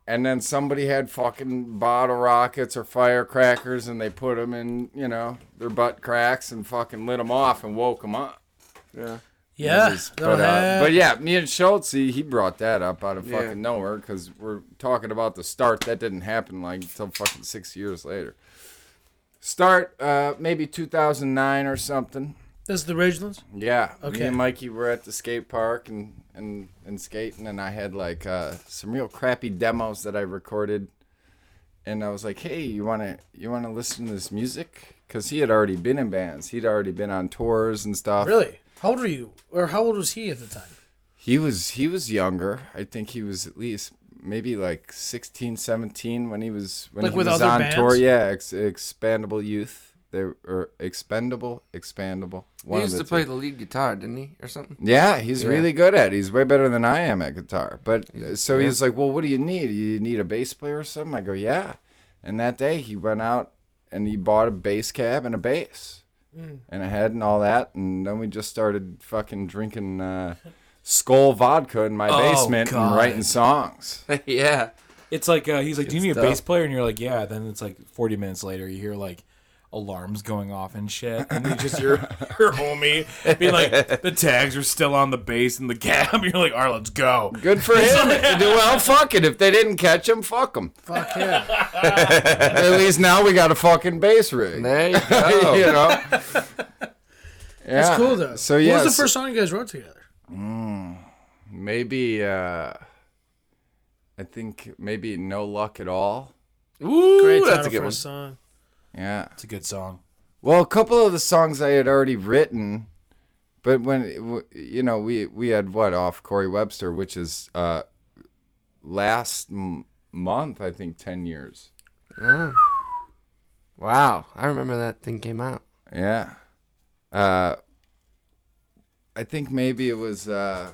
Speaker 5: and then somebody had fucking bottle rockets or firecrackers, and they put them in you know their butt cracks and fucking lit them off and woke them up.
Speaker 1: Yeah.
Speaker 5: But, uh,
Speaker 1: yeah.
Speaker 5: but yeah, me and Schultz, he, he brought that up out of
Speaker 2: Yeah.
Speaker 5: fucking nowhere because we're talking about the start that didn't happen like until fucking six years later. Start uh, maybe 2009 or something.
Speaker 1: this is the Ridgelands.
Speaker 5: Yeah.
Speaker 1: Okay.
Speaker 5: Me and Mikey were at the skate park and, and, and skating, and I had like uh, some real crappy demos that I recorded. And I was like, "Hey, you wanna you wanna listen to this music?" Because he had already been in bands. He'd already been on tours and stuff.
Speaker 1: Really? How old were you? Or how old was he at the time?
Speaker 5: he was he was younger i think he was at least maybe like 16 17 when he was when
Speaker 1: Like
Speaker 5: he
Speaker 1: with
Speaker 5: was
Speaker 1: other
Speaker 5: on
Speaker 1: bands?
Speaker 5: tour yeah ex- expandable youth they or expendable expandable
Speaker 2: He
Speaker 5: one of
Speaker 2: used
Speaker 5: the
Speaker 2: to play
Speaker 5: two.
Speaker 2: the lead guitar, didn't he, or something?
Speaker 5: yeah he's really good at it. he's way better than i am at guitar but uh, so he's like well what do you need you need a bass player or something i go yeah and that day he went out and he bought a bass cab and a bass and a head and all that. And then we just started fucking drinking uh, skull vodka in my basement and
Speaker 3: God.
Speaker 5: writing songs.
Speaker 2: yeah.
Speaker 3: it's like uh, he's like, "Do you need
Speaker 5: Good
Speaker 3: a bass
Speaker 5: stuff.
Speaker 3: player?" And you're like, "Yeah." Then it's like 40 minutes later, you hear like alarms going off and shit, and you just hear your homie being like, "The tags are still on the bass and the cab." You're like, "All right, let's go."
Speaker 5: Good for him. well, fuck it. If they didn't catch him, fuck him.
Speaker 1: Fuck yeah.
Speaker 5: At least now we got a fucking bass rig.
Speaker 2: There you go.
Speaker 5: you know?
Speaker 1: Oh. That's
Speaker 5: Yeah.
Speaker 1: cool though.
Speaker 5: So
Speaker 1: what
Speaker 5: yeah,
Speaker 1: was the
Speaker 5: so
Speaker 1: first song you guys wrote together?
Speaker 5: maybe uh, I think maybe no luck at all.
Speaker 2: Ooh,
Speaker 1: Great
Speaker 2: that's
Speaker 1: title
Speaker 2: a good
Speaker 1: for a
Speaker 2: one.
Speaker 1: song.
Speaker 5: Yeah.
Speaker 3: It's a good song.
Speaker 5: Well, a couple of the songs I had already written, but when it w- you know we we had what off Corey Webster, which is uh, last m- month I think ten years.
Speaker 2: Wow, I remember that thing came out.
Speaker 5: Yeah, uh, I think maybe it was uh,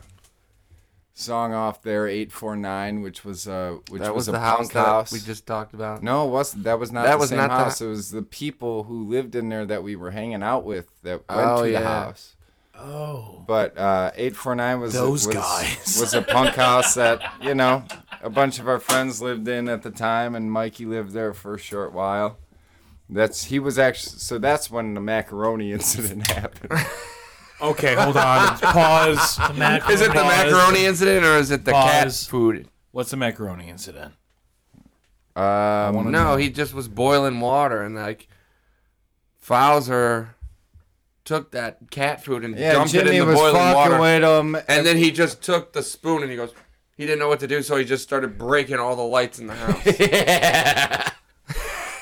Speaker 5: song off there eight four nine, which was uh, which
Speaker 2: That was,
Speaker 5: a
Speaker 2: the house,
Speaker 5: punk house.
Speaker 2: that we just talked about.
Speaker 5: No, it wasn't. That was not
Speaker 2: That
Speaker 5: the
Speaker 2: was
Speaker 5: same
Speaker 2: not the-
Speaker 5: house. It was the people who lived in there that we were hanging out with that went
Speaker 2: Oh,
Speaker 5: to
Speaker 2: yeah.
Speaker 5: the house.
Speaker 1: Oh.
Speaker 5: But uh, 849 was
Speaker 3: Those
Speaker 5: was,
Speaker 3: guys.
Speaker 5: was a punk house that, you know, a bunch of our friends lived in at the time, and Mikey lived there for a short while. That's he was actually so that's when the macaroni incident happened.
Speaker 3: Okay, hold on. Pause.
Speaker 1: mac-
Speaker 2: Is it the
Speaker 3: Pause.
Speaker 2: macaroni incident or is it the cat
Speaker 3: Pause.
Speaker 2: food?
Speaker 3: What's the macaroni incident?
Speaker 5: Um,
Speaker 2: No, he just was boiling water and like Fowler took that cat food and
Speaker 5: yeah,
Speaker 2: dumped it
Speaker 5: Jimmy
Speaker 2: in the
Speaker 5: was
Speaker 2: boiling water.
Speaker 5: fucking with him.
Speaker 2: And then he just took the spoon and he goes, he didn't know what to do, so he just started breaking all the lights in the house.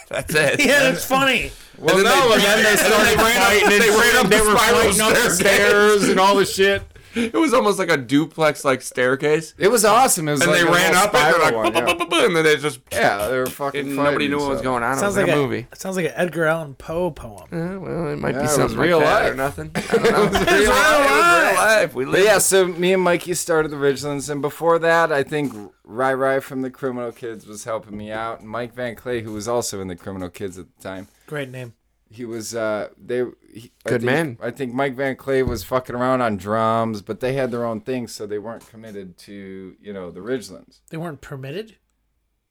Speaker 2: That's it.
Speaker 1: Yeah, that's funny.
Speaker 2: Well, and then no, they, and then they started ran up, they ran up the spiral staircase.
Speaker 5: and all the shit.
Speaker 2: It was almost like a duplex like staircase.
Speaker 5: It was awesome. It was
Speaker 2: And
Speaker 5: like
Speaker 2: they
Speaker 5: a
Speaker 2: ran
Speaker 5: little
Speaker 2: up and they're
Speaker 5: spiral
Speaker 2: like,
Speaker 5: one, yeah.
Speaker 2: "Bu-bu-bu-bu," and then they just,
Speaker 5: Yeah, they were fucking.
Speaker 2: and nobody
Speaker 5: fighting
Speaker 2: knew what was
Speaker 5: themself.
Speaker 2: going on. It was
Speaker 1: Sounds like
Speaker 2: like a
Speaker 1: a-
Speaker 2: movie.
Speaker 1: Sounds like an Edgar Allan Poe poem.
Speaker 2: Eh, well, it might
Speaker 5: Yeah,
Speaker 2: be
Speaker 5: it was
Speaker 2: something
Speaker 5: like
Speaker 2: real
Speaker 5: that.
Speaker 2: life or nothing. I don't know. it was real life. It was real life. We
Speaker 5: But
Speaker 2: live.
Speaker 5: yeah, so me and Mikey started the Ridgelands, and before that, I think Rai Rai from the Criminal Kids was helping me out, and Mike Van Clay, who was also in the Criminal Kids at the time,
Speaker 1: Great name.
Speaker 5: he was uh they he, I
Speaker 2: Good
Speaker 5: think-
Speaker 2: man.
Speaker 5: I think Mike Van Clay was fucking around on drums, but they had their own thing, so they weren't committed to you know the Ridgelands.
Speaker 1: They weren't permitted. Is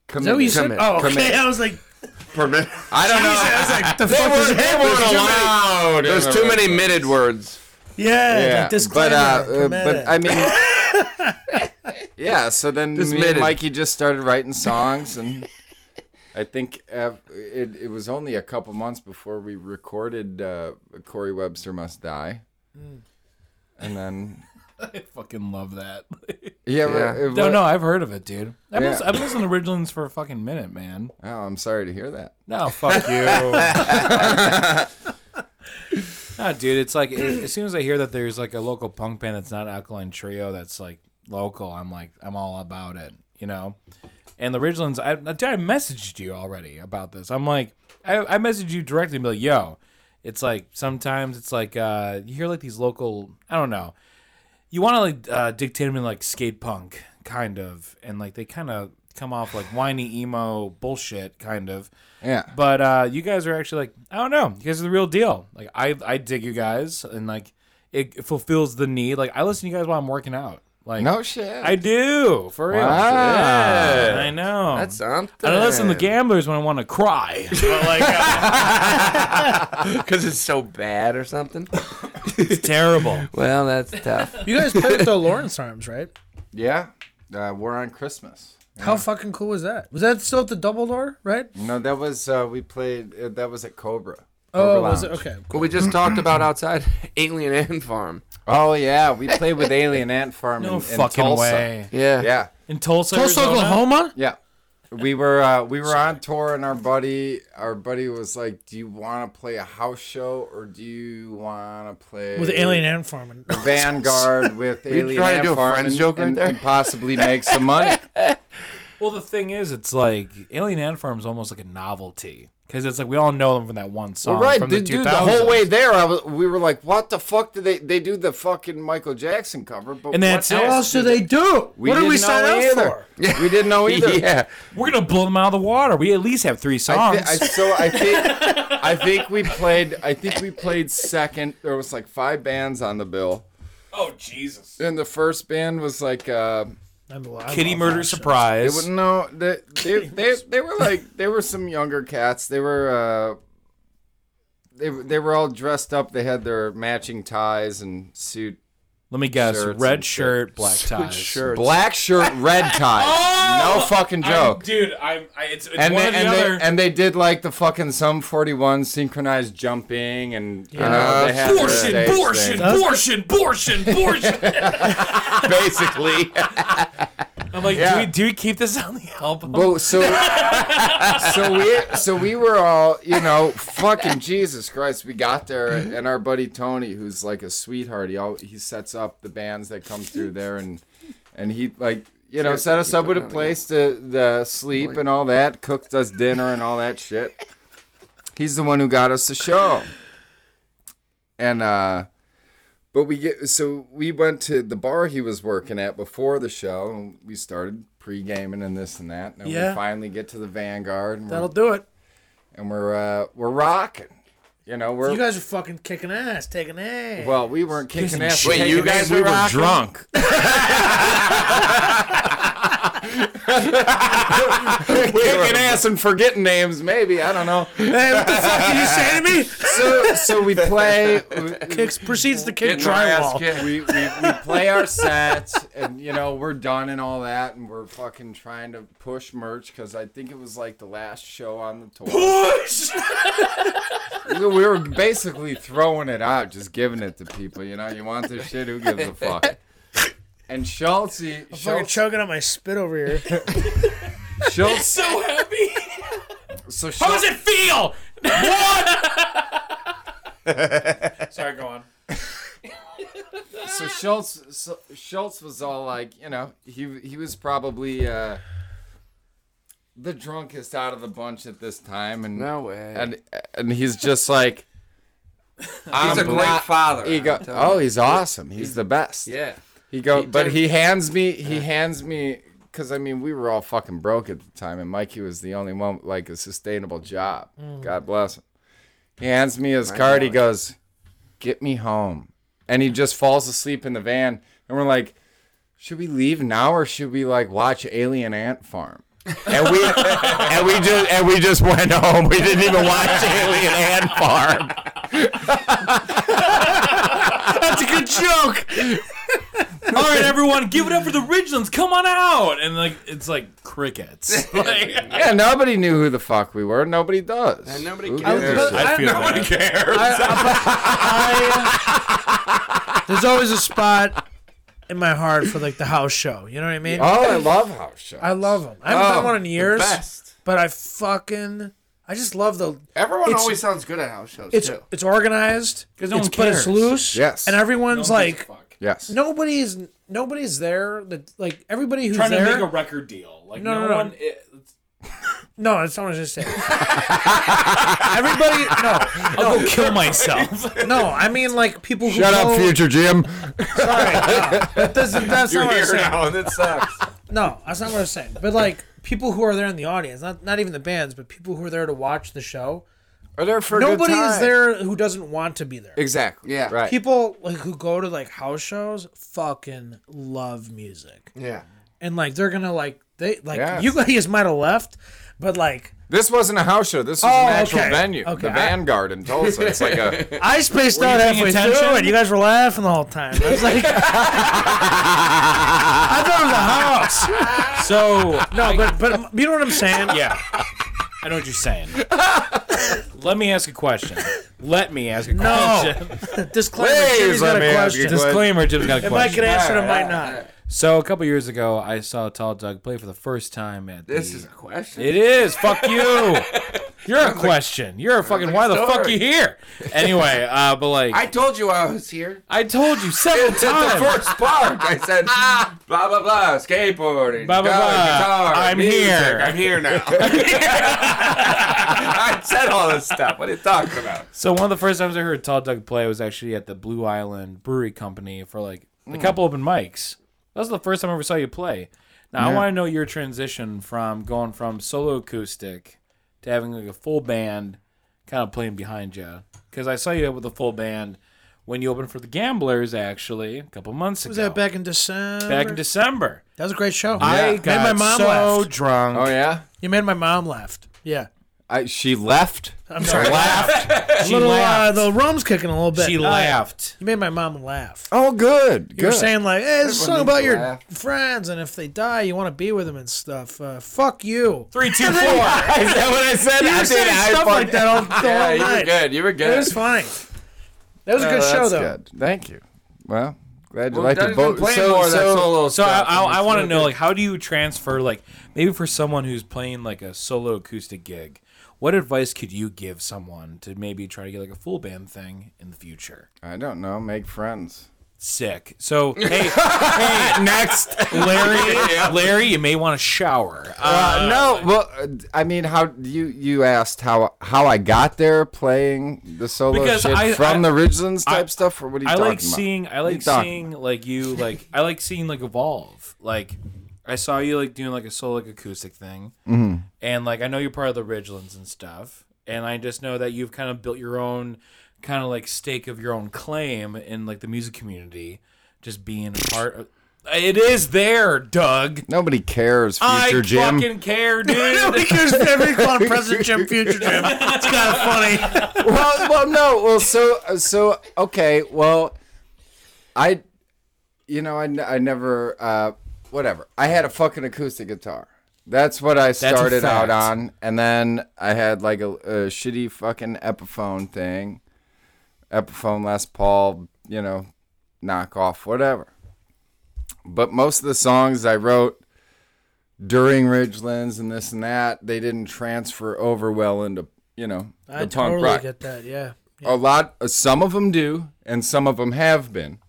Speaker 5: Committed.
Speaker 1: that what you said?
Speaker 2: Commit.
Speaker 1: Oh, okay.
Speaker 2: Commit.
Speaker 1: I was like,
Speaker 5: I don't know.
Speaker 1: I was like, the
Speaker 5: They
Speaker 1: fuck is
Speaker 5: weren't- they
Speaker 1: that?
Speaker 5: weren't
Speaker 2: There's too many-
Speaker 5: allowed.
Speaker 2: There's too many mitted words.
Speaker 1: Yeah,
Speaker 5: Yeah,
Speaker 1: like disclaimer.
Speaker 5: uh,
Speaker 1: permitted.
Speaker 5: but I mean, yeah. So then
Speaker 2: Just
Speaker 5: me and
Speaker 2: mitted.
Speaker 5: Mikey just started writing songs, and I think uh, it it was only a couple months before we recorded uh, "Corey Webster Must Die," and then
Speaker 3: I fucking love that.
Speaker 5: yeah, uh,
Speaker 2: Yeah.
Speaker 5: It,
Speaker 3: No, no, I've heard of it, dude. I've,
Speaker 5: Yeah.
Speaker 3: been, I've been listening to Ridgelands for a fucking minute, man.
Speaker 5: Oh, I'm sorry to hear that.
Speaker 3: No, fuck you. nah, dude, it's like a- as soon as I hear that there's like a local punk band that's not Alkaline Trio that's like local, I'm like I'm all about it, you know. And the Ridgelands, I dude, I messaged you already about this. I'm like, I, I messaged you directly, and be like, yo, it's like sometimes it's like uh you hear like these local, I don't know, you want to like uh, dictate them in like skate punk kind of, and like they kind of come off like whiny emo bullshit kind of.
Speaker 5: Yeah.
Speaker 3: But uh, you guys are actually like, I don't know, you guys are the real deal. Like I, I dig you guys, and like it, it fulfills the need. Like I listen to you guys while I'm working out. Like
Speaker 5: No shit.
Speaker 3: I do for real.
Speaker 5: Wow.
Speaker 3: Yeah, I know.
Speaker 2: That's something.
Speaker 3: I don't listen to gamblers when I want to cry. But, like uh,
Speaker 2: because it's so bad or something.
Speaker 3: it's terrible.
Speaker 2: Well, that's tough.
Speaker 1: you guys played with the Lawrence Arms, right?
Speaker 5: yeah. Uh, War on Christmas.
Speaker 1: How fucking cool was that? Was that still at the Double Door, right?
Speaker 5: No, that was uh, we played. Uh, that was at Cobra.
Speaker 1: Oh,
Speaker 5: Cobra
Speaker 1: was it?
Speaker 5: Lounge.
Speaker 1: Okay.
Speaker 2: Well, we just talked about outside Alien Ant Farm.
Speaker 5: Oh yeah, we played with Alien Ant Farm.
Speaker 3: No
Speaker 5: in, in
Speaker 3: fucking
Speaker 5: Tulsa.
Speaker 3: way.
Speaker 2: Yeah.
Speaker 5: Yeah.
Speaker 3: In Tulsa, Arizona?
Speaker 5: Yeah. We were uh, we were on tour and our buddy our buddy was like, "Do you want to play a house show or do you want to play
Speaker 1: With Alien Ant Farm. And-
Speaker 5: Vanguard with
Speaker 2: you
Speaker 5: Alien
Speaker 2: trying to
Speaker 5: Ant
Speaker 2: do a
Speaker 5: Farm
Speaker 2: Friends
Speaker 5: and,
Speaker 2: joke right
Speaker 5: and,
Speaker 2: there?
Speaker 5: and possibly make some money?"
Speaker 3: Well, the thing is, it's like Alien Ant Farm is almost like a novelty because it's like we all know them from that one song.
Speaker 5: Well, right,
Speaker 3: from
Speaker 5: dude,
Speaker 3: the,
Speaker 5: dude, the whole
Speaker 3: 2000s.
Speaker 5: way there, I was, we were like, "What the fuck did they they do the fucking Michael Jackson cover?" But
Speaker 3: And
Speaker 5: what
Speaker 3: that's it.
Speaker 1: What else do they do?
Speaker 5: We
Speaker 1: what did we
Speaker 5: didn't
Speaker 1: sign
Speaker 5: know
Speaker 1: up
Speaker 5: either.
Speaker 1: for?
Speaker 5: We didn't know either.
Speaker 2: Yeah.
Speaker 3: We're gonna blow them out of the water. We at least have three
Speaker 5: I
Speaker 3: songs.
Speaker 5: thi- I, so I think I think we played I think we played second. There was like five bands on the bill.
Speaker 3: oh Jesus!
Speaker 5: And the first band was like uh
Speaker 1: I mean, well, I
Speaker 3: Kitty
Speaker 1: love
Speaker 3: Murder
Speaker 1: that show.
Speaker 5: They
Speaker 3: Surprise.
Speaker 5: were no, they, they they they were like they were some younger cats. They were uh, they were- they were all dressed up. They had their matching ties and suit,
Speaker 3: Let me guess:
Speaker 5: Shirts
Speaker 3: red
Speaker 5: and
Speaker 3: shirt, black tie.
Speaker 2: Sure.
Speaker 5: black shirt, red tie. no fucking joke.
Speaker 3: dude. I'm. I, it's, it's
Speaker 5: and they, and, they, and they did like the fucking Sum 41 synchronized jumping and you know they had their stage thing.
Speaker 3: abortion, abortion, abortion.
Speaker 2: Basically.
Speaker 3: I'm like,
Speaker 5: Yeah.
Speaker 3: do we do we keep this on the album?
Speaker 5: Well, so so we so we were all you know fucking Jesus Christ. We got there and our buddy Tony, who's like a sweetheart, he all, he sets up the bands that come through there and and he like you know set us up with a place to the sleep and all that, cooked us dinner and all that shit. He's the one who got us the show. And uh but we get so we went to the bar he was working at before the show and we started pre-gaming and this and that. And
Speaker 1: Yeah.
Speaker 5: we finally get to the Vanguard and
Speaker 1: That'll
Speaker 5: we're,
Speaker 1: do it.
Speaker 5: and we're uh we're rocking. You know, we're
Speaker 1: You guys are fucking kicking ass, taking ass.
Speaker 5: well, we weren't kicking ass.
Speaker 2: Wait, you guys were
Speaker 3: we were
Speaker 2: rocking?
Speaker 3: drunk.
Speaker 5: Kicking ass and forgetting names, maybe. I don't know.
Speaker 1: Hey, what the fuck are you saying to me?
Speaker 5: So, so we play.
Speaker 1: Kicks proceeds to kick
Speaker 2: Getting our ass
Speaker 1: drywall.
Speaker 2: kicked.
Speaker 5: we, we, we play our sets and you know we're done and all that and we're fucking trying to push merch because i think it was like the last show on the tour we were basically throwing it out just giving it to people you know you want this shit who gives a fuck and schultz he-
Speaker 1: Fucking
Speaker 5: schultz,
Speaker 1: choking on my spit over here.
Speaker 5: schultz
Speaker 6: So happy.
Speaker 5: so
Speaker 3: How does
Speaker 5: schultz
Speaker 3: it feel? What?
Speaker 6: Sorry, go on.
Speaker 5: so Schultz so Schultz was all like, you know, he he was probably uh, the drunkest out of the bunch at this time, and
Speaker 2: No way.
Speaker 5: and and he's just like,
Speaker 2: He's a great father.
Speaker 5: He go,
Speaker 2: I'm telling
Speaker 5: oh, he's awesome. He's the best.
Speaker 2: Yeah.
Speaker 5: He go,
Speaker 2: He
Speaker 5: but
Speaker 2: took-
Speaker 5: he hands me, he hands me, because I mean, we were all fucking broke at the time, and Mikey was the only one with, like a sustainable job.
Speaker 2: Mm.
Speaker 5: God bless him. He hands me his card. He goes, "Get me home," and he just falls asleep in the van. And we're like, "Should we leave now, or should we like watch Alien Ant Farm?" and we and we just and we just went home. We didn't even watch Alien Ant Farm.
Speaker 1: That's a good joke.
Speaker 3: All right, everyone, give it up for the Ridgelands. Come on out. And like, it's like crickets. Like,
Speaker 5: Yeah, nobody knew who the fuck we were. Nobody does.
Speaker 2: And nobody
Speaker 5: Who
Speaker 2: cares.
Speaker 5: gives a shit?
Speaker 3: I feel
Speaker 2: Nobody
Speaker 3: that.
Speaker 2: cares.
Speaker 1: There's always a spot in my heart for like the house show. You know what I mean?
Speaker 5: Oh, I love house shows.
Speaker 1: I love them. I haven't
Speaker 2: Oh,
Speaker 1: done one in
Speaker 2: the
Speaker 1: years,
Speaker 2: best.
Speaker 1: but I fucking I just love the.
Speaker 2: Everyone
Speaker 1: It's-
Speaker 2: always sounds good at house shows
Speaker 1: It's
Speaker 2: too.
Speaker 1: it's organized.
Speaker 3: 'Cause no
Speaker 1: it's,
Speaker 3: one
Speaker 1: But it's
Speaker 3: cares.
Speaker 1: loose.
Speaker 5: Yes.
Speaker 1: And everyone's like
Speaker 5: Yes.
Speaker 1: nobody's nobody's there. That like everybody who's
Speaker 6: Trying to
Speaker 1: there.
Speaker 6: make a record deal. Like
Speaker 1: No,
Speaker 6: no,
Speaker 1: no, no.
Speaker 6: one. It,
Speaker 1: no, that's not what I was just saying. everybody. No,
Speaker 3: I'll go kill myself.
Speaker 1: no. I mean like people who know-
Speaker 5: Jim.
Speaker 1: Sorry, no, that doesn't. That's
Speaker 2: You're
Speaker 1: not what I was
Speaker 2: here
Speaker 1: saying.
Speaker 2: now, and it sucks.
Speaker 1: No, that's not what I was saying. But like people who are there in the audience, not not even the bands, but people who are there to watch the show.
Speaker 5: Are there for a good
Speaker 1: Nobody is
Speaker 5: time.
Speaker 1: there who doesn't want to be there.
Speaker 5: Exactly.
Speaker 2: Yeah.
Speaker 5: Right.
Speaker 1: People like who go to like house shows fucking love music.
Speaker 2: yeah.
Speaker 1: And like they're gonna like they like
Speaker 5: Yes.
Speaker 1: you guys might have left, but like
Speaker 5: This wasn't a house show. This was
Speaker 1: Oh,
Speaker 5: an actual
Speaker 1: okay.
Speaker 5: venue.
Speaker 1: Okay.
Speaker 5: The Vanguard in Tulsa. It's like a.
Speaker 1: I spaced out
Speaker 3: you paying
Speaker 1: halfway through
Speaker 3: attention?
Speaker 1: it. You guys were laughing the whole time. I was like I thought it was a house.
Speaker 3: So
Speaker 1: No, but but you know what I'm saying?
Speaker 3: Yeah. I know what you're saying. Let me ask a question. Let me ask a question.
Speaker 1: No. Disclaimer,
Speaker 5: Please
Speaker 1: Jimmy's got
Speaker 5: let me
Speaker 1: a
Speaker 5: ask
Speaker 1: question.
Speaker 5: you a
Speaker 3: Disclaimer, Jim's got a
Speaker 1: It might
Speaker 3: question.
Speaker 1: get answered, it might not.
Speaker 3: So a couple years ago, I saw Tall Doug play for the first time at
Speaker 2: This
Speaker 3: the...
Speaker 2: is a question.
Speaker 3: It is. Fuck you. You're a question. You're a fucking...
Speaker 2: like
Speaker 3: why
Speaker 2: a
Speaker 3: the fuck
Speaker 2: story.
Speaker 3: you here? Anyway, uh, but like...
Speaker 2: I
Speaker 3: I,
Speaker 2: told you I was here.
Speaker 3: told you several
Speaker 2: It's at the
Speaker 3: times.
Speaker 2: first park. I said, blah blah blah, skateboarding,
Speaker 3: Blah, blah,
Speaker 2: guitar,
Speaker 3: blah.
Speaker 2: guitar,
Speaker 3: I'm
Speaker 2: music.
Speaker 3: here.
Speaker 2: I'm here now. I said all this stuff. What are you talking about?
Speaker 3: So one of the first times I heard Tall Doug play was actually at the Blue Island Brewery Company for like a couple open mics. That was the first time I ever saw you play. Now I want to know your transition from going from solo acoustic to having like a full band kind of playing behind you. Because I saw you with a full band when you opened for the Gamblers actually a couple months ago.
Speaker 1: Was that back in December?
Speaker 3: Back in December?
Speaker 1: That was a great show.
Speaker 3: I
Speaker 1: Made
Speaker 3: got
Speaker 1: my mom
Speaker 3: so
Speaker 1: laugh.
Speaker 3: drunk.
Speaker 5: Oh yeah.
Speaker 1: You made my mom laugh. Yeah.
Speaker 5: I she left.
Speaker 1: I'm sorry.
Speaker 3: laughed. She
Speaker 1: little, uh,
Speaker 3: laughed.
Speaker 1: the rum's kicking a little bit. Uh,
Speaker 3: she laughed.
Speaker 1: You made my mom laugh.
Speaker 5: Oh good.
Speaker 1: You were
Speaker 5: good.
Speaker 1: saying like, "Hey, this is a song about
Speaker 2: needs to
Speaker 1: your
Speaker 2: laugh.
Speaker 1: friends, and if they die, you want to be with them and stuff." Uh, fuck you.
Speaker 3: Three, two, four.
Speaker 5: Is that what I said?
Speaker 1: You
Speaker 5: I
Speaker 1: were saying
Speaker 5: did, I
Speaker 1: stuff like
Speaker 5: fucked-
Speaker 1: that all the
Speaker 2: Yeah,
Speaker 1: whole
Speaker 2: you were
Speaker 1: night.
Speaker 2: good. You were good.
Speaker 1: It was funny. That was a good
Speaker 5: Oh,
Speaker 1: show
Speaker 5: that's
Speaker 1: though.
Speaker 5: Good. Thank you. Well, glad you
Speaker 2: Well,
Speaker 5: liked
Speaker 2: Doug's
Speaker 5: it.
Speaker 2: been
Speaker 5: Bo-
Speaker 2: playing
Speaker 5: so,
Speaker 2: more of that
Speaker 5: so,
Speaker 2: solo
Speaker 3: So I,
Speaker 2: stuff,
Speaker 3: I,
Speaker 2: and
Speaker 3: I
Speaker 2: it's
Speaker 3: want to
Speaker 2: really
Speaker 3: know,
Speaker 2: good.
Speaker 3: like, how do you transfer, like, maybe for someone who's playing like a solo acoustic gig, what advice could you give someone to maybe try to get like a full band thing in the future?
Speaker 5: I don't know. Make friends.
Speaker 3: Sick. So hey, hey, next, Larry, Larry, you may want to shower. Uh,
Speaker 5: Uh, no, well, uh, I mean, how you you asked how how I got there playing the solo
Speaker 3: Because
Speaker 5: shit
Speaker 3: I-
Speaker 5: from
Speaker 3: I-
Speaker 5: the Ridgelands
Speaker 3: I-
Speaker 5: type stuff, or what are you
Speaker 3: I
Speaker 5: talking
Speaker 3: like
Speaker 5: about?
Speaker 3: seeing, I like
Speaker 5: talking
Speaker 3: seeing, like you, like I like seeing, like evolve. Like I saw you like doing like a solo like, acoustic thing,
Speaker 5: Mm-hmm.
Speaker 3: and like I know you're part of the Ridgelands and stuff, and I just know that you've kind of built your own kind of like stake of your own claim in like the music community, just being a part of. It is there, Doug.
Speaker 5: Nobody cares, future
Speaker 3: I
Speaker 5: Jim.
Speaker 3: fucking care, dude.
Speaker 1: Nobody cares if we call him President Jim, Future Jim. It's kind of funny.
Speaker 5: well, well, no, well, so, so, okay, well, I, you know, I, n- I never, uh, whatever. I had a fucking acoustic guitar. That's what I
Speaker 3: a
Speaker 5: started out
Speaker 3: fact.
Speaker 5: on, and then I had like a, a shitty fucking Epiphone thing, Epiphone Les Paul, you know, knockoff, whatever. But most of the songs I wrote during Ridgelands and this and that, they didn't transfer over well into you know the
Speaker 1: I
Speaker 5: punk
Speaker 1: totally
Speaker 5: rock
Speaker 1: get that. Yeah. yeah.
Speaker 5: a lot uh, some of them do and some of them have been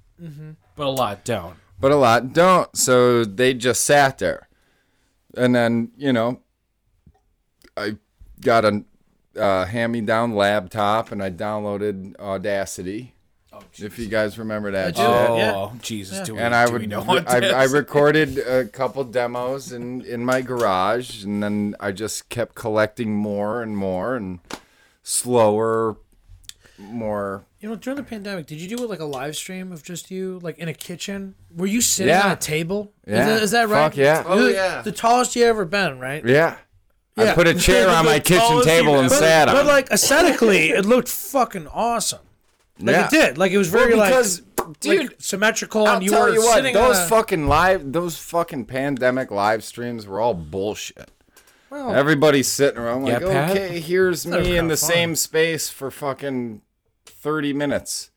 Speaker 3: but a lot don't.
Speaker 5: but a lot don't so they just sat there and then you know i got a uh, hand-me-down laptop and i downloaded audacity if you guys remember that
Speaker 1: do.
Speaker 5: shit.
Speaker 3: Oh,
Speaker 1: Yeah.
Speaker 3: Jesus, do we,
Speaker 5: and I
Speaker 3: do we
Speaker 5: would
Speaker 3: know
Speaker 5: re-
Speaker 3: what
Speaker 5: I, I
Speaker 3: this-
Speaker 5: recorded a couple demos in in my garage, and then I just kept collecting more and more and slower, more.
Speaker 1: You know, during the pandemic, did you do like a live stream of just you, like in a kitchen? Were you sitting
Speaker 5: Yeah.
Speaker 1: at a table?
Speaker 5: Yeah.
Speaker 1: Is that, is that right?
Speaker 5: Fuck yeah.
Speaker 1: You're
Speaker 2: Oh,
Speaker 1: the-
Speaker 2: yeah.
Speaker 1: The tallest you ever been, right?
Speaker 5: Yeah. I
Speaker 1: Yeah.
Speaker 5: put a chair on my kitchen
Speaker 3: tallest
Speaker 5: table
Speaker 3: you've
Speaker 5: and
Speaker 3: ever-
Speaker 5: sat
Speaker 1: But
Speaker 5: on. it.
Speaker 1: like aesthetically, it looked fucking awesome. Like
Speaker 5: Yeah.
Speaker 1: it did. Like it was very
Speaker 5: because,
Speaker 1: like,
Speaker 5: dude,
Speaker 1: like, symmetrical,
Speaker 5: I'll
Speaker 1: and you
Speaker 5: tell
Speaker 1: were
Speaker 5: you what,
Speaker 1: sitting on
Speaker 5: those
Speaker 1: a-
Speaker 5: fucking live, those fucking pandemic live streams were all bullshit.
Speaker 1: Well-
Speaker 5: Everybody's sitting around like,
Speaker 3: Yeah, Pat?
Speaker 5: okay, here's
Speaker 1: was
Speaker 5: me in
Speaker 1: kinda
Speaker 5: the
Speaker 1: fun.
Speaker 5: same space for fucking thirty minutes.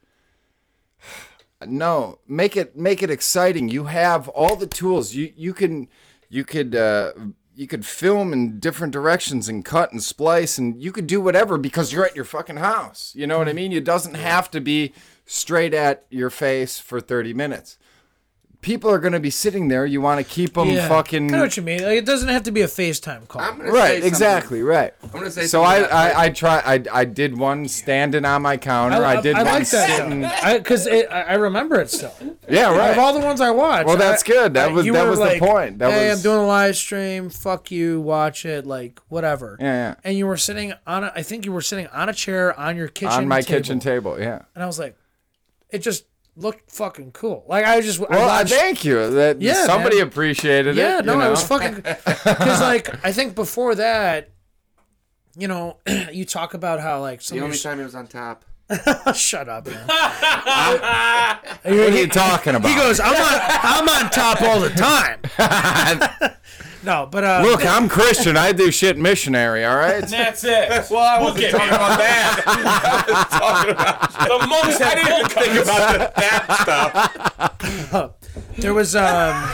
Speaker 5: No, make it make it exciting. You have all the tools. You you can you could uh, you could film in different directions and cut and splice and you could do whatever because you're at your fucking house. You know
Speaker 2: Mm-hmm.
Speaker 5: what I mean? It doesn't have to be straight at your face for thirty minutes. People are going to be sitting there. You want to keep them
Speaker 1: Yeah.
Speaker 5: fucking
Speaker 1: I know what you mean. Like, it doesn't have to be a FaceTime call.
Speaker 2: I'm gonna say
Speaker 5: right.
Speaker 2: something.
Speaker 5: Exactly. Right.
Speaker 2: I'm gonna say
Speaker 5: So I,
Speaker 2: something that-
Speaker 5: I, I try. I, I did one standing on my counter. I, did one sitting.
Speaker 1: because I, I remember it still.
Speaker 5: Yeah,
Speaker 1: Out
Speaker 5: right.
Speaker 1: of all the ones I watched.
Speaker 5: Well, that's
Speaker 1: I-
Speaker 5: good. That
Speaker 1: I-
Speaker 5: was-
Speaker 1: you
Speaker 5: that
Speaker 1: were
Speaker 5: was the
Speaker 1: like,
Speaker 5: point. That
Speaker 1: hey,
Speaker 5: was-
Speaker 1: I'm doing a live stream. Fuck you. Watch it. Like whatever.
Speaker 5: Yeah, yeah.
Speaker 1: And you were sitting on. A, I think you were sitting on a chair on your kitchen.
Speaker 5: on my
Speaker 1: table,
Speaker 5: kitchen table. Yeah.
Speaker 1: And I was like, it just looked fucking cool. Like I just. I
Speaker 5: Well, I
Speaker 1: watched,
Speaker 5: thank you. That
Speaker 1: Yeah,
Speaker 5: somebody
Speaker 1: man.
Speaker 5: appreciated it.
Speaker 1: yeah, no,
Speaker 5: you
Speaker 1: it was
Speaker 5: know?
Speaker 1: fucking. Because like I think before that. You know, you talk about how like some
Speaker 2: The
Speaker 1: of
Speaker 2: only
Speaker 1: your-
Speaker 2: time it was on top.
Speaker 1: shut up, man.
Speaker 5: What are you talking about?
Speaker 1: He goes, I'm on, I'm on top all the time. no, but uh,
Speaker 5: Look, I'm Christian. I do shit missionary. All right.
Speaker 3: That's it.
Speaker 2: Well, I wasn't
Speaker 3: talking
Speaker 2: about that.
Speaker 3: the monks had full
Speaker 2: Think about the that stuff.
Speaker 1: there was um,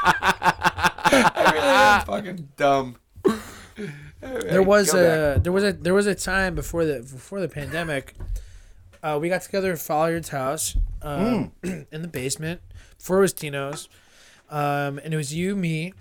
Speaker 2: I really am fucking dumb.
Speaker 1: there was
Speaker 2: go
Speaker 1: a there was a there was a time before the before the pandemic, uh, we got together at Folliard's house, um,
Speaker 5: Mm.
Speaker 1: in the basement before it was Tino's, um, and it was you, me,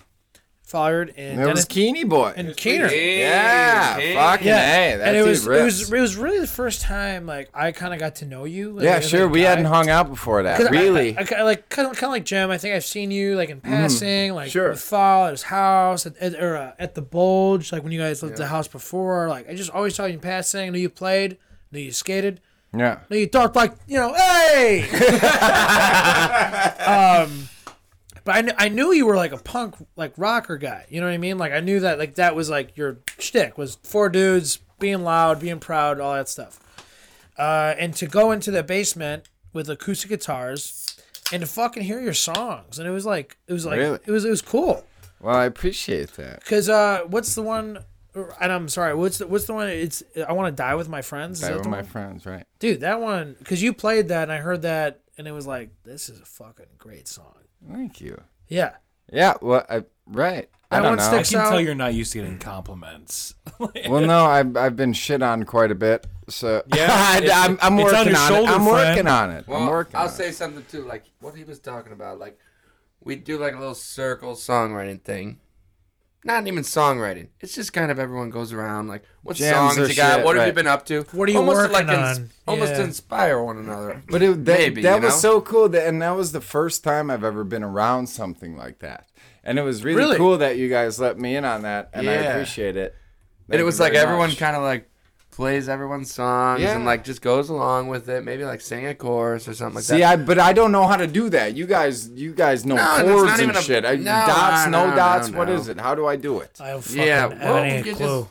Speaker 1: Folliard, and
Speaker 5: It was
Speaker 1: Dennis
Speaker 5: Keeney boy.
Speaker 1: and Keener.
Speaker 5: yeah. Fucking hey, that
Speaker 1: and it
Speaker 5: dude
Speaker 1: was it
Speaker 5: rips.
Speaker 1: was it was really the first time like I kind of got to know you. like,
Speaker 5: yeah,
Speaker 1: as a
Speaker 5: sure. We
Speaker 1: guy.
Speaker 5: hadn't hung out before that.
Speaker 1: 'Cause I-
Speaker 5: Really. Mm-hmm.
Speaker 1: I, I- like kind of kind of like Jim. I think I've seen you like in passing, like
Speaker 5: Sure.
Speaker 1: with Fall at his house, at, at- or uh, at the Bulge, like when you guys lived at the house before. Like I just always saw you in passing. I knew you played, I knew you skated,
Speaker 5: yeah.
Speaker 1: I knew you talked like you know, hey. um, but I knew, I knew you were like a punk like rocker guy. You know what I mean? Like I knew that like that was like your shtick was four dudes being loud, being proud, all that stuff. Uh, and to go into the basement with acoustic guitars and to fucking hear your songs and it was like it was like
Speaker 5: Really?
Speaker 1: it was it was cool
Speaker 5: Well, I appreciate that.
Speaker 1: because uh what's the one or- and I'm sorry what's the, what's the one it's I want to die with my friends Is
Speaker 5: They
Speaker 1: that
Speaker 5: were
Speaker 1: the
Speaker 5: my
Speaker 1: one?
Speaker 5: friends, right?
Speaker 1: dude that one because you played that and I heard that and it was like this is a fucking great song
Speaker 5: Thank you.
Speaker 1: yeah
Speaker 5: Yeah. Well, I, right. I
Speaker 1: That
Speaker 5: don't
Speaker 1: one
Speaker 5: know.
Speaker 3: I
Speaker 1: sticks
Speaker 3: can
Speaker 1: out.
Speaker 3: tell you're not used to getting compliments.
Speaker 5: Well, no, I've, I've been shit on quite a bit. So
Speaker 3: Yeah,
Speaker 5: I,
Speaker 3: it's-
Speaker 5: am I'm
Speaker 3: it's on
Speaker 5: working
Speaker 3: your
Speaker 5: on,
Speaker 3: shoulder,
Speaker 5: it. I'm
Speaker 3: friend.
Speaker 5: working on it. I'm
Speaker 2: Well,
Speaker 5: working.
Speaker 2: I'll
Speaker 5: on
Speaker 2: say something too, like what he was talking about. Like we do like a little circle songwriting thing. Not even songwriting. It's just kind of everyone goes around like, what
Speaker 5: Jams
Speaker 2: songs
Speaker 5: or
Speaker 2: you got?
Speaker 5: shit,
Speaker 2: what have you
Speaker 5: right.
Speaker 2: been up to?
Speaker 1: What are you
Speaker 2: almost to,
Speaker 1: working
Speaker 2: like, ins-
Speaker 1: on?
Speaker 2: almost to
Speaker 1: Yeah.
Speaker 2: inspire one another.
Speaker 5: But it, that,
Speaker 2: Maybe,
Speaker 5: that
Speaker 2: you
Speaker 5: was
Speaker 2: know?
Speaker 5: so cool, that, and that was the first time I've ever been around something like that. And it was really,
Speaker 1: Really?
Speaker 5: cool that you guys let me in on that, and I
Speaker 2: Yeah.
Speaker 5: appreciate it.
Speaker 2: and it was like everyone kind of like plays everyone's songs
Speaker 5: Yeah.
Speaker 2: and like just goes along with it. Maybe like sing a chorus or something like
Speaker 5: See,
Speaker 2: that.
Speaker 5: I but I don't know how to do that. You guys, you guys know
Speaker 2: No, that's not
Speaker 5: chords and
Speaker 2: even a-
Speaker 5: shit. I-
Speaker 2: no,
Speaker 5: dots,
Speaker 2: no,
Speaker 5: no,
Speaker 2: no,
Speaker 5: dots.
Speaker 2: no,
Speaker 5: What
Speaker 2: no.
Speaker 5: is it? How do I do it?
Speaker 1: I have fucking
Speaker 2: Yeah,
Speaker 1: I
Speaker 2: well,
Speaker 1: haven't any
Speaker 2: you just-
Speaker 1: clue.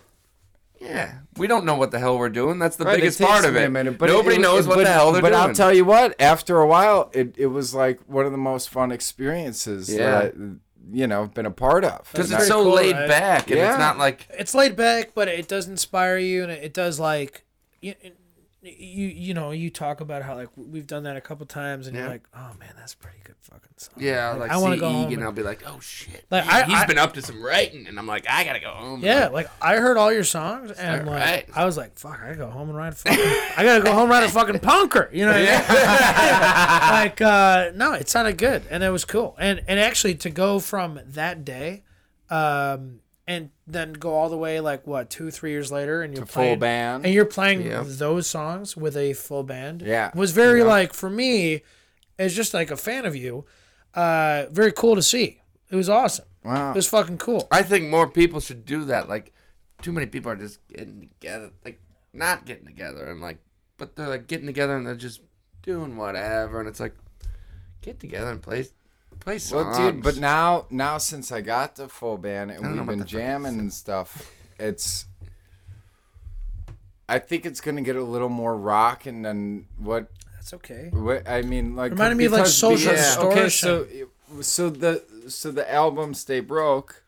Speaker 2: yeah, we don't know what the hell we're doing. That's the
Speaker 5: Right,
Speaker 2: biggest
Speaker 5: takes
Speaker 2: part of
Speaker 5: me
Speaker 2: it.
Speaker 5: a minute,
Speaker 2: Nobody
Speaker 5: it-
Speaker 2: knows
Speaker 5: it-
Speaker 2: what
Speaker 5: but-
Speaker 2: the hell they're
Speaker 5: but
Speaker 2: doing.
Speaker 5: I'll tell you what. After a while, it, it was like one of the most fun experiences.
Speaker 2: Yeah.
Speaker 5: that I, you know, been a part of.
Speaker 2: because
Speaker 5: And
Speaker 2: it's
Speaker 5: I-
Speaker 2: so
Speaker 1: cool,
Speaker 2: laid
Speaker 1: right?
Speaker 2: back and
Speaker 5: Yeah.
Speaker 2: it's not like
Speaker 1: it's laid back, but it does inspire you, and it it does like you, you, you know, you talk about how like we've done that a couple times, and you're
Speaker 2: Yeah.
Speaker 1: like, oh man, that's a pretty good fucking song.
Speaker 2: yeah, like
Speaker 1: I
Speaker 2: I
Speaker 1: wanna
Speaker 2: want
Speaker 1: go home
Speaker 2: and,
Speaker 1: and-
Speaker 2: I'll be like, oh shit,
Speaker 1: Like,
Speaker 2: he,
Speaker 1: I-
Speaker 2: has
Speaker 1: I-
Speaker 2: been up to some writing, and I'm like, I gotta go home.
Speaker 1: Yeah, like I heard all your songs, and
Speaker 2: All
Speaker 1: like
Speaker 2: right.
Speaker 1: I was like, "Fuck, I gotta go home and write a fucking, I gotta go home and write a fucking punker." You know, what I mean? like uh, no, it sounded good, and it was cool, and and actually to go from that day, um, and then go all the way like what two three years later, and you're
Speaker 5: full
Speaker 1: playing,
Speaker 5: band.
Speaker 1: and you're playing
Speaker 2: Yeah.
Speaker 1: those songs with a full band.
Speaker 5: Yeah.
Speaker 1: was very like for me, as just like a fan of you, uh, very cool to see. It was awesome.
Speaker 5: Wow.
Speaker 1: It was fucking cool.
Speaker 2: I think more people should do that. Like, too many people are just getting together, like not getting together, and like, but they're like getting together and they're just doing whatever, and it's like, get together and play, play
Speaker 5: Well,
Speaker 2: songs.
Speaker 5: dude, but now now since I got the full band and we've
Speaker 2: what the
Speaker 5: been
Speaker 2: fuck
Speaker 5: jamming and stuff, it's I think it's gonna get a little more rock and then what
Speaker 1: That's okay.
Speaker 5: what I mean like
Speaker 1: Reminded me of, like, Social
Speaker 5: okay, so
Speaker 1: Distortion.
Speaker 5: so the so the album Stay Broke,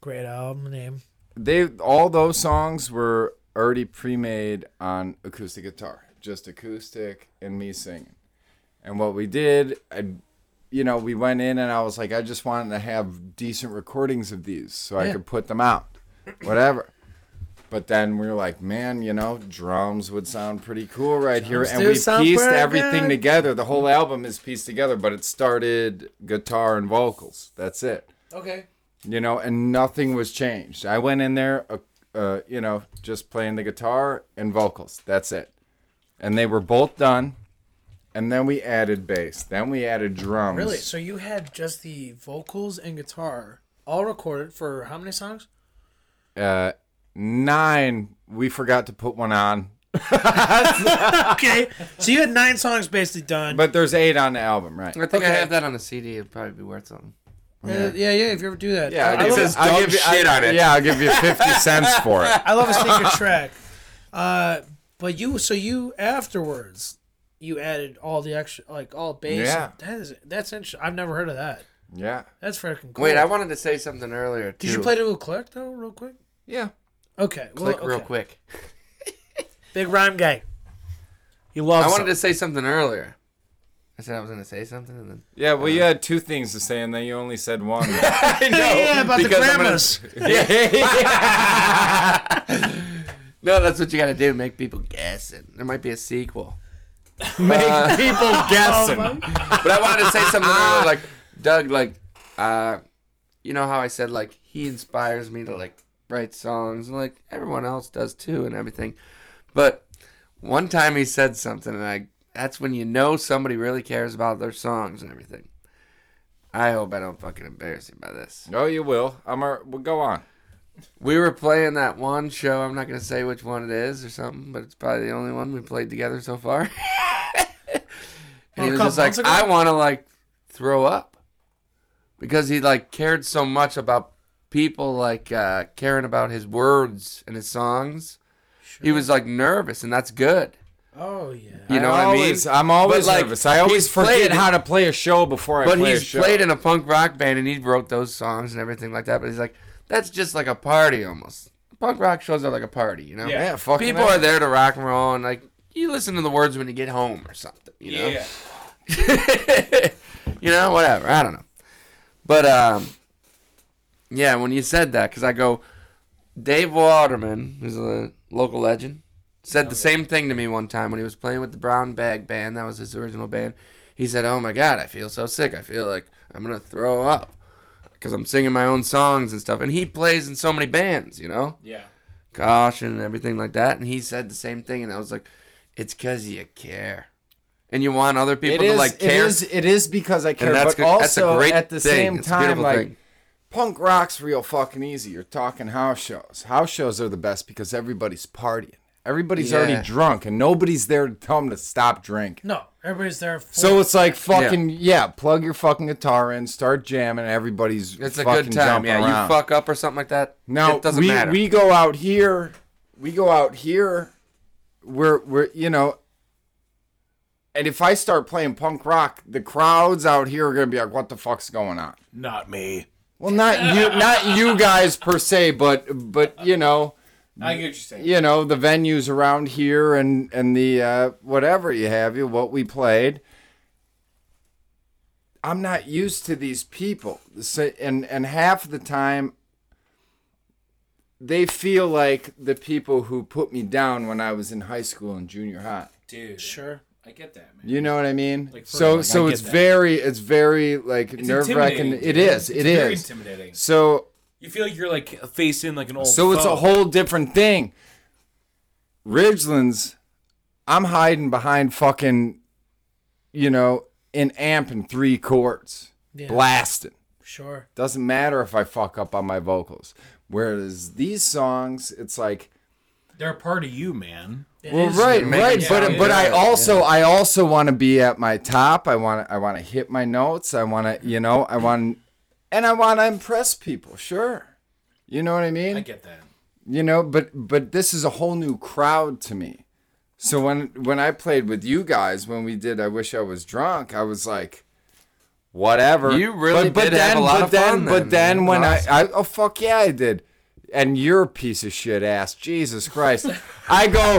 Speaker 1: Great album name.
Speaker 5: they all those songs were already pre-made on acoustic guitar, just acoustic and me singing. And what we did, I, you know, we went in and I was like, I just wanted to have decent recordings of these so I
Speaker 1: Yeah.
Speaker 5: could put them out, whatever. But then we were like, man, you know, drums would sound pretty cool right
Speaker 1: Drums
Speaker 5: here. And
Speaker 1: do
Speaker 5: we
Speaker 1: sound
Speaker 5: pieced
Speaker 1: pretty
Speaker 5: everything
Speaker 1: good.
Speaker 5: together. The whole album is pieced together, but it started guitar and vocals. That's it
Speaker 1: Okay.
Speaker 5: you know, and nothing was changed. I went in there, uh, uh, you know, just playing the guitar and vocals. That's it. And they were both done. And then we added bass. Then we added drums.
Speaker 1: Really? So you had just the vocals and guitar all recorded for how many songs?
Speaker 5: Uh, nine. We forgot to put one on,
Speaker 1: Okay. so you had nine songs basically done.
Speaker 5: but there's eight on the album, right?
Speaker 2: I think I
Speaker 1: Okay.
Speaker 2: have that on a CD. It'd probably be worth something.
Speaker 1: Uh, yeah. yeah, if you ever do that.
Speaker 5: Yeah,
Speaker 1: I, I,
Speaker 5: I'll
Speaker 1: love,
Speaker 5: give- I'll give you- I-
Speaker 2: shit on it.
Speaker 5: Yeah, I'll give you fifty cents for it.
Speaker 1: I love a secret track. Uh, but you, so you afterwards, you added all the extra, like all bass.
Speaker 5: Yeah.
Speaker 1: That is, that's interesting. I've never heard of that.
Speaker 5: Yeah,
Speaker 1: That's freaking cool.
Speaker 2: Wait, I wanted to say something earlier too.
Speaker 1: Did you play the little click though, real quick?
Speaker 5: yeah.
Speaker 1: Okay. well,
Speaker 2: Click real
Speaker 1: okay.
Speaker 2: quick.
Speaker 1: Big rhyme guy.
Speaker 3: He loves.
Speaker 2: I
Speaker 3: it.
Speaker 2: wanted to say something earlier. I said I was gonna say something, and then
Speaker 5: Yeah, well, you had two things to say, and then you only said one.
Speaker 2: I know,
Speaker 1: yeah, about the
Speaker 2: because I'm gonna-
Speaker 1: grandmas.
Speaker 2: No, that's what you gotta do. Make people guess it. There might be a sequel. Uh, Oh
Speaker 5: People guessing.
Speaker 2: But I wanted to say something earlier, like Doug, like, uh, you know how I said like he inspires me to like write songs, and like everyone else does too, and everything. But one time he said something, and I that's when you know somebody really cares about their songs and everything. I hope I don't fucking embarrass you by this.
Speaker 5: oh, you will. I'm. A, well, go on.
Speaker 2: We were playing that one show. I'm not going to say which one it is or something, but it's probably the only one we played together so far. and he was
Speaker 1: couple
Speaker 2: just like,
Speaker 1: months ago?
Speaker 2: I want to like throw up because he like cared so much about people like uh, caring about his words and his songs. He was like nervous, and that's good.
Speaker 1: Oh yeah.
Speaker 2: You know
Speaker 5: I
Speaker 2: what
Speaker 5: always,
Speaker 2: I mean?
Speaker 5: I'm always
Speaker 2: But, like,
Speaker 5: nervous. I always
Speaker 2: he's played-
Speaker 5: forget how to play a show before I
Speaker 2: But
Speaker 5: play a
Speaker 2: he's
Speaker 5: show.
Speaker 2: played in a punk rock band and he wrote those songs and everything like that. But he's like, that's just like a party almost. Punk rock shows are like a party, you know?
Speaker 5: yeah, fucking
Speaker 2: people are there to rock and roll and like you listen to the words when you get home or something you know
Speaker 6: Yeah.
Speaker 2: you know whatever i don't know but um yeah when you said that because i go dave waterman who's a local legend said the same thing to me one time when he was playing with the brown bag band that was his original band he said oh my god i feel so sick i feel like i'm gonna throw up because i'm singing my own songs and stuff and he plays in so many bands you know
Speaker 6: Yeah.
Speaker 2: caution and everything like that. And he said the same thing, and I was like, "It's because you care, and you want other
Speaker 5: It
Speaker 2: people to
Speaker 5: is,
Speaker 2: like
Speaker 5: it
Speaker 2: care."
Speaker 5: is. It is because I care,
Speaker 2: that's
Speaker 5: but
Speaker 2: good- that's a
Speaker 5: also
Speaker 2: great
Speaker 5: at the
Speaker 2: thing.
Speaker 5: same
Speaker 2: It's a beautiful
Speaker 5: time, like
Speaker 2: thing.
Speaker 5: punk rock's real fucking easy. You're talking house shows. House shows are the best because everybody's partying. Everybody's
Speaker 2: Yeah.
Speaker 5: already drunk, and nobody's there to tell them to stop drinking.
Speaker 1: No, everybody's there. For,
Speaker 5: So it's like fucking yeah. plug your fucking guitar in, start jamming, and everybody's
Speaker 2: It's a
Speaker 5: fucking
Speaker 2: good time.
Speaker 5: jumping
Speaker 2: Yeah,
Speaker 5: around.
Speaker 2: you fuck up or something like that.
Speaker 5: Now
Speaker 2: it doesn't
Speaker 5: we
Speaker 2: matter.
Speaker 5: we go out here, we go out here, we're we're you know, and if I start playing punk rock, the crowds out here are gonna be like, "What the fuck's going on?"
Speaker 3: Not me.
Speaker 5: Well, not you, not you guys per se, but but you know,
Speaker 6: I get what you're saying.
Speaker 5: you know the venues around here and and the uh, whatever you have you what we played i'm not used to these people so, and and half the time they feel like the people who put me down when i was in high school and junior high
Speaker 6: Dude,
Speaker 1: sure.
Speaker 6: I get that, man.
Speaker 5: you know what i mean
Speaker 6: Like, for-
Speaker 5: so
Speaker 6: like,
Speaker 5: so
Speaker 6: I
Speaker 5: it's
Speaker 6: get that.
Speaker 5: very it's very like nerve-wracking
Speaker 6: intimidating,
Speaker 5: it
Speaker 6: dude.
Speaker 5: is
Speaker 6: It's
Speaker 5: it
Speaker 6: very
Speaker 5: is
Speaker 6: intimidating.
Speaker 5: so
Speaker 6: You feel like you're like facing like an old.
Speaker 5: So it's
Speaker 6: foe.
Speaker 5: a whole different thing. Ridgelands, I'm hiding behind fucking, you know, an amp and three chords, blasting.
Speaker 1: Sure.
Speaker 5: Doesn't matter if I fuck up on my vocals. Whereas these songs, it's like,
Speaker 3: They're a part of you, man.
Speaker 1: It
Speaker 5: well,
Speaker 1: is-
Speaker 5: right,
Speaker 2: making
Speaker 5: right,
Speaker 2: it
Speaker 5: but
Speaker 2: sound
Speaker 5: but I
Speaker 2: good,
Speaker 5: also I also want to be at my top. I want to I want to hit my notes. I want to you know I want and I want to impress people. Sure, you know what I mean
Speaker 6: I get that.
Speaker 5: you know but but this is a whole new crowd to me so when when i played with you guys when we did i wish i was drunk i was like whatever
Speaker 2: You really did have a lot
Speaker 5: but
Speaker 2: of
Speaker 5: then
Speaker 2: fun
Speaker 5: but
Speaker 2: then.
Speaker 5: then when I,
Speaker 2: Awesome.
Speaker 5: I oh fuck yeah i did and you're a piece of shit ass jesus christ i go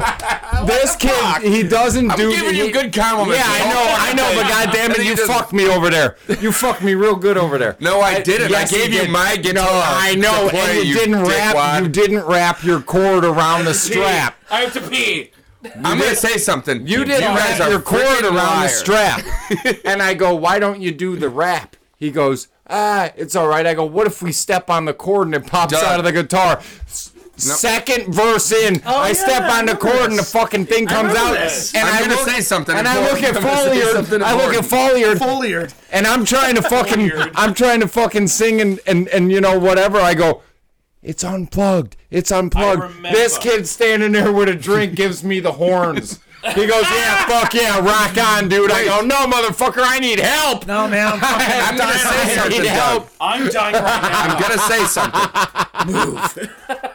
Speaker 5: this kid he doesn't
Speaker 2: I'm
Speaker 5: do
Speaker 2: giving
Speaker 5: he-
Speaker 2: you good compliments.
Speaker 5: yeah, I
Speaker 2: Don't
Speaker 5: know, I
Speaker 2: fucking
Speaker 5: know, but
Speaker 2: take-
Speaker 5: goddamn
Speaker 2: I
Speaker 5: it,
Speaker 2: think
Speaker 5: you
Speaker 2: doesn't-
Speaker 5: fucked me over there. You fucked me real good over there.
Speaker 2: No, I didn't.
Speaker 5: Yes,
Speaker 2: I gave
Speaker 5: you
Speaker 2: you,
Speaker 5: did.
Speaker 2: my guitar.
Speaker 5: I know,
Speaker 2: Uh, to play,
Speaker 5: and you, didn't wrap.
Speaker 2: dickwad.
Speaker 5: You didn't wrap your cord around the strap.
Speaker 6: I have to pee.
Speaker 2: I'm gonna say something.
Speaker 5: You didn't
Speaker 2: guys
Speaker 5: wrap
Speaker 2: are
Speaker 5: your cord
Speaker 2: freaking
Speaker 5: around the
Speaker 2: liars.
Speaker 5: strap. and I go, why don't you do the wrap? He goes, ah, it's all right. I go, what if we step on the cord and it pops
Speaker 2: Done.
Speaker 5: out of the guitar? S- Second verse in, I
Speaker 1: Oh, yeah,
Speaker 5: step
Speaker 1: I
Speaker 5: on the
Speaker 1: remember
Speaker 5: cord and the
Speaker 1: this.
Speaker 5: fucking thing comes
Speaker 1: remember
Speaker 5: out.
Speaker 1: this.
Speaker 5: And
Speaker 2: I'm
Speaker 5: I
Speaker 2: gonna
Speaker 5: look-
Speaker 2: say something
Speaker 5: And I look
Speaker 2: important.
Speaker 5: at
Speaker 2: I'm gonna say
Speaker 5: Folliard.
Speaker 2: something
Speaker 5: I look at Folliard.
Speaker 1: Foliard.
Speaker 5: And I'm trying to fucking, I'm trying to fucking sing and, and, and you know, whatever. I go, it's unplugged. It's unplugged.
Speaker 6: remember.
Speaker 5: This kid standing there with a drink gives me the horns. He goes, yeah, fuck yeah, rock on, dude. I go, no, motherfucker, I need help.
Speaker 1: No, man. I'm fucking-
Speaker 2: I'm gonna say
Speaker 5: I
Speaker 2: something.
Speaker 5: need
Speaker 2: Doug.
Speaker 5: help.
Speaker 6: I'm dying right
Speaker 2: I'm gonna say something. Move.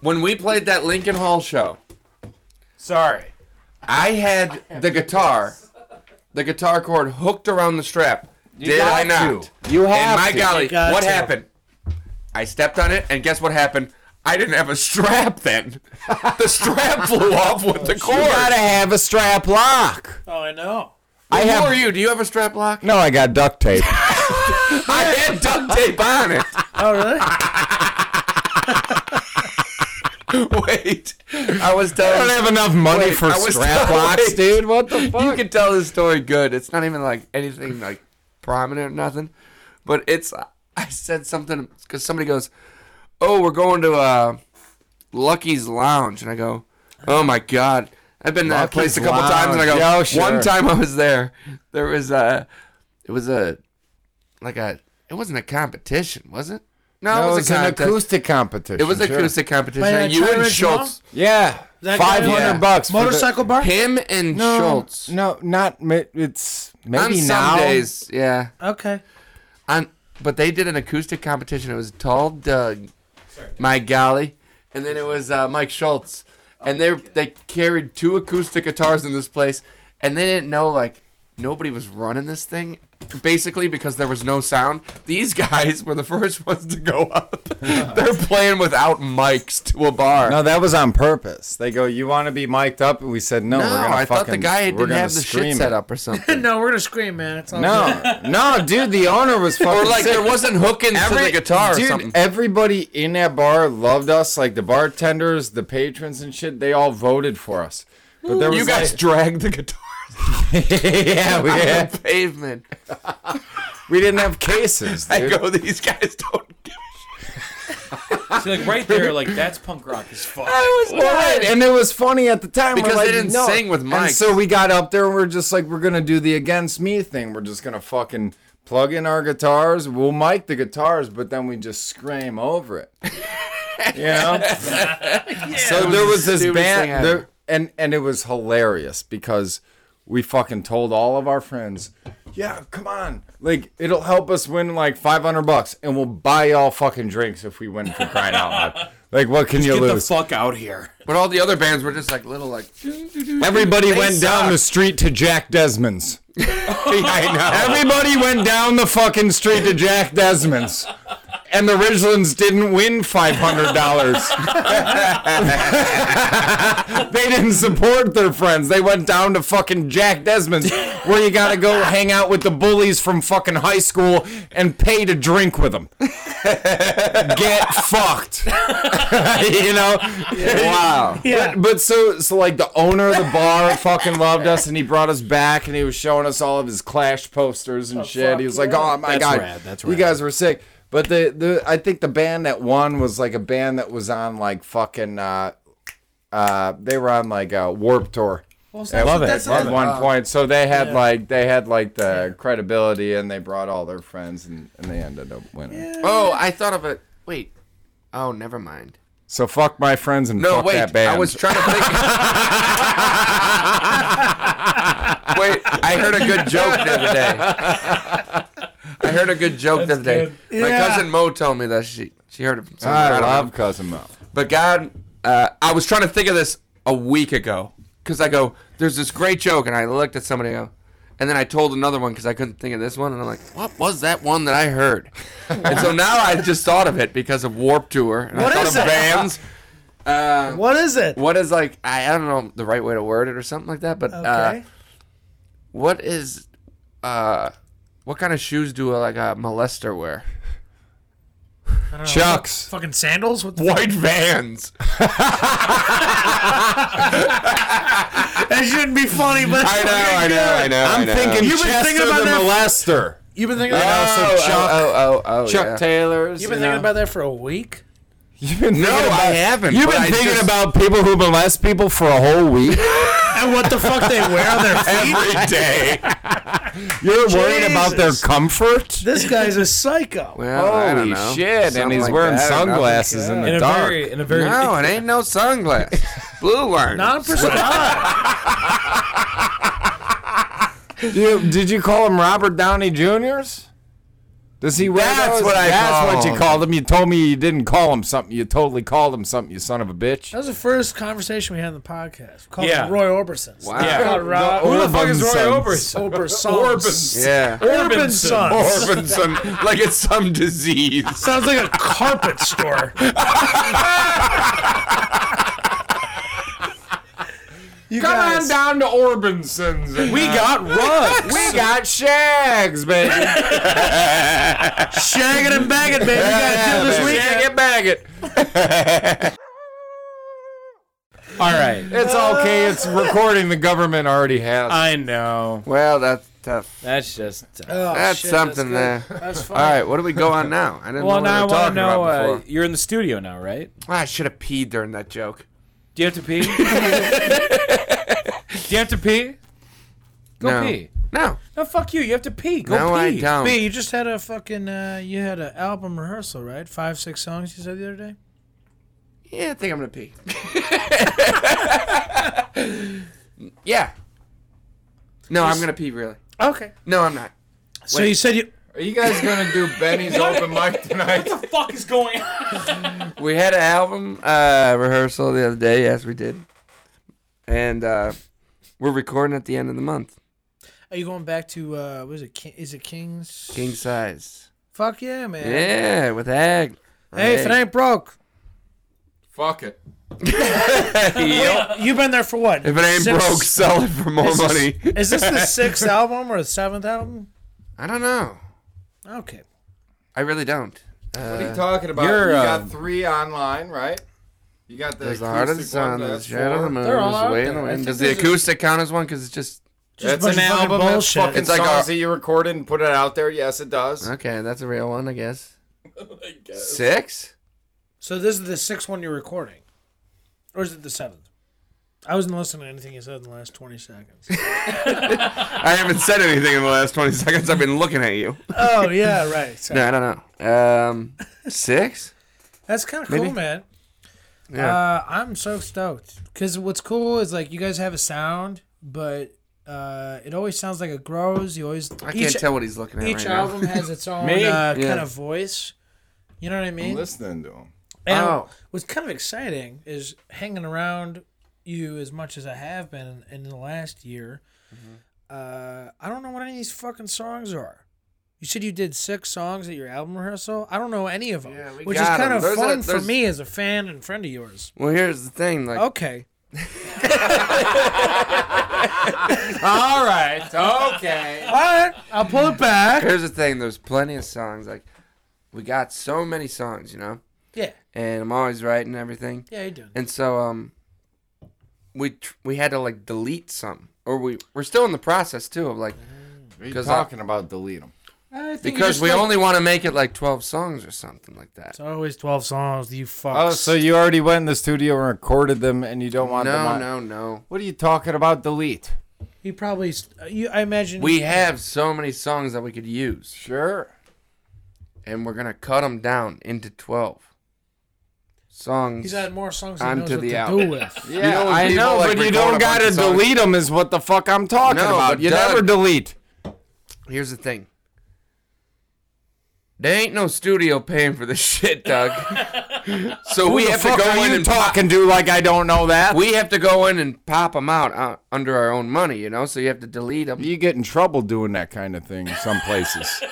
Speaker 2: When we played that Lincoln Hall show,
Speaker 6: Sorry.
Speaker 2: I had the guitar, the guitar cord hooked around the strap. Did
Speaker 5: got
Speaker 2: I not?
Speaker 5: to. You have
Speaker 2: And my
Speaker 5: to.
Speaker 2: golly,
Speaker 1: You got
Speaker 2: what
Speaker 1: to.
Speaker 2: happened? I stepped on it, and guess what happened? I didn't have a strap then. The strap flew off with the
Speaker 5: You
Speaker 2: cord.
Speaker 5: gotta have a strap lock.
Speaker 1: Oh, I know.
Speaker 5: I
Speaker 2: Who
Speaker 5: have.
Speaker 2: are you? Do you have a strap lock?
Speaker 5: No, I got duct tape.
Speaker 2: I had duct tape on it.
Speaker 1: Oh, really?
Speaker 2: Wait, I was
Speaker 5: I don't
Speaker 2: telling.
Speaker 5: have enough money
Speaker 2: Wait,
Speaker 5: for
Speaker 2: I was-
Speaker 5: strap locks,
Speaker 2: wait.
Speaker 5: dude. What the fuck?
Speaker 2: You can tell this story good. It's not even like anything like prominent or nothing, but it's. I said something because somebody goes, "Oh, we're going to uh, Lucky's Lounge," and I go, "Oh my god." I've been to that place a
Speaker 5: Lucky's
Speaker 2: couple times, and I go.
Speaker 5: Lounge. Yo, sure.
Speaker 2: One time I was there, there was a, it was a, like a, it wasn't a competition, was it? No,
Speaker 5: No,
Speaker 2: it was, a
Speaker 5: an
Speaker 2: contest.
Speaker 5: acoustic competition.
Speaker 2: It was an
Speaker 5: sure.
Speaker 2: acoustic competition.
Speaker 1: By, uh,
Speaker 2: and you
Speaker 1: Trey
Speaker 2: and
Speaker 1: Ridge Mall?
Speaker 2: Schultz,
Speaker 5: Yeah,
Speaker 1: That guy-
Speaker 5: five hundred
Speaker 2: Yeah.
Speaker 5: bucks. for the-
Speaker 1: Motorcycle bar?
Speaker 2: him and
Speaker 5: No,
Speaker 2: Schultz.
Speaker 5: No, not. ma- It's maybe
Speaker 2: on some
Speaker 5: now.
Speaker 2: days, yeah.
Speaker 1: Okay.
Speaker 2: On but they did an acoustic competition. It was Tall Doug, my golly, and then it was uh, Mike Schultz, and they they carried two acoustic guitars in this place, and they didn't know like nobody was running this thing. Basically, because there was no sound, these guys were the first ones to go up. They're playing without mics to a bar.
Speaker 5: No, that was on purpose. They go, "You want to be mic'd up?" And we said, "No,
Speaker 2: No,
Speaker 5: we're gonna
Speaker 2: I
Speaker 5: fucking."
Speaker 2: thought the guy
Speaker 5: we're
Speaker 2: didn't
Speaker 5: gonna
Speaker 2: have the
Speaker 5: scream
Speaker 2: shit
Speaker 5: it."
Speaker 2: set up or something.
Speaker 1: No, we're gonna scream, man. It's all good.
Speaker 5: No, no, dude. The owner was fucking.
Speaker 2: or like
Speaker 5: sick.
Speaker 2: there wasn't hooking to the guitar or
Speaker 5: dude, eh,
Speaker 2: something.
Speaker 5: Everybody in that bar loved us. Like the bartenders, the patrons, and shit. They all voted for us. But there was
Speaker 2: You guys dragged the guitar
Speaker 5: like- yeah, we,
Speaker 2: on
Speaker 5: had,
Speaker 2: the pavement.
Speaker 5: we didn't have cases.
Speaker 2: I
Speaker 5: Dude.
Speaker 2: go, these guys don't give a
Speaker 6: See, like right there, like that's punk rock as fuck.
Speaker 5: Well, right, and it was funny at the time we're
Speaker 2: Because
Speaker 5: like,
Speaker 2: they didn't
Speaker 5: no.
Speaker 2: sing with
Speaker 5: And
Speaker 2: mics.
Speaker 5: so we got up there and we're just like, we're gonna do the against me thing. We're just gonna fucking plug in our guitars. We'll mic the guitars, but then we just scream over it. You know? So there was
Speaker 2: Stupidest
Speaker 5: this
Speaker 2: thing
Speaker 5: band,
Speaker 2: ever.
Speaker 5: there, and and it was hilarious because we fucking told all of our friends, yeah, come on, like it'll help us win like five hundred bucks, and we'll buy y'all fucking drinks if we win for crying out loud. Like what can you
Speaker 3: Get the
Speaker 5: lose?
Speaker 3: fuck out here.
Speaker 2: But all the other bands were just like little like.
Speaker 5: Everybody went down the
Speaker 2: suck.
Speaker 5: street to Jack Desmond's. Everybody went down the fucking street to Jack Desmond's. And the Ridgelands didn't win five hundred dollars. they didn't support their friends. They went down to fucking Jack Desmond's, where you gotta go hang out with the bullies from fucking high school and pay to drink with them. Get fucked. you know?
Speaker 2: Wow.
Speaker 1: Yeah.
Speaker 5: But so so like the owner of the bar fucking loved us and he brought us back and he was showing us all of his clash posters and shit.
Speaker 1: fuck
Speaker 5: He was
Speaker 1: yeah.
Speaker 5: like, "Oh my
Speaker 3: That's
Speaker 5: god,
Speaker 3: rad, that's
Speaker 5: you
Speaker 3: rad.
Speaker 5: guys were sick." But the the I think the band that won was like a band that was on like fucking uh uh they were on like a Warp Tour. at,
Speaker 3: Love it,
Speaker 5: at
Speaker 3: love it.
Speaker 5: one point, so they had like they had like the credibility, and they brought all their friends, and, and they ended up winning.
Speaker 2: Oh, I thought of it. Wait. Oh, never mind.
Speaker 5: So fuck my friends and
Speaker 2: No,
Speaker 5: fuck
Speaker 2: wait.
Speaker 5: that band.
Speaker 2: I was trying to think. wait, I heard a good joke the other day. I heard a good joke the other day. My
Speaker 1: Yeah.
Speaker 2: cousin Mo told me that she she heard it from somewhere.
Speaker 5: I
Speaker 2: don't know.
Speaker 5: love Cousin Mo.
Speaker 2: But God, uh, I was trying to think of this a week ago because I go, there's this great joke, and I looked at somebody, and I go- and then I told another one because I couldn't think of this one, and I'm like, what was that one that I heard? and so now I just thought of it because of Warp Tour. And
Speaker 1: What
Speaker 2: I thought
Speaker 1: is
Speaker 2: of
Speaker 1: it?
Speaker 2: Vans.
Speaker 1: What is it?
Speaker 2: What is like I, I don't know the right way to word it or something like that, but uh,
Speaker 1: Okay.
Speaker 2: what is uh, what kind of shoes do a, like a molester wear?
Speaker 5: Chucks.
Speaker 1: Fucking sandals? What the
Speaker 2: White Vans.
Speaker 1: That shouldn't be funny, but
Speaker 2: I know, I know, I know. I
Speaker 5: I'm
Speaker 2: know.
Speaker 5: thinking
Speaker 1: You've been
Speaker 5: Chester
Speaker 1: thinking about
Speaker 5: the
Speaker 1: that-
Speaker 5: molester.
Speaker 1: you've been thinking
Speaker 2: Oh,
Speaker 1: about that.
Speaker 2: oh,
Speaker 5: Chuck-
Speaker 2: oh, oh, oh,
Speaker 5: Chuck
Speaker 2: yeah.
Speaker 5: Taylors.
Speaker 1: You've been thinking about that for a week.
Speaker 5: You've been
Speaker 2: No,
Speaker 5: thinking
Speaker 2: I haven't.
Speaker 5: You've
Speaker 2: but
Speaker 5: been
Speaker 2: I
Speaker 5: thinking
Speaker 2: just-
Speaker 5: about people who molest people for a whole week.
Speaker 1: And what the fuck they wear on their feet?
Speaker 5: Every day. You're worried about their
Speaker 1: Jesus.
Speaker 5: comfort.
Speaker 1: This guy's a psycho.
Speaker 2: Well, I don't know. Something
Speaker 5: And he's
Speaker 2: like
Speaker 5: wearing
Speaker 2: that, I don't know.
Speaker 5: sunglasses in
Speaker 6: in
Speaker 5: the
Speaker 6: a
Speaker 5: dark.
Speaker 6: very, in a very.
Speaker 2: No, it ain't no sunglass. Blue one.
Speaker 1: Non persona.
Speaker 5: You- did you call him Robert Downey Jr.'s? Does he wear
Speaker 2: That's
Speaker 5: those?
Speaker 2: what I
Speaker 5: That's what you
Speaker 2: called.
Speaker 5: called him. You told me you didn't call him something. You totally called him something. You son of a bitch.
Speaker 1: That was the first conversation we had in the podcast. We called
Speaker 3: Yeah.
Speaker 1: him Roy Orbison.
Speaker 2: Wow.
Speaker 1: We called Rob
Speaker 6: Who the fuck is Roy
Speaker 5: Orbison's-
Speaker 6: Orbison?
Speaker 1: Orbison.
Speaker 2: Yeah.
Speaker 1: Orbison.
Speaker 2: Orbison, like it's some disease.
Speaker 1: Sounds like a carpet store. you guys,
Speaker 5: down to Orbinson's. And
Speaker 3: We got rugs.
Speaker 5: We got shags, baby.
Speaker 1: shagging and bagging, baby. You gotta do this
Speaker 5: baby.
Speaker 1: weekend.
Speaker 5: Shag it, bag it.
Speaker 3: All right.
Speaker 5: It's okay. It's recording. The government already has.
Speaker 3: I know.
Speaker 2: Well, that's tough.
Speaker 6: That's just. uh,
Speaker 1: Oh,
Speaker 2: That's
Speaker 1: shit,
Speaker 2: something
Speaker 1: that's
Speaker 2: there.
Speaker 1: good. That's fine.
Speaker 2: All right, what do we go on now? I didn't
Speaker 6: well,
Speaker 2: know
Speaker 6: now I want
Speaker 2: what we were
Speaker 6: to
Speaker 2: talking
Speaker 6: know.
Speaker 2: about
Speaker 6: Uh,
Speaker 2: before.
Speaker 6: you're in the studio now, right?
Speaker 2: Ah, I should have peed during that joke.
Speaker 6: Do you have to pee? Do you have to pee? Go
Speaker 2: no.
Speaker 6: pee.
Speaker 2: No,
Speaker 6: No, fuck you. You have to pee. Go
Speaker 2: no,
Speaker 6: pee.
Speaker 2: I don't.
Speaker 1: B, you just had a fucking uh, you had an album rehearsal, right? Five, six songs you said the other day.
Speaker 2: Yeah, I think I'm gonna pee. yeah. No, I'm gonna pee really.
Speaker 1: Okay.
Speaker 2: No, I'm not.
Speaker 1: So you said you
Speaker 5: Are you guys gonna do Benny's open mic tonight?
Speaker 6: What the fuck is going on?
Speaker 2: We had an album uh, rehearsal the other day. Yes, we did. And uh, we're recording at the end of the month.
Speaker 1: are you going back to uh, what is it? Ki- Is it Kings?
Speaker 2: King size.
Speaker 1: Fuck yeah, man.
Speaker 2: Yeah, with Ag.
Speaker 1: Hey, if it ain't broke,
Speaker 5: Fuck it.
Speaker 1: you've been there for what?
Speaker 2: If it ain't
Speaker 1: Six-
Speaker 2: broke, sell it for more money.
Speaker 1: Is this the sixth album or the seventh album?
Speaker 2: I don't know.
Speaker 1: Okay.
Speaker 2: I really don't.
Speaker 5: What are you talking about?
Speaker 3: You're,
Speaker 5: you
Speaker 3: um,
Speaker 5: got three online, right? You got the
Speaker 2: There's the
Speaker 5: acoustic
Speaker 2: heart of the
Speaker 5: one,
Speaker 2: sun, there's
Speaker 5: that's
Speaker 2: the shadow of the
Speaker 5: four.
Speaker 2: moon,
Speaker 1: They're all
Speaker 2: there's the
Speaker 1: out
Speaker 2: way
Speaker 1: there.
Speaker 2: in the
Speaker 1: I
Speaker 2: wind.
Speaker 1: think
Speaker 2: Does the
Speaker 1: there's a-
Speaker 2: acoustic count as one? Because it's just
Speaker 5: That's
Speaker 1: bunch
Speaker 5: an
Speaker 1: of fucking
Speaker 5: album. That's
Speaker 1: bullshit.
Speaker 5: fucking
Speaker 2: It's like
Speaker 5: songs
Speaker 2: a-
Speaker 5: that you recorded and put it out there. Yes, it does.
Speaker 2: okay. That's a real one, I guess. Six?
Speaker 1: So this is the sixth one you're recording, or is it the seventh? I wasn't listening to anything you said in the last twenty seconds.
Speaker 2: I haven't said anything in the last 20 seconds. I've been looking at you.
Speaker 1: oh yeah, right.
Speaker 2: No, I don't know. Um, six?
Speaker 1: That's kind of cool,
Speaker 2: Maybe.
Speaker 1: man.
Speaker 2: Yeah.
Speaker 1: Uh, I'm so stoked because what's cool is like you guys have a sound, but uh, it always sounds like it grows. You always
Speaker 2: I
Speaker 1: each,
Speaker 2: can't tell what he's looking at
Speaker 1: Each
Speaker 2: right now.
Speaker 1: album has its own uh,
Speaker 3: Me?
Speaker 1: kind of voice. You know what I
Speaker 4: I'm
Speaker 1: mean?
Speaker 4: listening to him.
Speaker 1: And
Speaker 2: Oh.
Speaker 1: what's kind of exciting is hanging around you as much as I have been in the last year.
Speaker 2: Mm-hmm.
Speaker 1: Uh, I don't know what any of these fucking songs are. You said you did six songs at your album rehearsal. I don't know any of them,
Speaker 2: Yeah, we
Speaker 1: which is
Speaker 2: got
Speaker 1: kind
Speaker 2: 'em.
Speaker 1: of
Speaker 2: There's a-
Speaker 1: fun for
Speaker 2: there's-
Speaker 1: me as a fan and friend of yours.
Speaker 2: Well, here's the thing. Like,
Speaker 1: Okay,
Speaker 6: All right. Okay.
Speaker 1: all right, I'll pull it back.
Speaker 2: here's the thing. There's plenty of songs. Like, we got so many songs, you know.
Speaker 1: Yeah,
Speaker 2: And I'm always writing everything.
Speaker 1: yeah, you're doing. it.
Speaker 2: And so, um, we tr- we had to like delete some, or we we're still in the process too of like
Speaker 5: What are you
Speaker 2: 'Cause I-
Speaker 5: talking about delete them?
Speaker 1: I think you
Speaker 2: because
Speaker 1: just
Speaker 2: we
Speaker 1: like-
Speaker 2: only want to make it like 12 songs or something like that.
Speaker 1: It's always twelve songs. You fucks.
Speaker 5: Oh, so you already went in the studio and recorded them, and you don't want them
Speaker 2: No,
Speaker 5: on?
Speaker 2: no, no.
Speaker 5: What are you talking about? Delete.
Speaker 1: you probably. st- You, I imagine
Speaker 2: We have so many songs that we could use,
Speaker 5: Sure.
Speaker 2: and we're gonna cut them down into 12 songs.
Speaker 1: He's had more songs than
Speaker 2: Onto
Speaker 1: he knows what
Speaker 2: the
Speaker 1: to
Speaker 2: album.
Speaker 1: do with.
Speaker 5: Yeah,
Speaker 2: know when
Speaker 5: I
Speaker 2: people,
Speaker 5: know,
Speaker 2: like,
Speaker 5: but you
Speaker 2: record
Speaker 5: don't
Speaker 2: a bunch
Speaker 5: gotta
Speaker 2: of songs-
Speaker 5: delete them. Is what the fuck I'm talking
Speaker 2: No,
Speaker 5: about.
Speaker 2: but
Speaker 5: You
Speaker 2: Doug-
Speaker 5: never delete.
Speaker 2: Here's the thing. There ain't no studio paying for this shit, Doug. so we
Speaker 5: Who the
Speaker 2: have to
Speaker 5: fuck
Speaker 2: go
Speaker 5: are
Speaker 2: in
Speaker 5: you
Speaker 2: and pop,
Speaker 5: talking to like I don't know that?
Speaker 2: we have to go in and pop them out uh, under our own money, you know. So you have to delete them.
Speaker 5: You get in trouble doing that kind of thing in some places.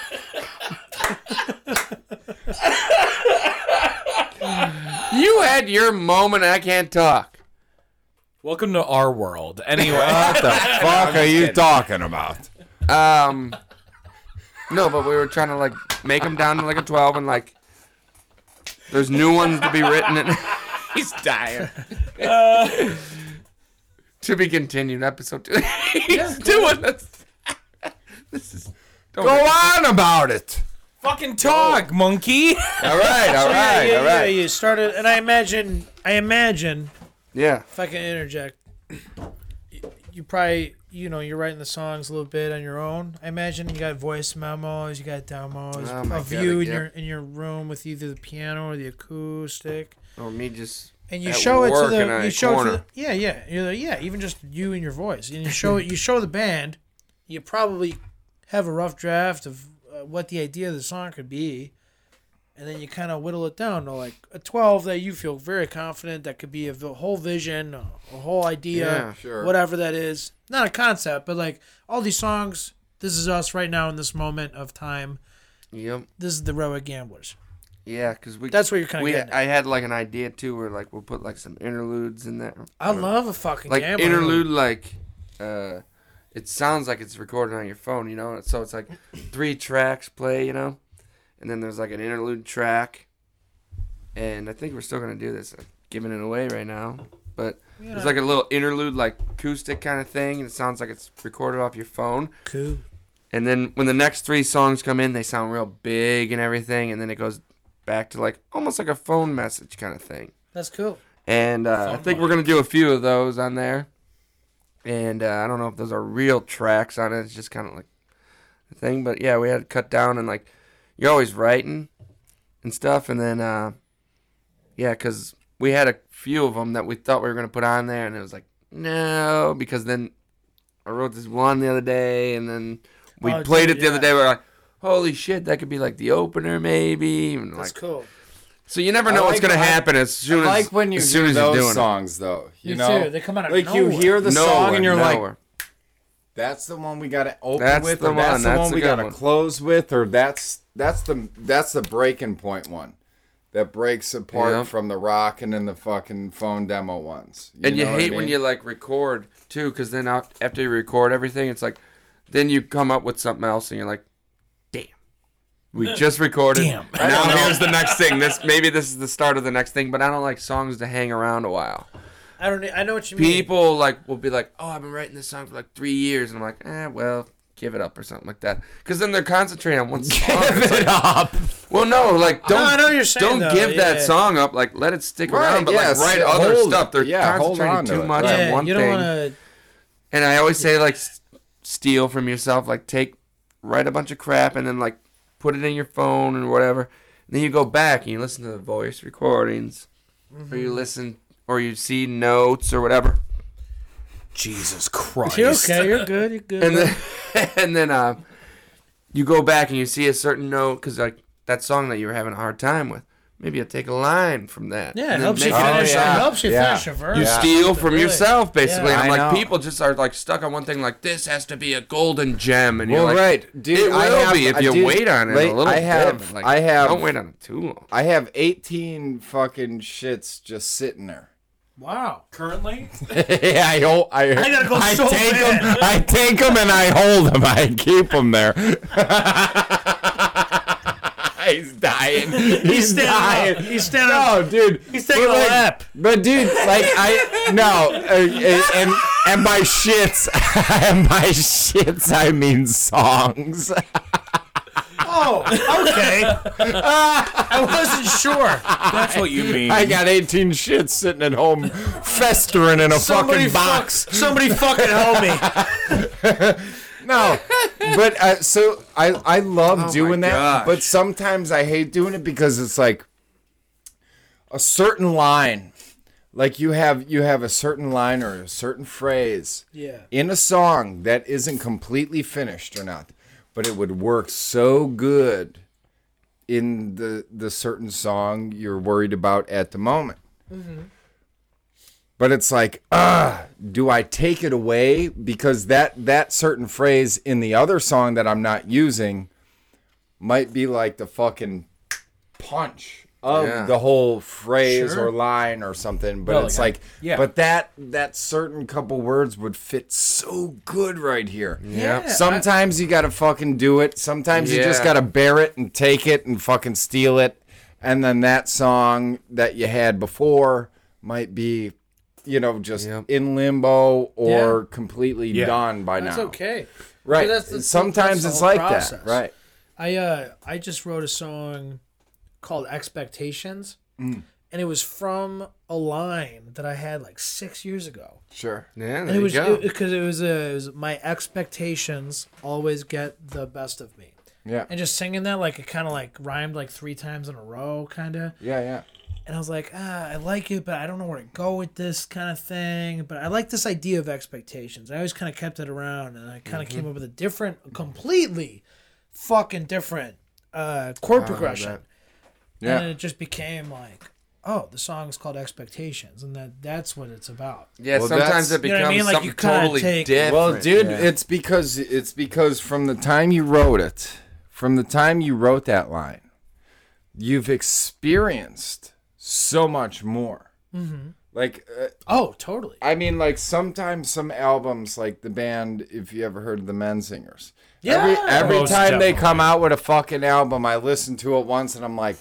Speaker 2: You had your moment. I can't talk.
Speaker 3: Welcome to our world. Anyway, Uh,
Speaker 5: what the fuck are you talking about?
Speaker 2: Um, no, but we were trying to like make them down to like a twelve, and like there's new ones to be written. And he's dying. to be continued, episode two. he's doing this. this is don't
Speaker 5: Go
Speaker 2: make-
Speaker 5: on about it.
Speaker 3: fucking talk, monkey.
Speaker 2: all right, all
Speaker 1: Yeah,
Speaker 2: right,
Speaker 1: yeah,
Speaker 2: all
Speaker 1: yeah,
Speaker 2: right.
Speaker 1: you started, and I imagine, I imagine,
Speaker 2: Yeah,
Speaker 1: if I can interject, you, you probably, you know, you're writing the songs a little bit on your own. I imagine you got voice memos, you got demos
Speaker 2: Oh my
Speaker 1: of
Speaker 2: God,
Speaker 1: you in
Speaker 2: yeah.
Speaker 1: your in your room with either the piano or the acoustic,
Speaker 2: or me just.
Speaker 1: and you
Speaker 2: At
Speaker 1: show it to
Speaker 2: work in
Speaker 1: the,
Speaker 2: a
Speaker 1: you show it to
Speaker 2: corner.
Speaker 1: the, yeah, yeah, you're the, yeah, even just you and your voice, and you show it, you show the band, you probably have a rough draft of uh, what the idea of the song could be, and then you kind of whittle it down to like a 12 that you feel very confident that could be a v- whole vision, a, a whole idea,
Speaker 2: Yeah,
Speaker 5: sure.
Speaker 1: whatever that is. Not a concept, but like all these songs, this is us right now in this moment of time.
Speaker 2: Yep.
Speaker 1: This is the Railway Gamblers.
Speaker 2: Yeah, because we.
Speaker 1: That's what you're kinda
Speaker 2: we-
Speaker 1: getting at.
Speaker 2: I had like an idea too, where like we'll put like some interludes in there.
Speaker 1: I love a fucking
Speaker 2: like
Speaker 1: gambler.
Speaker 2: interlude like uh it sounds like it's recorded on your phone you know so it's like three tracks play you know and then there's like an interlude track and i think we're still gonna do this I'm giving it away right now but it's like a little interlude like acoustic kind of thing and it sounds like it's recorded off your phone
Speaker 1: Cool.
Speaker 2: and then when the next three songs come in they sound real big and everything and then it goes back to like almost like a phone message kind of thing
Speaker 1: That's cool.
Speaker 2: and uh, I think we're gonna do a few of those on there. And uh, I don't know if those are real tracks on it. It's just kind of like a thing. But yeah, we had it cut down and like you're always writing and stuff. And then uh, yeah, because we had a few of them that we thought we were gonna put on there, and it was like no, because then I wrote this one the other day, and then we
Speaker 1: Oh,
Speaker 2: played
Speaker 1: dude,
Speaker 2: it the other
Speaker 1: yeah.
Speaker 2: day. We're like, holy shit, that could be like the opener maybe. And, like,
Speaker 1: That's cool.
Speaker 2: so you never know what's
Speaker 5: like-
Speaker 2: gonna
Speaker 5: I-
Speaker 2: happen as soon as
Speaker 5: like when you
Speaker 2: as soon
Speaker 5: hear
Speaker 2: as you're doing
Speaker 5: those
Speaker 2: it.
Speaker 5: songs, though. You
Speaker 1: Me
Speaker 5: know,
Speaker 1: too. They come out of
Speaker 5: like you
Speaker 1: nowhere.
Speaker 5: hear the song and you're like,
Speaker 2: nowhere.
Speaker 5: "That's the one we gotta open
Speaker 2: That's
Speaker 5: with,
Speaker 2: the
Speaker 5: or that's
Speaker 2: one,
Speaker 5: the
Speaker 2: that's
Speaker 5: one
Speaker 2: a
Speaker 5: we
Speaker 2: good
Speaker 5: gotta
Speaker 2: one."
Speaker 5: close with, or that's that's the that's the breaking point one." That breaks apart
Speaker 2: Yeah.
Speaker 5: from the rock and then the fucking phone demo ones.
Speaker 2: and you
Speaker 5: know what I
Speaker 2: hate when
Speaker 5: mean?
Speaker 2: you like record too, because then out, after you record everything, it's like, then you come up with something else, and you're like, damn, we just recorded.
Speaker 3: Damn.
Speaker 2: Now here's the next thing. This maybe this is the start of the next thing, but I don't like songs to hang around a while.
Speaker 1: I don't. e, I know what you mean.
Speaker 2: People like will be like, oh, I've been writing this song for like three years, and I'm like, eh, well. Give it up or something like that, because then they're concentrating on one song. It's like,
Speaker 3: Up.
Speaker 2: Well, no, like don't.
Speaker 1: No, I know what you're saying,
Speaker 2: Don't
Speaker 1: though.
Speaker 2: give that
Speaker 1: Yeah.
Speaker 2: song up. Like let it stick
Speaker 5: Right,
Speaker 2: around, but
Speaker 5: yeah,
Speaker 2: like write
Speaker 5: sit-
Speaker 2: other
Speaker 5: hold
Speaker 2: stuff.
Speaker 5: it.
Speaker 2: They're
Speaker 5: Yeah, hold on
Speaker 2: concentrating
Speaker 5: to
Speaker 2: too
Speaker 5: it.
Speaker 2: much
Speaker 1: Yeah,
Speaker 2: on one
Speaker 1: you don't
Speaker 2: thing.
Speaker 1: want to.
Speaker 2: And I always say like s- steal from yourself. Like take write a bunch of crap and then like put it in your phone and whatever. And then you go back and you listen to the voice recordings. or
Speaker 1: Mm-hmm.
Speaker 2: you listen or you see notes or whatever.
Speaker 3: Jesus Christ.
Speaker 1: You're okay. You're good. You're good.
Speaker 2: and then and then uh, you go back and you see a certain note because like that song that you were having a hard time with, maybe you'll take a line from that. and
Speaker 1: yeah, it
Speaker 2: then
Speaker 1: helps you
Speaker 2: make-
Speaker 5: Oh,
Speaker 1: finish.
Speaker 5: yeah.
Speaker 1: It helps you
Speaker 5: Yeah.
Speaker 1: finish a verse.
Speaker 2: You steal from
Speaker 1: Really?
Speaker 2: yourself basically. and
Speaker 1: Yeah.
Speaker 2: I'm
Speaker 5: I
Speaker 2: like,
Speaker 5: know.
Speaker 2: people just are like stuck on one thing. Like this has to be a golden gem, and
Speaker 5: Well,
Speaker 2: you're like,
Speaker 5: right, dude.
Speaker 2: it will
Speaker 5: I have-
Speaker 2: be if
Speaker 5: I
Speaker 2: you
Speaker 5: do-
Speaker 2: wait on it
Speaker 5: like,
Speaker 2: a little
Speaker 5: I
Speaker 2: bit.
Speaker 5: have-
Speaker 2: but, Like,
Speaker 5: I have-
Speaker 2: Don't wait on it too long.
Speaker 5: I have 18 fucking shits just sitting there.
Speaker 1: Wow.
Speaker 3: Currently?
Speaker 6: Yeah, I hope I. I
Speaker 1: gotta go so
Speaker 6: take
Speaker 1: bad.
Speaker 6: them. I take them and I hold them. I keep them there. He's dying. He's dying.
Speaker 1: standing up. He's standing
Speaker 6: No, dude.
Speaker 1: He's taking
Speaker 6: but
Speaker 1: a
Speaker 6: like-
Speaker 1: lap.
Speaker 6: But dude, like I no, uh, uh, and and by shits, and by shits I mean songs.
Speaker 1: Oh, okay. I wasn't sure.
Speaker 3: That's what you mean.
Speaker 6: I got 18 shits sitting at home, festering in a fucking box.
Speaker 1: Fuck, somebody fucking help me.
Speaker 5: No, but uh, so I I love doing that,
Speaker 2: gosh.
Speaker 5: but sometimes I hate doing it because it's like a certain line, like you have you have a certain line or a certain phrase,
Speaker 1: Yeah.
Speaker 5: in a song that isn't completely finished or not, but it would work so good in the the certain song you're worried about at the moment. But it's like, ah, do I take it away because that that certain phrase in the other song that I'm not using might be like the fucking punch of
Speaker 2: Yeah.
Speaker 5: the whole phrase
Speaker 1: Sure.
Speaker 5: or line or something. But
Speaker 1: Well,
Speaker 5: it's
Speaker 1: yeah.
Speaker 5: like,
Speaker 3: Yeah.
Speaker 5: but that that certain couple words would fit so good right here.
Speaker 1: Yeah.
Speaker 5: Sometimes you gotta fucking do it. Sometimes you just
Speaker 2: Yeah.
Speaker 5: gotta bear it and take it and fucking steal it. And then that song that you had before might be, you know, just
Speaker 2: Yep.
Speaker 5: in limbo or completely
Speaker 3: Yeah.
Speaker 5: done by
Speaker 1: That's
Speaker 5: now.
Speaker 1: okay.
Speaker 5: Right.
Speaker 1: But that's the- that's
Speaker 5: Sometimes
Speaker 1: the
Speaker 5: it's
Speaker 1: whole
Speaker 5: like
Speaker 1: process.
Speaker 5: that. Right.
Speaker 1: I uh I just wrote a song called Expectations. And it was from a line that I had like six years ago.
Speaker 5: Sure.
Speaker 2: Yeah,
Speaker 1: And
Speaker 2: there
Speaker 1: it
Speaker 2: you
Speaker 1: was
Speaker 2: go.
Speaker 1: because it, was uh, it was my expectations always get the best of me.
Speaker 5: Yeah.
Speaker 1: And just singing that like it kind of like rhymed like three times in a row, kind of.
Speaker 5: Yeah, yeah.
Speaker 1: and I was like, ah, I like it, but I don't know where to go with this kind of thing. But I like this idea of expectations. I always kind of kept it around, and I kind of came up with a different, completely fucking different uh, chord progression.
Speaker 5: Yeah.
Speaker 1: And it just became like, oh, the song's called Expectations, and that that's what it's about.
Speaker 2: yeah,
Speaker 5: Well,
Speaker 2: sometimes
Speaker 5: that's-
Speaker 2: it
Speaker 1: You know
Speaker 2: becomes
Speaker 1: what I mean? Like,
Speaker 2: something
Speaker 1: you kinda
Speaker 2: totally
Speaker 1: take-
Speaker 2: different.
Speaker 5: Well, dude,
Speaker 2: Yeah.
Speaker 5: it's because it's because from the time you wrote it, from the time you wrote that line, you've experienced so much more.
Speaker 1: Mm-hmm.
Speaker 5: Like, uh,
Speaker 1: Oh, totally.
Speaker 5: I mean, like sometimes some albums, like the band, if you ever heard of the Men Singers, every
Speaker 1: Yeah.
Speaker 5: every
Speaker 3: Most
Speaker 5: time they
Speaker 3: definitely.
Speaker 5: come out with a fucking album, I listen to it once and I'm like,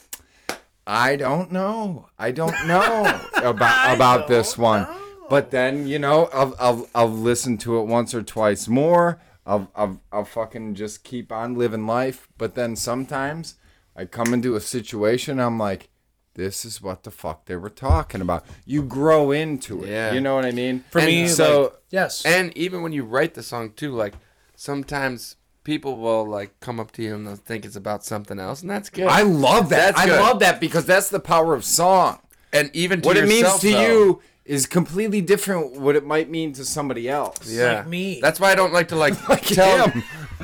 Speaker 5: I don't know, I don't know about about this one. But then you know, I'll I'll, I'll listen to it once or twice more. I'll, I'll I'll fucking just keep on living life. But then sometimes I come into a situation, I'm like. This is what the fuck they were talking about. You grow into it.
Speaker 2: Yeah.
Speaker 5: You know what I mean?
Speaker 3: For me,
Speaker 2: And
Speaker 5: so
Speaker 1: Yes.
Speaker 2: And even when you write the song too, like sometimes people will like come up to you and they'll think it's about something else, and that's good.
Speaker 5: I love that.
Speaker 2: That's
Speaker 5: I
Speaker 2: good.
Speaker 5: love that because that's the power of song.
Speaker 2: and even to
Speaker 5: what it means
Speaker 2: yourself,
Speaker 5: to
Speaker 2: though.
Speaker 5: you is completely different what it might mean to somebody else.
Speaker 2: yeah,
Speaker 1: like me.
Speaker 2: That's why I don't like to like, tell.
Speaker 5: Jam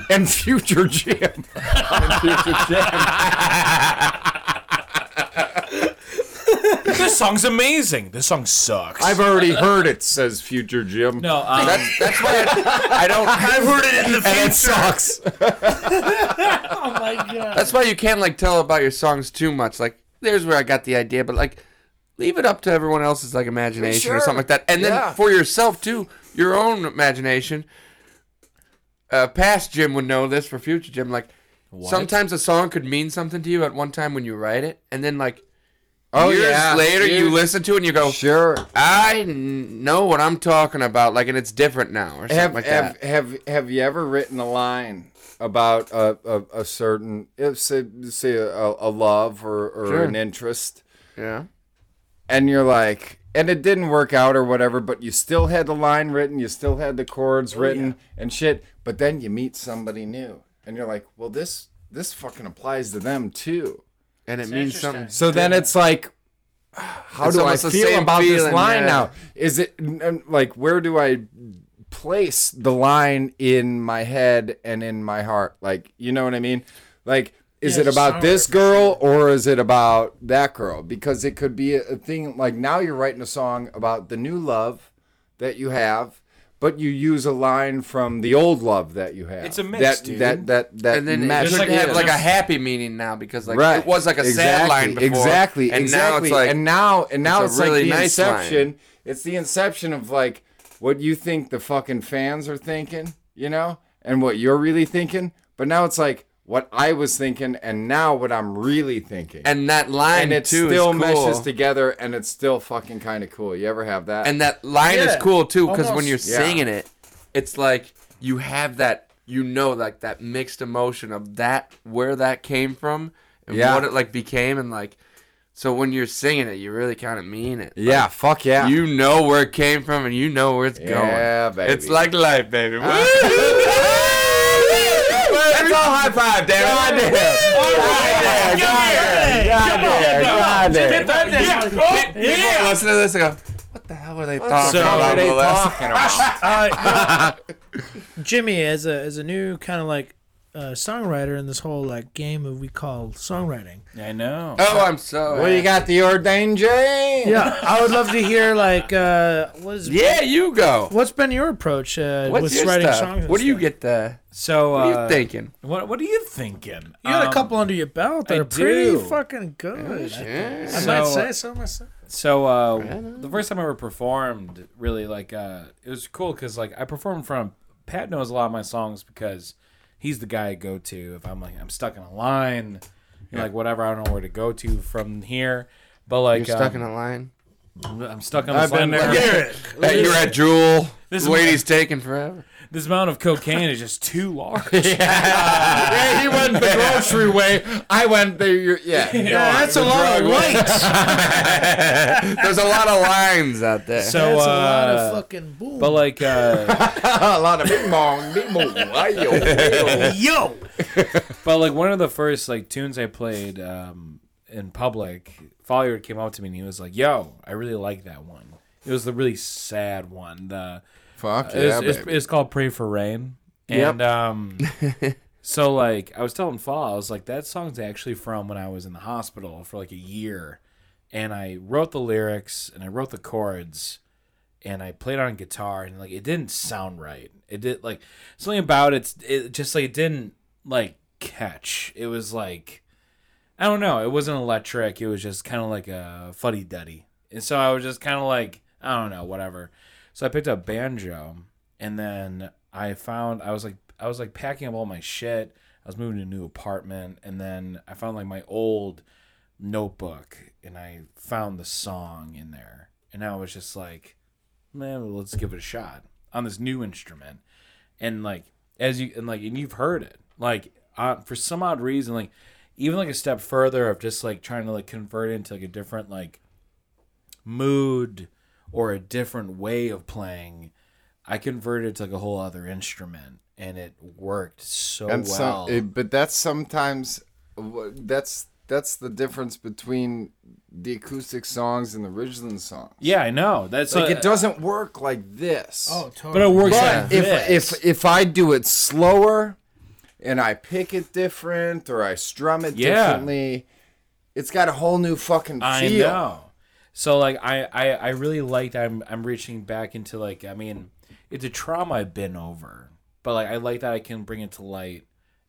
Speaker 5: and future jam.
Speaker 3: this song's amazing. This song sucks.
Speaker 5: I've already heard it says future Jim.
Speaker 3: no, um,
Speaker 2: That's that's why I, I don't. I've heard it in the
Speaker 5: And it sucks.
Speaker 1: oh my god.
Speaker 2: That's why you can't like tell about your songs too much. Like, there's where I got the idea, but like, leave it up to everyone else's like imagination or something like that. And then
Speaker 5: Yeah.
Speaker 2: for yourself too, your own imagination. Uh, past Jim would know this for future Jim. Like, sometimes a song could mean something to you at one time when you write it, and then like
Speaker 5: Oh,
Speaker 2: years
Speaker 5: yeah,
Speaker 2: later you
Speaker 5: dude.
Speaker 2: listen to it and you go,
Speaker 5: Sure.
Speaker 2: "I n- know what I'm talking about." Like, and it's different now or something
Speaker 5: Have,
Speaker 2: like
Speaker 5: have,
Speaker 2: that.
Speaker 5: have, have you ever written a line about a, a, a certain, if say, say a, a love or, or
Speaker 2: Sure.
Speaker 5: an interest?
Speaker 2: Yeah.
Speaker 5: and you're like, and it didn't work out or whatever, but you still had the line written, you still had the chords written and shit, but then you meet somebody new and you're like, well, this this fucking applies to them too.
Speaker 2: And it means something.
Speaker 5: So then it's like, how
Speaker 2: It's
Speaker 5: do I
Speaker 2: almost the
Speaker 5: feel
Speaker 2: same
Speaker 5: about this
Speaker 2: feeling,
Speaker 5: line
Speaker 2: yeah.
Speaker 5: now? Is it n- n- like where do I place the line in my head and in my heart? Like, you know what I mean? Like, is
Speaker 1: Yeah,
Speaker 5: it about
Speaker 1: somewhere
Speaker 5: this
Speaker 1: for
Speaker 5: girl or is it about that girl? Because it could be a, a thing like now you're writing a song about the new love that you have. But you use a line from the old love that you have.
Speaker 3: It's a mix,
Speaker 5: that,
Speaker 3: dude.
Speaker 5: That that that
Speaker 2: and then
Speaker 5: match-
Speaker 2: it
Speaker 3: Just
Speaker 2: should
Speaker 3: like-
Speaker 2: have like a
Speaker 3: just-
Speaker 2: happy meaning now because like
Speaker 5: right.
Speaker 2: it was like a sad line before.
Speaker 5: Exactly.
Speaker 2: and
Speaker 5: exactly.
Speaker 2: now it's like
Speaker 5: and now and now
Speaker 2: it's
Speaker 5: it's,
Speaker 2: a really
Speaker 5: like the
Speaker 2: nice
Speaker 5: inception.
Speaker 2: line.
Speaker 5: It's the inception of like what you think the fucking fans are thinking, you know, and what you're really thinking. But now it's like what I was thinking, and now what I'm really thinking.
Speaker 2: and that line
Speaker 5: And it
Speaker 2: too is
Speaker 5: still
Speaker 2: cool.
Speaker 5: meshes together, and it's still fucking kind of cool. You ever have that?
Speaker 2: and that line is
Speaker 1: Yeah,
Speaker 2: cool too because when
Speaker 1: almost.
Speaker 2: you're
Speaker 5: Yeah.
Speaker 2: singing it, it's like you have that you know like that mixed emotion of that where that came from and
Speaker 5: Yeah.
Speaker 2: what it like became and like so when you're singing it, you really kind of mean it. Like,
Speaker 5: yeah, fuck yeah.
Speaker 2: You know where it came from and you know where it's
Speaker 5: Yeah,
Speaker 2: going.
Speaker 5: baby.
Speaker 2: It's like life, baby.
Speaker 6: That's all high five, damn God damn. God damn. God damn. God damn.
Speaker 3: Oh!
Speaker 2: People listen to this and go, what the hell were they talking
Speaker 3: hell
Speaker 2: about?
Speaker 3: were
Speaker 2: over the last-"
Speaker 1: Uh, Jimmy, as a as a new kind of like uh, songwriter in this whole like game of we call songwriting.
Speaker 3: I know.
Speaker 2: Oh, I'm so.
Speaker 5: Well, you got the ordained Jane.
Speaker 1: Yeah, I would love to hear like uh, what's
Speaker 2: yeah, you go.
Speaker 1: what's been your approach uh,
Speaker 2: What's
Speaker 1: with
Speaker 2: your
Speaker 1: writing
Speaker 2: stuff?
Speaker 1: songs? and
Speaker 2: What do you
Speaker 1: stuff?
Speaker 2: get the?
Speaker 3: So
Speaker 2: What are
Speaker 3: uh,
Speaker 2: you thinking?
Speaker 3: What What are you thinking?
Speaker 1: You got
Speaker 3: Um,
Speaker 1: a couple under your belt that
Speaker 3: I
Speaker 1: are pretty
Speaker 3: do.
Speaker 1: fucking good. I, think. I
Speaker 3: So,
Speaker 1: might
Speaker 3: uh,
Speaker 1: say so myself.
Speaker 3: So uh, the first time I ever performed, really like uh, it was cool because like I performed in front. Of, Pat knows a lot of my songs because he's the guy I go to if I'm like I'm stuck in a line, you know, like whatever. I don't know where to go to from here. But like
Speaker 2: You're stuck in
Speaker 3: um,
Speaker 2: a line.
Speaker 3: I'm stuck on this line there.
Speaker 2: Hey, you're at Jewel.
Speaker 3: This
Speaker 2: This
Speaker 3: is
Speaker 2: lady's taking forever.
Speaker 3: This amount of cocaine is just too large.
Speaker 5: Hey, he went the grocery way. I went the yeah. yeah.
Speaker 1: that's a lot of lights.
Speaker 2: There's a lot of lines out there.
Speaker 3: So
Speaker 1: That's
Speaker 3: uh,
Speaker 1: a lot of fucking boom.
Speaker 3: but like uh,
Speaker 5: a lot of bing bong, bing bong. Ayo.
Speaker 1: yo,
Speaker 3: But like one of the first like tunes I played um, in public, Folliard came up to me and he was like, "Yo, I really like that one. It was the really sad one. The
Speaker 5: Fuck
Speaker 3: it was- it's, it's, called Pray for Rain." And um, so like I was telling Fall, I was like, "That song's actually from when I was in the hospital for like a year, and I wrote the lyrics and I wrote the chords." and I played on guitar and like it didn't sound right. It did like something about it. It just like it didn't like catch. It was like I don't know. It wasn't electric. It was just kind of like a fuddy duddy. And so I was just kind of like I don't know whatever. So I picked up banjo and then I found I was like I was like packing up all my shit. I was moving to a new apartment and then I found like my old notebook and I found the song in there. And I was just like man, well, let's give it a shot on this new instrument. And like as you and like and you've heard it, like uh, for some odd reason, like even like a step further of just like trying to like convert it into like a different like mood or a different way of playing, I converted it to like a whole other instrument, and it worked so
Speaker 5: and
Speaker 3: well.
Speaker 5: so, it, but that's sometimes wha- that's that's the difference between the acoustic songs and the Ridgeland songs.
Speaker 3: yeah, I know. That's
Speaker 5: Like
Speaker 3: uh,
Speaker 5: it doesn't work like this.
Speaker 1: oh,
Speaker 3: but
Speaker 1: totally.
Speaker 3: it works.
Speaker 5: But
Speaker 3: like this.
Speaker 5: if if if I do it slower, and I pick it different, or I strum it
Speaker 3: Yeah.
Speaker 5: differently, it's got a whole new fucking feel.
Speaker 3: I know. So like I, I I really liked I'm I'm reaching back into like I mean it's a trauma I've been over, but like I like that I can bring it to light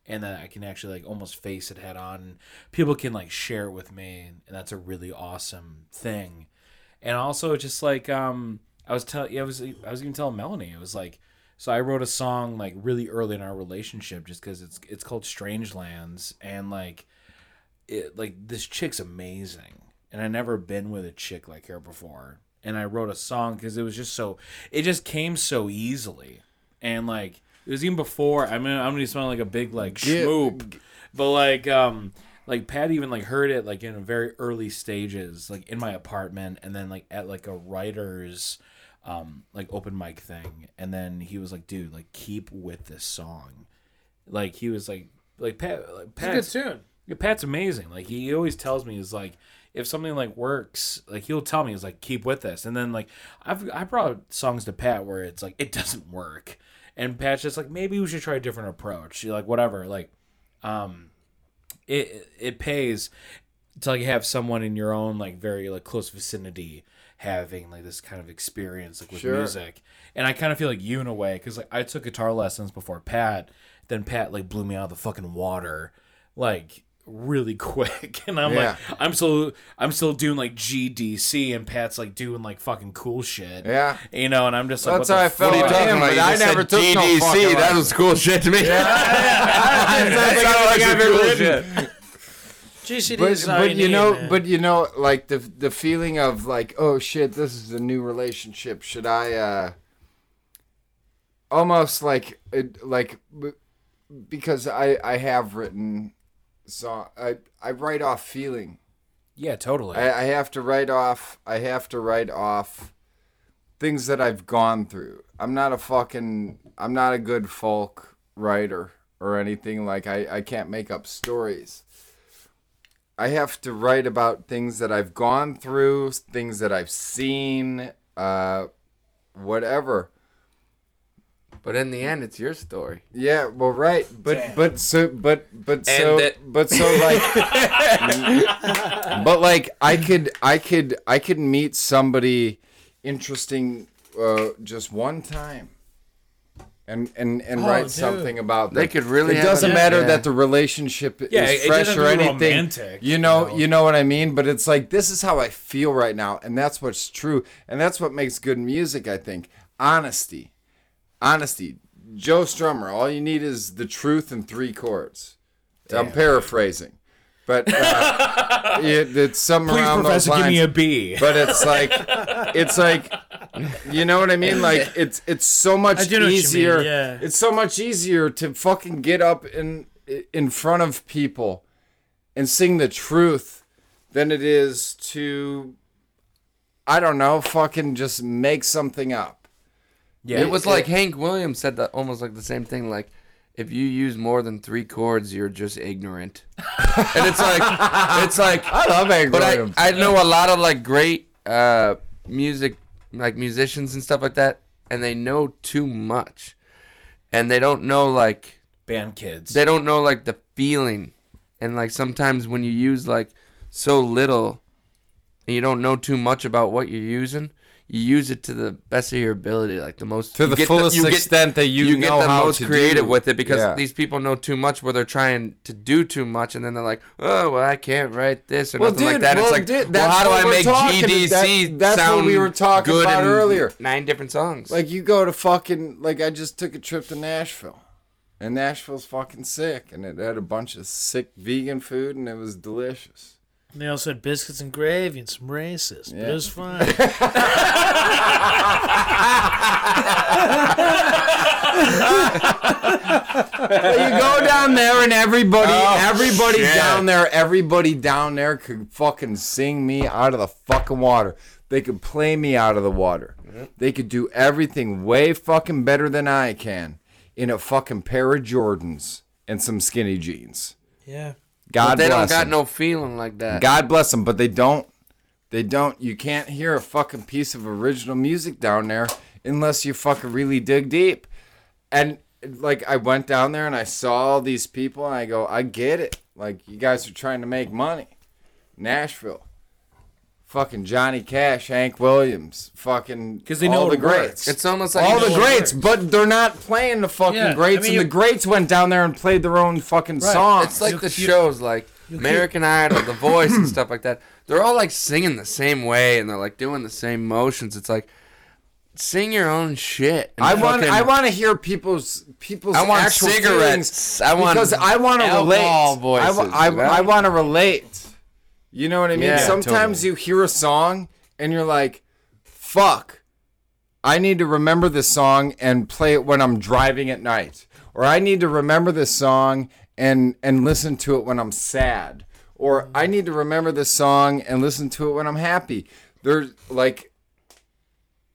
Speaker 3: and that I can actually like almost face it head on. People can like share it with me, and that's a really awesome thing. And also just like um I was telling yeah, I was I was even telling Melanie it was like so I wrote a song like really early in our relationship just because it's it's called Strange Lands and like it, like this chick's amazing and i never been with a chick like her before and i wrote a song because it was just so it just came so easily and like it was even before i mean i'm gonna sound like a big like schmoop but like um like pat even like heard it like in very early stages like in my apartment and then like at like a writer's um like open mic thing and then he was like dude like keep with this song like he was like like pat like pat
Speaker 1: Good tune.
Speaker 3: yeah, Pat's amazing. Like he always tells me, is like if something like works, like he'll tell me, he's like, keep with this. And then like I've I brought songs to Pat where it's like it doesn't work, and Pat's just like, maybe we should try a different approach. You're like whatever, like, um, it it pays to like have someone in your own like very like close vicinity having like this kind of experience like with music and i kind of feel like you in a way because like i took guitar lessons before pat then pat like blew me out of the fucking water like really quick and i'm like i'm still i'm still doing like gdc and pat's like doing like fucking cool shit
Speaker 5: Yeah.
Speaker 3: you know and i'm just like
Speaker 5: That's
Speaker 3: what
Speaker 5: how
Speaker 3: the
Speaker 5: I felt.
Speaker 2: What are you
Speaker 5: about
Speaker 2: talking
Speaker 5: him,
Speaker 2: about?
Speaker 5: but
Speaker 2: You
Speaker 5: I
Speaker 2: just said
Speaker 5: never took no
Speaker 2: GDC.
Speaker 5: fucking
Speaker 2: that
Speaker 5: lessons.
Speaker 2: was cool shit to me.
Speaker 5: That sounds like I've been written.
Speaker 1: GCD
Speaker 5: but,
Speaker 1: is all
Speaker 5: but you
Speaker 1: need,
Speaker 5: know
Speaker 1: man.
Speaker 5: but you know like the the feeling of like oh shit this is a new relationship should i uh almost like it, like b- because i i have written song i i write off feeling
Speaker 3: yeah totally
Speaker 5: i i have to write off i have to write off things that i've gone through i'm not a fucking i'm not a good folk writer or anything like i i can't make up stories I have to write about things that I've gone through, things that I've seen, uh, whatever.
Speaker 2: But in the end, it's your story.
Speaker 5: Yeah, well, right, but but so but but so
Speaker 2: that-
Speaker 5: but so like, but like I could I could I could meet somebody interesting uh, just one time, and and and write
Speaker 1: dude.
Speaker 5: something about
Speaker 2: They
Speaker 5: them.
Speaker 2: could really
Speaker 5: It
Speaker 2: have
Speaker 5: doesn't
Speaker 2: an-
Speaker 5: matter
Speaker 2: yeah.
Speaker 5: that the relationship
Speaker 3: Yeah,
Speaker 5: is
Speaker 3: it
Speaker 5: fresh
Speaker 3: doesn't
Speaker 5: or
Speaker 3: have to be
Speaker 5: anything.
Speaker 3: romantic,
Speaker 5: you know, you know what I mean. But it's like this is how I feel right now, and that's what's true, and that's what makes good music. I think honesty honesty. Joe Strummer, all you need is the truth and three chords. I'm paraphrasing, but uh, it, it's somewhere
Speaker 3: please
Speaker 5: around
Speaker 3: professor
Speaker 5: those
Speaker 3: give
Speaker 5: lines.
Speaker 3: me a b
Speaker 5: but it's like, it's like, you know what I mean? Like it's it's so much
Speaker 1: I do know what you mean,
Speaker 5: easier.
Speaker 1: yeah.
Speaker 5: It's so much easier to fucking get up in in front of people and sing the truth than it is to, I don't know, fucking just make something up.
Speaker 3: yeah
Speaker 2: It was like Hank Williams said that almost like the same thing. Like, if you use more than three chords, you're just ignorant. and it's like, it's like,
Speaker 5: I love Hank
Speaker 2: but I,
Speaker 5: Williams.
Speaker 2: I know a lot of like great uh, music, like musicians and stuff like that, and they know too much, and they don't know like
Speaker 3: band kids
Speaker 2: they don't know like the feeling and like sometimes when you use like so little and you don't know too much about what you're using you use it to the best of your ability like the most
Speaker 5: To
Speaker 2: you
Speaker 5: the
Speaker 2: get
Speaker 5: fullest
Speaker 2: you get-
Speaker 5: extent that you
Speaker 2: get
Speaker 5: know
Speaker 2: the
Speaker 5: how
Speaker 2: most
Speaker 5: to
Speaker 2: creative
Speaker 5: do.
Speaker 2: with it because
Speaker 5: Yeah.
Speaker 2: these people know too much where they're trying to do too much and then they're like oh well i can't write this or
Speaker 5: Well,
Speaker 2: nothing like
Speaker 5: dude,
Speaker 2: that
Speaker 5: well,
Speaker 2: it's like
Speaker 5: dude,
Speaker 2: well
Speaker 5: that's
Speaker 2: how do
Speaker 5: what
Speaker 2: i
Speaker 5: we're
Speaker 2: make
Speaker 5: talking-
Speaker 2: gdc
Speaker 5: that- that's
Speaker 2: sound
Speaker 5: what we were talking
Speaker 2: good
Speaker 5: about
Speaker 2: in
Speaker 5: earlier.
Speaker 2: nine different songs
Speaker 5: Like you go to fucking like I just took a trip to Nashville. And Nashville's fucking sick and it had a bunch of sick vegan food and it was delicious.
Speaker 1: And they also had biscuits and gravy and some races, but it
Speaker 5: Yeah.
Speaker 1: was fun.
Speaker 5: you go down there and everybody everybody
Speaker 2: shit.
Speaker 5: down there everybody down there could fucking sing me out of the fucking water. They could play me out of the water. They could do everything way fucking better than I can in a fucking pair of Jordans and some skinny jeans.
Speaker 1: yeah.
Speaker 5: God
Speaker 2: but they don't
Speaker 5: bless
Speaker 2: got
Speaker 5: them.
Speaker 2: no feeling like that
Speaker 5: God bless them, but they don't. They don't. You can't hear a fucking piece of original music down there unless you fucking really dig deep. And like, I went down there and I saw all these people, and I go, I get it. Like, you guys are trying to make money. Nashville. Fucking Johnny Cash, Hank Williams, fucking
Speaker 3: 'Cause they know
Speaker 5: all the
Speaker 3: it works.
Speaker 5: greats.
Speaker 2: it's almost like
Speaker 5: all
Speaker 2: you
Speaker 5: the
Speaker 2: know-
Speaker 5: greats, but they're not playing the fucking
Speaker 1: Yeah, I
Speaker 5: greats,
Speaker 1: mean,
Speaker 5: and
Speaker 1: you-
Speaker 5: the greats went down there and played their own fucking songs.
Speaker 2: It's like the
Speaker 1: you-
Speaker 2: shows like American Idol, The Voice, and stuff like that. They're all like singing the same way and they're like doing the same motions. It's like sing your own shit. and
Speaker 5: I want
Speaker 2: fucking-
Speaker 5: I want to hear people's people's
Speaker 2: I want
Speaker 5: actual
Speaker 2: cigarettes.
Speaker 5: feelings
Speaker 2: I want
Speaker 5: because I want to relate.
Speaker 2: alcohol
Speaker 5: I, wa-
Speaker 2: voices,
Speaker 5: I,
Speaker 2: right?
Speaker 5: I want to relate. You know what I mean?
Speaker 2: Yeah,
Speaker 5: Sometimes you hear a song and you're like, "Fuck, I need to remember this song and play it when I'm driving at night, or I need to remember this song and and listen to it when I'm sad, or I need to remember this song and listen to it when I'm happy." There's like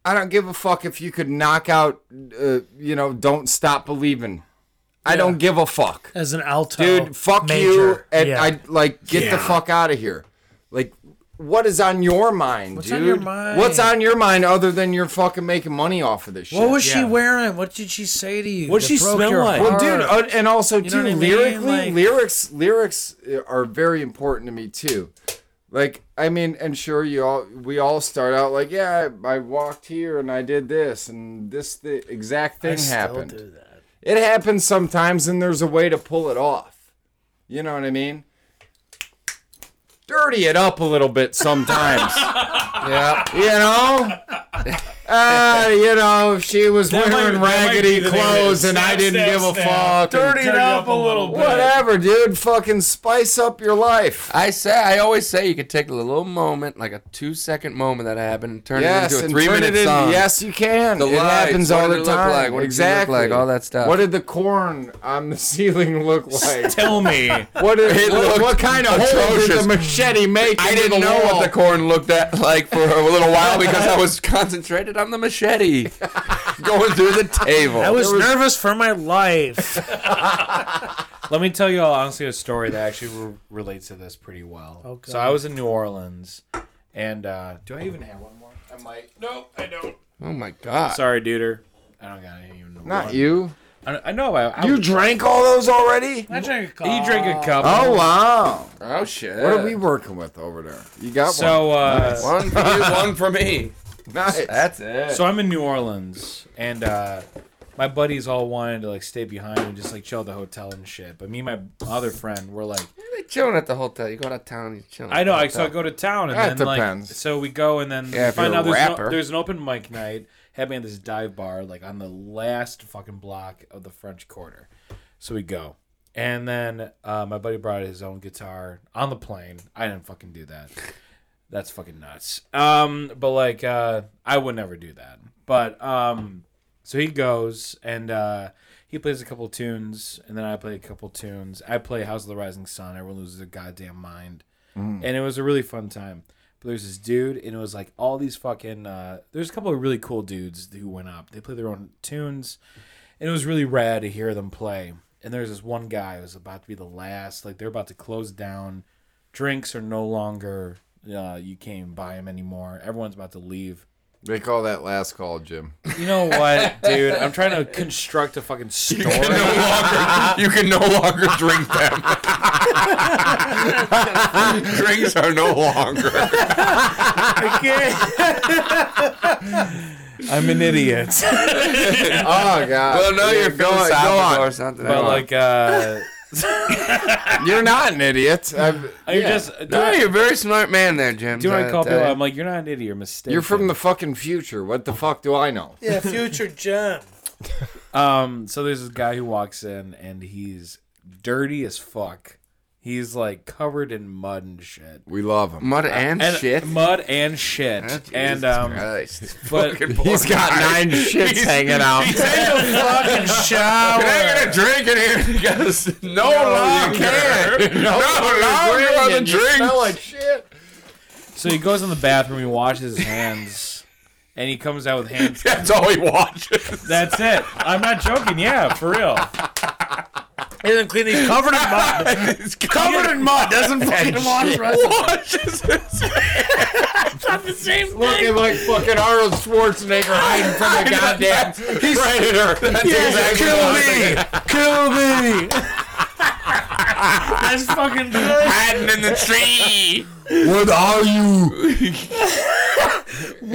Speaker 5: I don't give a fuck if you could knock out, uh, you know, don't stop believing. I don't give a fuck,
Speaker 1: As an alto.
Speaker 5: dude. Fuck
Speaker 1: Oh, major.
Speaker 5: you, and
Speaker 1: yeah.
Speaker 5: I like get the fuck out of here. Like what is on your mind,
Speaker 1: What's
Speaker 5: dude?
Speaker 1: on your mind?
Speaker 5: What's on your mind other than you're fucking making money off of this shit?
Speaker 1: What was she
Speaker 3: Yeah.
Speaker 1: wearing? What did she say to you?
Speaker 3: What'd
Speaker 1: that
Speaker 3: she
Speaker 1: broke
Speaker 3: smell
Speaker 1: your
Speaker 3: like?
Speaker 5: Well,
Speaker 1: heart?
Speaker 5: dude, uh, and also
Speaker 1: know
Speaker 5: too,
Speaker 1: what I mean?
Speaker 5: lyrically,
Speaker 1: Like-
Speaker 5: lyrics, lyrics uh, are very important to me too. Like, I mean, and sure, you all, we all start out like, yeah, I, I walked here and I did this and this the exact thing
Speaker 1: Still
Speaker 5: happened.
Speaker 1: do that.
Speaker 5: It happens sometimes, and there's a way to pull it off. You know what I mean? Dirty it up a little bit sometimes.
Speaker 2: Yeah.
Speaker 5: you know? Uh, you know, she was
Speaker 3: That might-
Speaker 5: wearing
Speaker 3: that might
Speaker 5: raggedy
Speaker 3: be the name of it.
Speaker 5: clothes and I
Speaker 3: Snap,
Speaker 5: didn't
Speaker 3: snap,
Speaker 5: give a
Speaker 3: snap.
Speaker 5: fuck. and-
Speaker 3: Dirty it up a little bit.
Speaker 5: Whatever, dude. Fucking spice up your life.
Speaker 2: I say I always say you could take a little moment, like a two second moment that happened, and turn
Speaker 5: Yes,
Speaker 2: it into a
Speaker 5: and
Speaker 2: three
Speaker 5: turn
Speaker 2: minute
Speaker 5: it in-
Speaker 2: song.
Speaker 5: Yes, you can.
Speaker 2: The
Speaker 5: it
Speaker 2: lights,
Speaker 5: happens
Speaker 2: what
Speaker 5: all
Speaker 2: did
Speaker 5: the
Speaker 2: it look
Speaker 5: time.
Speaker 2: like? What did you look
Speaker 5: exactly.
Speaker 2: like? All that stuff.
Speaker 5: What did the corn on the ceiling look like?
Speaker 3: Tell me.
Speaker 5: what, is,
Speaker 2: It
Speaker 5: what,
Speaker 2: looked
Speaker 5: what kind of hole did
Speaker 2: atrocious.
Speaker 5: the machete make?
Speaker 2: I
Speaker 5: into
Speaker 2: didn't
Speaker 5: the
Speaker 2: know
Speaker 5: wall?
Speaker 2: what the corn looked at like for a little while because I was concentrated on the machete going through the table.
Speaker 1: I was, nervous for my life.
Speaker 3: Let me tell you all honestly a story that actually re- relates to this pretty well.
Speaker 1: Okay.
Speaker 3: So I was in New Orleans, and uh, do I even have one more? I might. No, I don't.
Speaker 2: oh my god!
Speaker 3: Sorry, duder. I don't got any. Even
Speaker 5: Not
Speaker 3: one.
Speaker 5: you.
Speaker 3: I, I know. I, I
Speaker 5: You drank all those already?
Speaker 1: I drank a
Speaker 3: He drank a cup.
Speaker 5: Oh wow!
Speaker 2: Oh shit!
Speaker 5: What are we working with over there? You got
Speaker 3: So uh,
Speaker 2: One for you, one for me.
Speaker 5: one. Nice.
Speaker 2: That's it.
Speaker 3: So I'm in New Orleans, and uh, my buddies all wanted to like stay behind and just like chill at the hotel and shit. But me and my other friend were like,
Speaker 2: You're chilling at the hotel. You go out of town. and You're chilling.
Speaker 3: I know.
Speaker 2: at the
Speaker 3: I so I
Speaker 2: hotel.
Speaker 3: go to town, and
Speaker 5: That
Speaker 3: then like,
Speaker 5: depends.
Speaker 3: so we go, and then
Speaker 2: Yeah,
Speaker 3: we
Speaker 2: if
Speaker 3: find
Speaker 2: you're
Speaker 3: out
Speaker 2: a
Speaker 3: there's,
Speaker 2: rapper.
Speaker 3: no, there's an open mic night happening at this dive bar, like on the last fucking block of the French Quarter. So we go, and then uh, my buddy brought his own guitar on the plane. I didn't fucking do that. That's fucking nuts. Um, but like, uh, I would never do that. But um, so he goes and uh, he plays a couple tunes, and then I play a couple tunes. I play House of the Rising Sun. Everyone loses their goddamn mind, and it was a really fun time. But there's this dude, and it was like all these fucking. Uh, there's a couple of really cool dudes who went up. They play their own tunes, and it was really rad to hear them play. And there's this one guy who was about to be the last. Like they're about to close down. Drinks are no longer. Uh, you can't even buy them anymore. Everyone's about to leave.
Speaker 5: they call that last call, Jim. Oh,
Speaker 3: You know what, dude? I'm trying to construct a fucking story.
Speaker 2: you can no longer drink them. Drinks are no longer.
Speaker 3: I'm an idiot.
Speaker 5: oh God!
Speaker 2: Well, no, you're
Speaker 5: Go on,
Speaker 2: going
Speaker 5: go on.
Speaker 2: or something.
Speaker 3: but like, uh,
Speaker 5: You're not an idiot. I'm,
Speaker 3: I just do,
Speaker 2: no,
Speaker 3: I,
Speaker 2: you're a very smart man there, Jim.
Speaker 3: do I
Speaker 2: I
Speaker 3: call
Speaker 2: tell
Speaker 3: people?
Speaker 2: you.
Speaker 3: I'm like, you're not an idiot. You're mistaken.
Speaker 5: you're from the fucking future. What the fuck do I know?
Speaker 1: Yeah, future Jim.
Speaker 3: Um, so there's this guy who walks in and he's dirty as fuck. He's like covered in mud and shit.
Speaker 5: We love him.
Speaker 2: mud and,
Speaker 3: Uh, And
Speaker 2: shit.
Speaker 3: Mud and shit.
Speaker 2: Oh, Jesus
Speaker 3: and um
Speaker 2: Christ.
Speaker 3: but
Speaker 2: Fucking
Speaker 5: He's
Speaker 2: poor
Speaker 5: got
Speaker 2: guy.
Speaker 5: nine shits
Speaker 2: He's-
Speaker 5: hanging out.
Speaker 2: He's in the fucking shower. Can I get a drink in here? Because no, longer. No, longer are the drinks.
Speaker 5: shit.
Speaker 3: so he goes in the bathroom, he washes his hands, and he comes out with hand
Speaker 2: That's all he watches.
Speaker 3: That's it. I'm not joking. Yeah, for real.
Speaker 1: He didn't clean. He's covered in mud.
Speaker 2: He's covered in mud. Doesn't fucking
Speaker 1: wash
Speaker 2: Watches his
Speaker 5: Looking like fucking Arnold Schwarzenegger hiding from the goddamn predator.
Speaker 2: That's exactly what I was thinking.
Speaker 1: Kill me. That's fucking good.
Speaker 2: Hiding in the tree.
Speaker 5: What are you?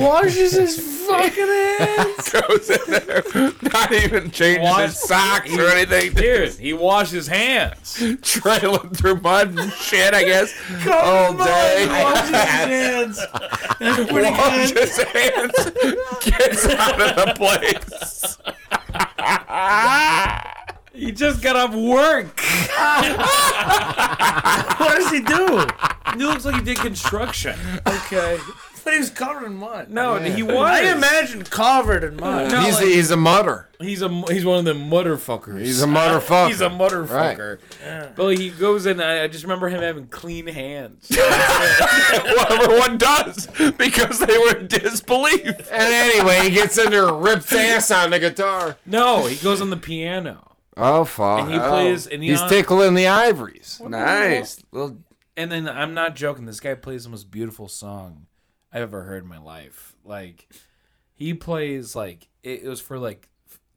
Speaker 1: Washes his fucking hands.
Speaker 2: Goes in there, not even changing
Speaker 3: Wash-
Speaker 2: his socks or anything.
Speaker 3: Dude, he washed his hands.
Speaker 2: Trailing through mud and shit, I guess, all day.
Speaker 1: Washes his hands. That's pretty
Speaker 2: Washes
Speaker 1: good.
Speaker 2: his hands, gets out of the place.
Speaker 3: He just got off work.
Speaker 1: What does he do?
Speaker 3: He looks like he did construction.
Speaker 1: Okay. But he was covered in mud.
Speaker 3: No, he
Speaker 1: I
Speaker 3: was.
Speaker 1: imagine covered in mud.
Speaker 3: No,
Speaker 5: He's,
Speaker 3: like-
Speaker 5: he's a mutter.
Speaker 3: He's a he's one of the motherfuckers.
Speaker 5: He's a motherfucker.
Speaker 3: He's a motherfucker. But like, he goes in. I, I just remember him having clean hands.
Speaker 2: Whatever one does, because they were in disbelief.
Speaker 5: and anyway, he gets in there, and rips ass on the guitar.
Speaker 3: no, he goes on the piano.
Speaker 5: Oh fuck!
Speaker 3: He plays and he
Speaker 5: He's
Speaker 3: on-
Speaker 5: tickling the ivories.
Speaker 2: Nice little
Speaker 3: and then I'm not joking. This guy plays the most beautiful song I've ever heard in my life. Like he plays like it, it was for like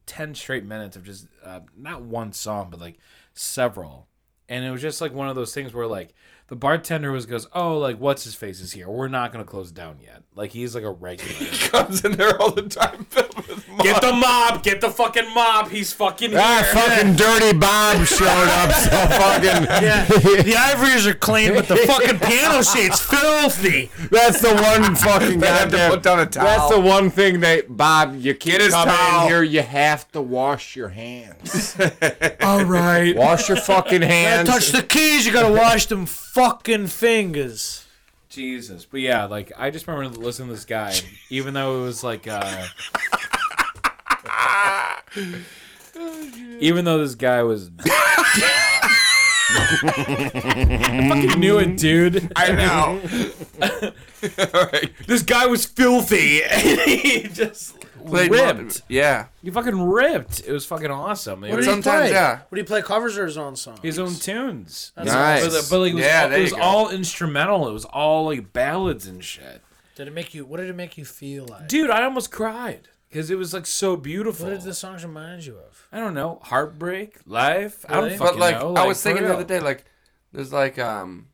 Speaker 3: ten straight minutes of just uh, not one song, but like several. And it was just like one of those things where like the bartender was goes, oh, like what's his face is here. We're not gonna close down yet. Like he's like a regular.
Speaker 2: comes in there all the time filled with mud.
Speaker 3: Get the mob! Get the fucking mob! He's fucking here.
Speaker 5: Ah, fucking dirty Bob showed up. So fucking.
Speaker 1: the ivories are clean, but the fucking piano seat's filthy.
Speaker 5: That's the one fucking
Speaker 2: They had to
Speaker 5: goddamn.
Speaker 2: put down a towel.
Speaker 5: That's the one thing they Bob. You keep
Speaker 2: Get his
Speaker 5: coming
Speaker 2: towel.
Speaker 5: in here. You have to wash your hands.
Speaker 1: All right.
Speaker 5: wash your fucking
Speaker 1: Gotta
Speaker 5: hands.
Speaker 1: touch the keys. You gotta wash them fucking fingers.
Speaker 3: Jesus. But yeah, like I just remember listening to this guy, even though it was like uh Even though this guy was I fucking knew it, dude.
Speaker 2: I know. all right.
Speaker 3: This guy was filthy. And he just ripped.
Speaker 2: Yeah.
Speaker 3: He fucking ripped. It was fucking awesome. It
Speaker 1: What
Speaker 3: was
Speaker 1: did he
Speaker 2: Sometimes,
Speaker 1: play?
Speaker 2: yeah.
Speaker 1: What do you play covers or his own song?
Speaker 3: his own tunes.
Speaker 7: Nice.
Speaker 3: But, but like it was,
Speaker 2: Yeah,
Speaker 3: all,
Speaker 2: there
Speaker 3: it
Speaker 2: you
Speaker 3: was
Speaker 2: go.
Speaker 3: all instrumental. It was all like ballads and shit.
Speaker 1: Did it make you? What did it make you feel like?
Speaker 3: Dude, I almost cried because it was like so beautiful.
Speaker 1: What did the songs remind you of?
Speaker 3: I don't know, heartbreak, life. I don't
Speaker 1: Really?
Speaker 3: fucking
Speaker 2: But like,
Speaker 3: know.
Speaker 2: I was
Speaker 3: for
Speaker 2: thinking the
Speaker 3: real.
Speaker 2: other day, like, there's like, um,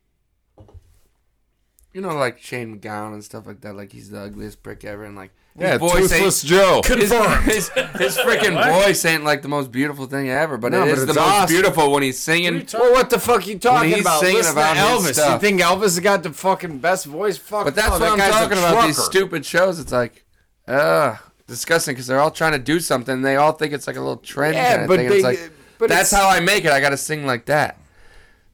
Speaker 2: you know, like Shane McGowan and stuff like that. Like, he's the ugliest prick ever, and like, his
Speaker 5: yeah,
Speaker 2: voice ain't-
Speaker 5: toothless Joe.
Speaker 2: his, his, his freaking voice ain't like the most beautiful thing ever, but
Speaker 5: No,
Speaker 2: it
Speaker 5: but
Speaker 2: is the
Speaker 5: it's
Speaker 2: most
Speaker 5: awesome.
Speaker 2: beautiful when he's singing.
Speaker 5: Well, what the fuck you talking
Speaker 2: he's
Speaker 5: about?
Speaker 2: singing
Speaker 5: Listen
Speaker 2: about
Speaker 5: to
Speaker 2: his
Speaker 5: Elvis. You
Speaker 2: stuff.
Speaker 5: think Elvis has got the fucking best voice? Fuck.
Speaker 2: But that's
Speaker 5: no,
Speaker 2: what
Speaker 5: oh, that
Speaker 2: I'm
Speaker 5: guy's a
Speaker 2: talking about. These
Speaker 5: trucker.
Speaker 2: stupid shows. It's like, ugh, disgusting because they're all trying to do something. and They all think it's like a little trend.
Speaker 5: Yeah,
Speaker 2: kinda
Speaker 5: but
Speaker 2: thing.
Speaker 5: they- uh,
Speaker 2: it's like,
Speaker 5: but
Speaker 2: that's
Speaker 5: it's-
Speaker 2: how I make it. I got to sing like that.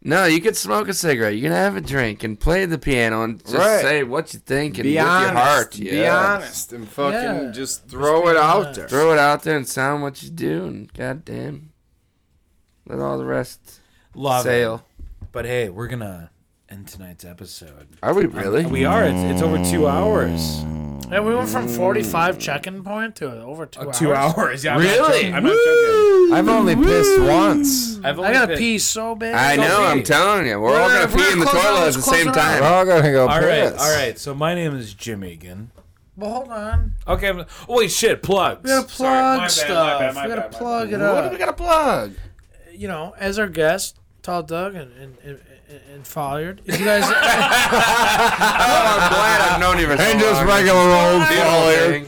Speaker 2: No, you could smoke a cigarette. You can have a drink and play the piano and just
Speaker 5: Right.
Speaker 2: say what you think and
Speaker 5: Be
Speaker 2: with
Speaker 5: honest.
Speaker 2: your heart.
Speaker 5: Be
Speaker 2: yeah.
Speaker 5: honest and fucking
Speaker 1: Yeah.
Speaker 5: just throw it out there.
Speaker 2: Throw it out there and sound what you do and goddamn, let all the rest
Speaker 3: Love
Speaker 2: sail.
Speaker 3: it. But hey, we're gonna end tonight's episode.
Speaker 2: Are we really?
Speaker 3: We are. It's, it's over two hours.
Speaker 1: Yeah, we went from 45 check-in point to over two hours.
Speaker 3: Uh, hours. Yeah.
Speaker 2: Really?
Speaker 3: I'm not joking.
Speaker 5: I've only pissed once.
Speaker 3: I've only
Speaker 1: I gotta
Speaker 3: been-
Speaker 1: pee so bad.
Speaker 2: I
Speaker 3: Don't
Speaker 2: know.
Speaker 3: pee.
Speaker 2: I'm telling you, we're all
Speaker 1: We're-
Speaker 2: gonna
Speaker 1: we're
Speaker 2: pee in the
Speaker 1: closing
Speaker 2: toilet
Speaker 1: out,
Speaker 2: at the
Speaker 1: let's
Speaker 2: same
Speaker 1: close it out.
Speaker 2: time.
Speaker 5: We're all gonna go
Speaker 3: All right.
Speaker 5: piss.
Speaker 3: All right. So my name is Jimmy again.
Speaker 1: Well, hold on.
Speaker 3: Okay. I'm, oh, wait. Shit. Plugs.
Speaker 1: We gotta
Speaker 3: Sorry,
Speaker 1: plug
Speaker 3: my
Speaker 1: stuff.
Speaker 3: bad, my bad, my
Speaker 1: we gotta
Speaker 3: bad, my
Speaker 1: plug it
Speaker 2: What do
Speaker 1: up.
Speaker 2: we gotta plug?
Speaker 1: You know, as our guest, Tall Doug and and and, and Folliard. If you guys,
Speaker 2: Oh, I'm glad I've known you for so
Speaker 5: And just
Speaker 2: long.
Speaker 5: regular old
Speaker 2: Be
Speaker 5: Folliard.
Speaker 2: all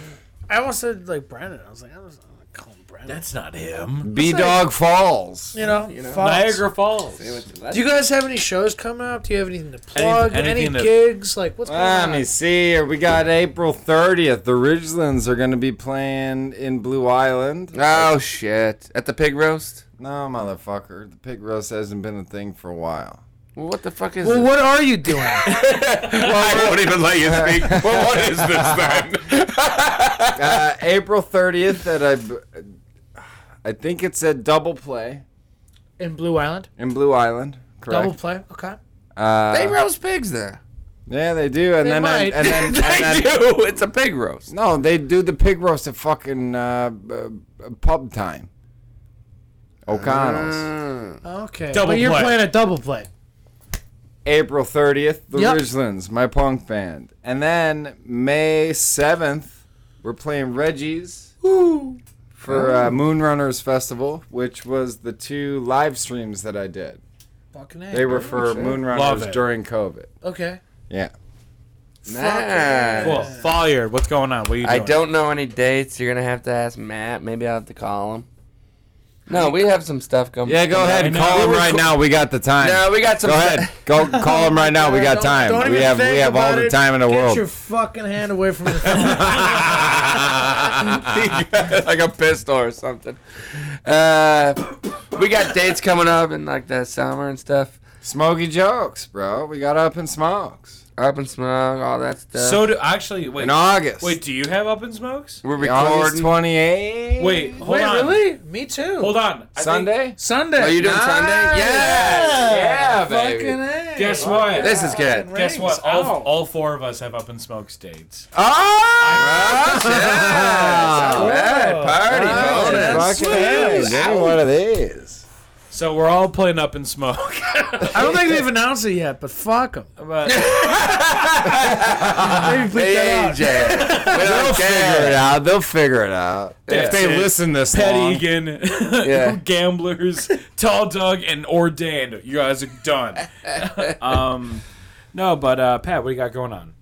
Speaker 1: I almost said like Brandon. I was like, I was I was calling Brandon.
Speaker 3: That's not him.
Speaker 5: B Dog Falls.
Speaker 1: you know, Fox.
Speaker 3: Niagara Falls.
Speaker 1: Do you guys have any shows coming up? Do you have anything to
Speaker 3: Anything-
Speaker 1: plug?
Speaker 3: anything
Speaker 1: any
Speaker 3: to- Ah,
Speaker 1: gigs? Like what's going
Speaker 5: Let
Speaker 1: on?
Speaker 5: me see here. We got April 30th. The Ridgelands are going to be playing in Blue Island.
Speaker 2: Oh shit! At the pig roast?
Speaker 5: No, motherfucker. The pig roast hasn't been a thing for a while.
Speaker 2: Well, what the fuck is?
Speaker 1: well, what are you doing?
Speaker 2: I won't even let you speak. Well, what is this then?
Speaker 5: Uh, April 30th at I, b- I think it's at Double Play
Speaker 1: In Blue Island,
Speaker 5: in Blue Island.
Speaker 1: double
Speaker 5: Correct.
Speaker 1: play. Okay.
Speaker 5: Uh,
Speaker 2: They roast pigs there.
Speaker 5: yeah, they do. And
Speaker 1: They
Speaker 5: then I-
Speaker 1: might.
Speaker 5: and then and
Speaker 2: They
Speaker 5: then
Speaker 2: do. It's a pig roast.
Speaker 5: No, they do the pig roast at fucking uh, uh, pub time. O'Connell's.
Speaker 2: Mm.
Speaker 1: Okay.
Speaker 3: Double
Speaker 1: but you're
Speaker 3: play.
Speaker 1: playing a double play.
Speaker 5: April 30th, The
Speaker 1: Yep.
Speaker 5: Ridgelands, my punk band. And then May 7th, we're playing Reggie's for
Speaker 1: Oh.
Speaker 5: uh, Moonrunners Festival, which was the two live streams that I did.
Speaker 1: Fucking A.
Speaker 5: They were for
Speaker 3: Love
Speaker 5: Moonrunners
Speaker 3: it.
Speaker 5: during COVID.
Speaker 1: Okay.
Speaker 5: Yeah.
Speaker 2: Nice.
Speaker 3: Cool. Folliard. What's going on? What are you
Speaker 2: I
Speaker 3: doing?
Speaker 2: don't know any dates. You're gonna have to ask Matt. Maybe I'll have to call him. No, we have some stuff coming.
Speaker 5: Yeah, go ahead and
Speaker 3: I know.
Speaker 5: call
Speaker 3: We
Speaker 5: him
Speaker 3: were
Speaker 5: right
Speaker 3: co-
Speaker 5: now. We got the time.
Speaker 2: No, we got some.
Speaker 5: Go ahead. Go call him right now. We got
Speaker 1: Don't-
Speaker 5: time.
Speaker 1: don't
Speaker 5: we
Speaker 1: even
Speaker 5: have we
Speaker 1: think
Speaker 5: have all
Speaker 1: about
Speaker 5: the
Speaker 1: it.
Speaker 5: time in the
Speaker 1: Get
Speaker 5: world.
Speaker 1: your fucking hand away from the phone.
Speaker 2: like a pistol or something. Uh, we got dates coming up in like the summer and stuff.
Speaker 5: Smoky jokes, bro. We got up in smokes
Speaker 2: Up and smoke, all that stuff.
Speaker 3: So do actually wait.
Speaker 5: in August.
Speaker 3: Wait. Do you have up in smokes?
Speaker 2: we're
Speaker 5: August
Speaker 2: recording.
Speaker 5: twenty eighth.
Speaker 3: Wait. Hold
Speaker 1: Wait,
Speaker 3: on.
Speaker 1: really? Me too.
Speaker 3: Hold on. I think-
Speaker 5: Sunday.
Speaker 1: Sunday.
Speaker 2: Are you doing Sunday? Yes. Yeah,
Speaker 1: Fucking
Speaker 2: baby.
Speaker 1: A.
Speaker 3: Guess what?
Speaker 2: This is good.
Speaker 3: Guess what?
Speaker 1: All,
Speaker 3: All, all four of us have up in smokes dates.
Speaker 5: Ah!
Speaker 2: Oh, shit. All right, Party,
Speaker 1: Oh,
Speaker 2: bonus.
Speaker 1: that's
Speaker 5: Fucking
Speaker 1: sweet.
Speaker 5: hey, give me one of these.
Speaker 3: So we're all playing up in smoke.
Speaker 1: I don't think they've announced it yet, but fuck them.
Speaker 3: but
Speaker 1: Maybe bleep that
Speaker 2: Hey,
Speaker 1: out.
Speaker 2: Jay. We
Speaker 5: They'll
Speaker 2: don't
Speaker 5: figure
Speaker 2: care.
Speaker 5: it out. They'll figure it out. If they
Speaker 3: Dude,
Speaker 5: listen this
Speaker 3: Pat
Speaker 5: long.
Speaker 3: Egan,
Speaker 2: Yeah.
Speaker 3: Gamblers, Tall Doug, and Ordained. You guys are done. um, no, but uh, Pat, what do you got going on?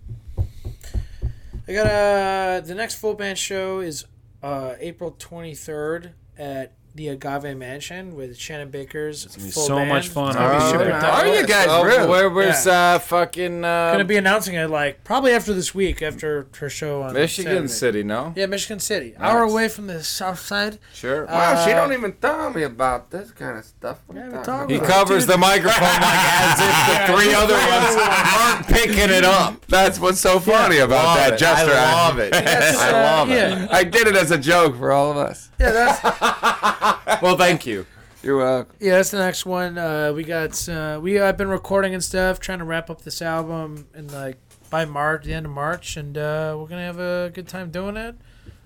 Speaker 1: I got uh the next full band show is uh April twenty third at the Agave Mansion with Shannon Baker's. It's
Speaker 3: gonna be so much fun.
Speaker 1: Gonna be
Speaker 3: Oh,
Speaker 1: super
Speaker 3: yeah.
Speaker 1: dope.
Speaker 2: Are you guys
Speaker 5: Oh,
Speaker 2: real?
Speaker 5: Where was
Speaker 1: Yeah.
Speaker 5: uh, fucking
Speaker 1: Gonna
Speaker 5: uh,
Speaker 1: be announcing it like probably after this week after her show on
Speaker 5: Michigan
Speaker 1: Saturday.
Speaker 5: City? No,
Speaker 1: Yeah, Michigan City, hour away from the South Side.
Speaker 5: sure.
Speaker 2: Wow, she
Speaker 1: Uh,
Speaker 2: don't even tell me about this kind of stuff. What are
Speaker 1: Yeah,
Speaker 2: you
Speaker 1: we
Speaker 2: talking
Speaker 1: talk
Speaker 5: he
Speaker 1: about it.
Speaker 5: covers the microphone like as if the three other ones aren't picking it up.
Speaker 2: That's what's so funny about
Speaker 5: Love
Speaker 2: that
Speaker 5: it.
Speaker 2: gesture.
Speaker 5: I love it. I
Speaker 1: uh,
Speaker 5: love
Speaker 1: yeah.
Speaker 5: it.
Speaker 2: I did it as a joke for all of us.
Speaker 1: Yeah, that's
Speaker 5: Well, thank you.
Speaker 2: You're welcome.
Speaker 1: Yeah, that's the next one. Uh, we got uh, we I've been recording and stuff, trying to wrap up this album and like by March, the end of March, and uh, we're gonna have a good time doing it.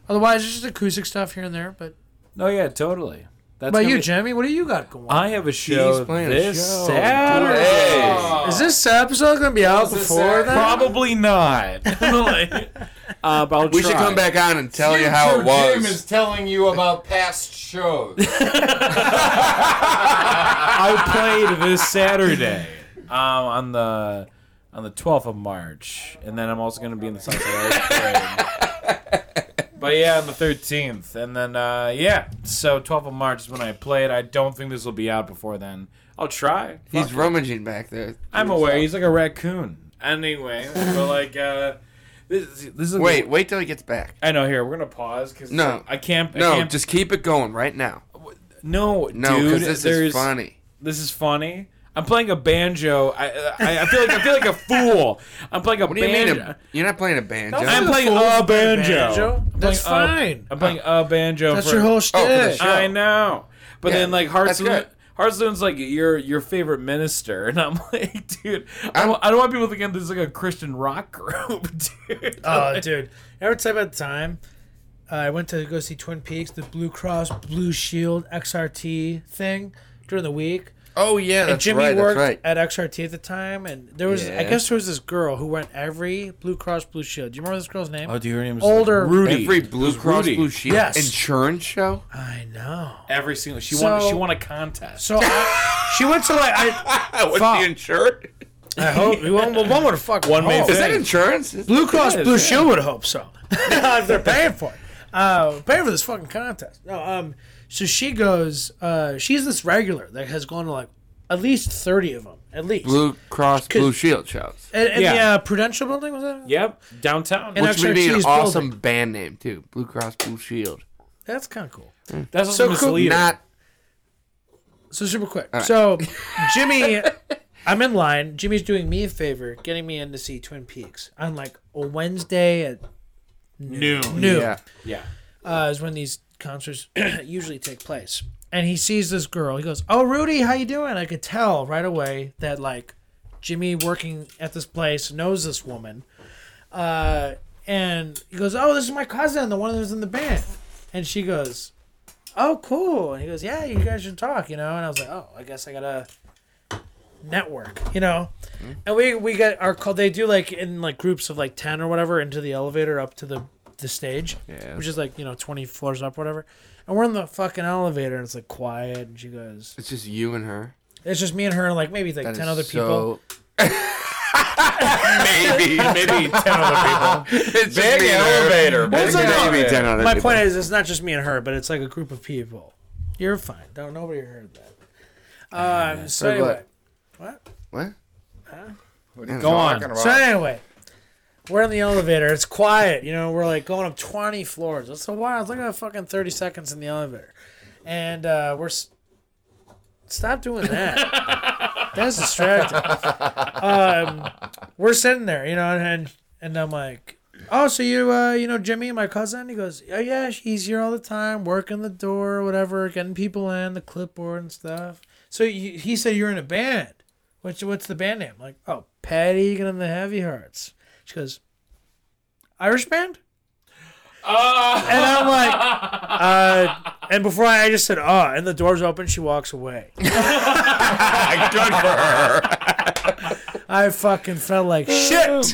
Speaker 1: Otherwise, it's just acoustic stuff here and there. But
Speaker 3: No, yeah, totally. That's
Speaker 1: but
Speaker 3: gonna
Speaker 1: you,
Speaker 3: be-
Speaker 1: Jimmy, what do you got going? on?
Speaker 3: I have a show
Speaker 2: playing a
Speaker 3: this
Speaker 2: show.
Speaker 3: Saturday.
Speaker 5: Uh,
Speaker 1: Is this episode gonna be out before that?
Speaker 3: Probably not. Like, uh, but I'll
Speaker 2: We should
Speaker 3: try.
Speaker 2: come back on and tell you how it was.
Speaker 5: telling you about past shows.
Speaker 3: I played this Saturday um, on the on the 12th of March, and then I'm also going to be in the Sunset Ice Parade. But yeah, on the 13th, and then uh, yeah, so 12th of March is when I played. I don't think this will be out before then. I'll try.
Speaker 2: He's rummaging back there.
Speaker 3: I'm aware. He's like a raccoon. Anyway, but like uh, this, this is
Speaker 2: Wait, wait till he gets back.
Speaker 3: I know. Here, we're gonna pause because
Speaker 2: No.
Speaker 3: I can't. I
Speaker 2: No,
Speaker 3: can't,
Speaker 2: just keep it going right now.
Speaker 3: no,
Speaker 2: No,
Speaker 3: dude.
Speaker 2: because this
Speaker 3: there's,
Speaker 2: is funny.
Speaker 3: This is funny. I'm playing a banjo. I, I I feel like I feel like a fool. I'm playing a
Speaker 2: What do you
Speaker 3: banjo.
Speaker 2: mean? a- you're not playing a banjo.
Speaker 1: Don't
Speaker 3: I'm
Speaker 1: be
Speaker 3: playing
Speaker 1: fool,
Speaker 3: a
Speaker 1: play
Speaker 3: banjo. I'm playing
Speaker 1: That's
Speaker 3: a-
Speaker 1: fine.
Speaker 3: I'm playing a banjo.
Speaker 1: that's
Speaker 3: Oh, for-
Speaker 1: your whole shtick.
Speaker 2: for the show.
Speaker 3: I know. But
Speaker 2: Yeah,
Speaker 3: then like
Speaker 2: that's
Speaker 3: Hearthstone,
Speaker 2: good.
Speaker 3: Hearthstone's like your your favorite minister, and I'm like, dude, I don't, I don't want people thinking this is like a Christian rock group, dude.
Speaker 1: Oh, dude. Ever tell you about the time uh, I went to go see Twin Peaks, the Blue Cross Blue Shield XRT thing during the week?
Speaker 2: oh yeah,
Speaker 1: and
Speaker 2: that's
Speaker 1: Jimmy
Speaker 2: right. That's
Speaker 1: worked
Speaker 2: right.
Speaker 1: at XRT at the time, and there was I
Speaker 2: Yeah.
Speaker 1: guess there was this girl who went every Blue Cross Blue Shield. Do you remember this girl's name?
Speaker 2: Uh,
Speaker 3: dude, her name is
Speaker 1: Older-
Speaker 3: Rudy.
Speaker 2: Every Blue
Speaker 3: Who's
Speaker 2: Cross
Speaker 3: Rudy?
Speaker 2: Blue Shield
Speaker 1: Yes.
Speaker 2: insurance show.
Speaker 1: I know.
Speaker 3: Every single she
Speaker 1: So-
Speaker 3: won. She won a contest.
Speaker 1: So I, she went to like I,
Speaker 2: What's
Speaker 1: Fuck.
Speaker 2: the insurance?
Speaker 1: I hope well, well, one would have fucked
Speaker 3: One may
Speaker 1: hope.
Speaker 3: fit.
Speaker 2: Is that insurance?
Speaker 1: Blue Cross
Speaker 3: Yes,
Speaker 1: Blue
Speaker 3: yeah.
Speaker 1: Shield would hope so. if they're paying for it. Uh, paying for this fucking contest. No, um, so she goes. Uh, she's this regular that has gone to like at least thirty of them, at least.
Speaker 2: Blue Cross
Speaker 1: Could-
Speaker 2: Blue Shield shows.
Speaker 1: And, and the
Speaker 3: Yeah.
Speaker 1: uh, Prudential Building was that?
Speaker 3: Yep, downtown.
Speaker 1: And
Speaker 2: Which would be an
Speaker 1: XRT's
Speaker 2: awesome
Speaker 1: building.
Speaker 2: band name too. Blue Cross Blue Shield.
Speaker 1: That's kind of cool.
Speaker 3: That's so
Speaker 1: so cool.
Speaker 3: misleading.
Speaker 2: Not
Speaker 1: So super quick. So Jimmy, I'm in line. Jimmy's doing me a favor, getting me in to see Twin Peaks on like a Wednesday at
Speaker 3: Noon.
Speaker 1: noon.
Speaker 2: yeah.
Speaker 3: Yeah.
Speaker 1: uh, is when these concerts usually take place. And he sees this girl. He goes, "Oh, Rudy, how you doing?" I could tell right away that like Jimmy working at this place knows this woman. Uh, and he goes, "Oh, this is my cousin, the one that was in the band." And she goes, "Oh, cool." And he goes, "Yeah, you guys should talk," you know. And I was like, "Oh, I guess I gotta network," you know. And we we got our call. They do like in like groups of like ten or whatever into the elevator up to the the stage,
Speaker 2: Yeah.
Speaker 1: which is like you know twenty floors up, whatever. And we're in the fucking elevator, and it's like quiet. And she goes,
Speaker 2: It's just you and her.
Speaker 1: "It's just me and her, and like maybe like
Speaker 2: That
Speaker 1: ten
Speaker 2: is
Speaker 1: other people."
Speaker 2: so- maybe,
Speaker 3: Maybe ten other people.
Speaker 2: it's just
Speaker 5: Big
Speaker 2: me and her.
Speaker 5: elevator. Big
Speaker 1: It's like-
Speaker 2: Maybe ten other
Speaker 1: My
Speaker 2: people.
Speaker 1: point is, it's not just me and her, but it's like a group of people. You're fine. Don't nobody heard that. Um, so
Speaker 2: heard what?
Speaker 1: anyway,
Speaker 2: what?
Speaker 3: Go on.
Speaker 1: so anyway, we're in the elevator. It's quiet. You know, we're like going up 20 floors. That's a while. It's like a fucking 30 seconds in the elevator, and uh, we're. S- Stop doing that. That's distracting. Um, we're sitting there, you know, and and I'm like, oh, so you, uh, you know, Jimmy, my cousin. He goes, oh yeah, he's here all the time, working the door, whatever, getting people in, the clipboard and stuff. So you, he said you're in a band. What's what's the band name? Like, oh, Pat Egan and the Heavy Hearts. She goes, Irish band. and I'm like, uh, And before I, I just said, ah, and the doors open, she walks away.
Speaker 2: Good for her.
Speaker 1: I fucking felt like shit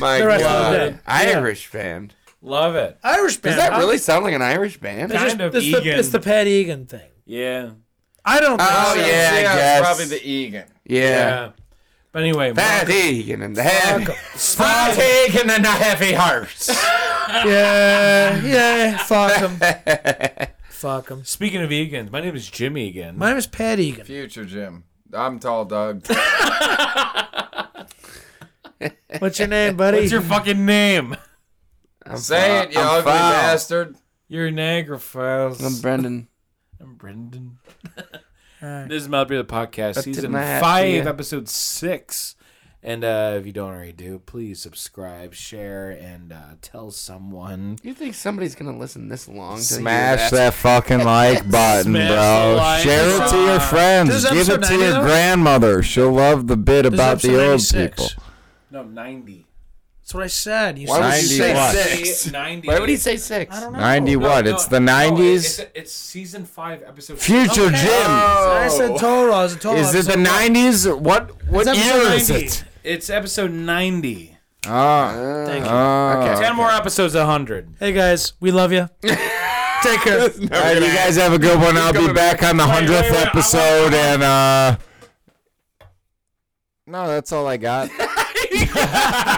Speaker 2: My
Speaker 1: the rest
Speaker 2: God.
Speaker 1: of the day.
Speaker 2: Irish band.
Speaker 3: Love it.
Speaker 1: Irish band.
Speaker 2: Does that
Speaker 1: huh?
Speaker 2: really sound like an Irish band?
Speaker 1: It's, just,
Speaker 3: Kind of
Speaker 1: it's, the,
Speaker 3: Egan.
Speaker 1: it's the Pat Egan thing.
Speaker 3: Yeah.
Speaker 1: I don't think
Speaker 2: Oh,
Speaker 1: so.
Speaker 2: yeah, I
Speaker 8: it's
Speaker 2: guess.
Speaker 8: probably the Egan.
Speaker 2: yeah.
Speaker 3: Yeah. But anyway,
Speaker 2: Pat Egan and the heavy. Pat Egan and the heavy hearts.
Speaker 1: Yeah, yeah, fuck him. fuck him.
Speaker 3: speaking of vegans, my name is Jimmy again.
Speaker 1: My name is Pat Egan.
Speaker 8: Future Jim. I'm tall, Doug.
Speaker 1: What's your name, buddy?
Speaker 3: What's your fucking name?
Speaker 8: Say it, you
Speaker 2: I'm
Speaker 8: ugly
Speaker 2: foul.
Speaker 8: bastard.
Speaker 3: You're Niagara Falls.
Speaker 2: I'm Brendan.
Speaker 3: I'm Brendan. This is Mouth Beer the
Speaker 2: did
Speaker 3: Podcast, season
Speaker 2: my hat,
Speaker 3: five,
Speaker 2: yeah.
Speaker 3: episode six. And uh, if you don't already do, please subscribe, share, and uh, tell someone.
Speaker 2: You think somebody's gonna listen this long? To
Speaker 5: Smash
Speaker 2: you?
Speaker 5: that fucking like button,
Speaker 3: Smash
Speaker 5: bro.
Speaker 3: the like
Speaker 5: Share it to
Speaker 3: button.
Speaker 5: your
Speaker 1: This
Speaker 5: friends.
Speaker 1: is
Speaker 5: Give it
Speaker 1: episode
Speaker 5: to
Speaker 1: 90,
Speaker 5: your
Speaker 1: though?
Speaker 5: grandmother. She'll love the bit
Speaker 1: This is
Speaker 5: about the
Speaker 1: episode
Speaker 5: old
Speaker 1: 96.
Speaker 5: people.
Speaker 3: No, 90.
Speaker 1: That's what I said. You
Speaker 2: Why
Speaker 1: said
Speaker 2: would you say
Speaker 5: 91.
Speaker 2: six?
Speaker 3: 90.
Speaker 2: Why would he say six?
Speaker 1: I don't know.
Speaker 5: 90
Speaker 3: No,
Speaker 5: what?
Speaker 3: no,
Speaker 5: it's the
Speaker 3: no,
Speaker 5: 90s?
Speaker 3: it's, it's season five, episode
Speaker 5: Future
Speaker 1: Okay. Oh,
Speaker 5: Jim.
Speaker 1: I said total. I was a total.
Speaker 5: Is it the
Speaker 1: episode.
Speaker 5: 90s? What what
Speaker 1: It's
Speaker 5: year
Speaker 1: episode
Speaker 5: is
Speaker 1: 90.
Speaker 5: it?
Speaker 3: It's episode 90.
Speaker 5: Oh,
Speaker 1: Thank you.
Speaker 5: oh.
Speaker 3: 10 more episodes, 100.
Speaker 1: hey guys, we love you. Take care.
Speaker 5: All right, you guys have a good one. I'll be
Speaker 2: coming
Speaker 5: back on the
Speaker 3: wait, wait,
Speaker 5: hundredth
Speaker 3: I wanna-
Speaker 5: episode, and uh, no, that's all I got.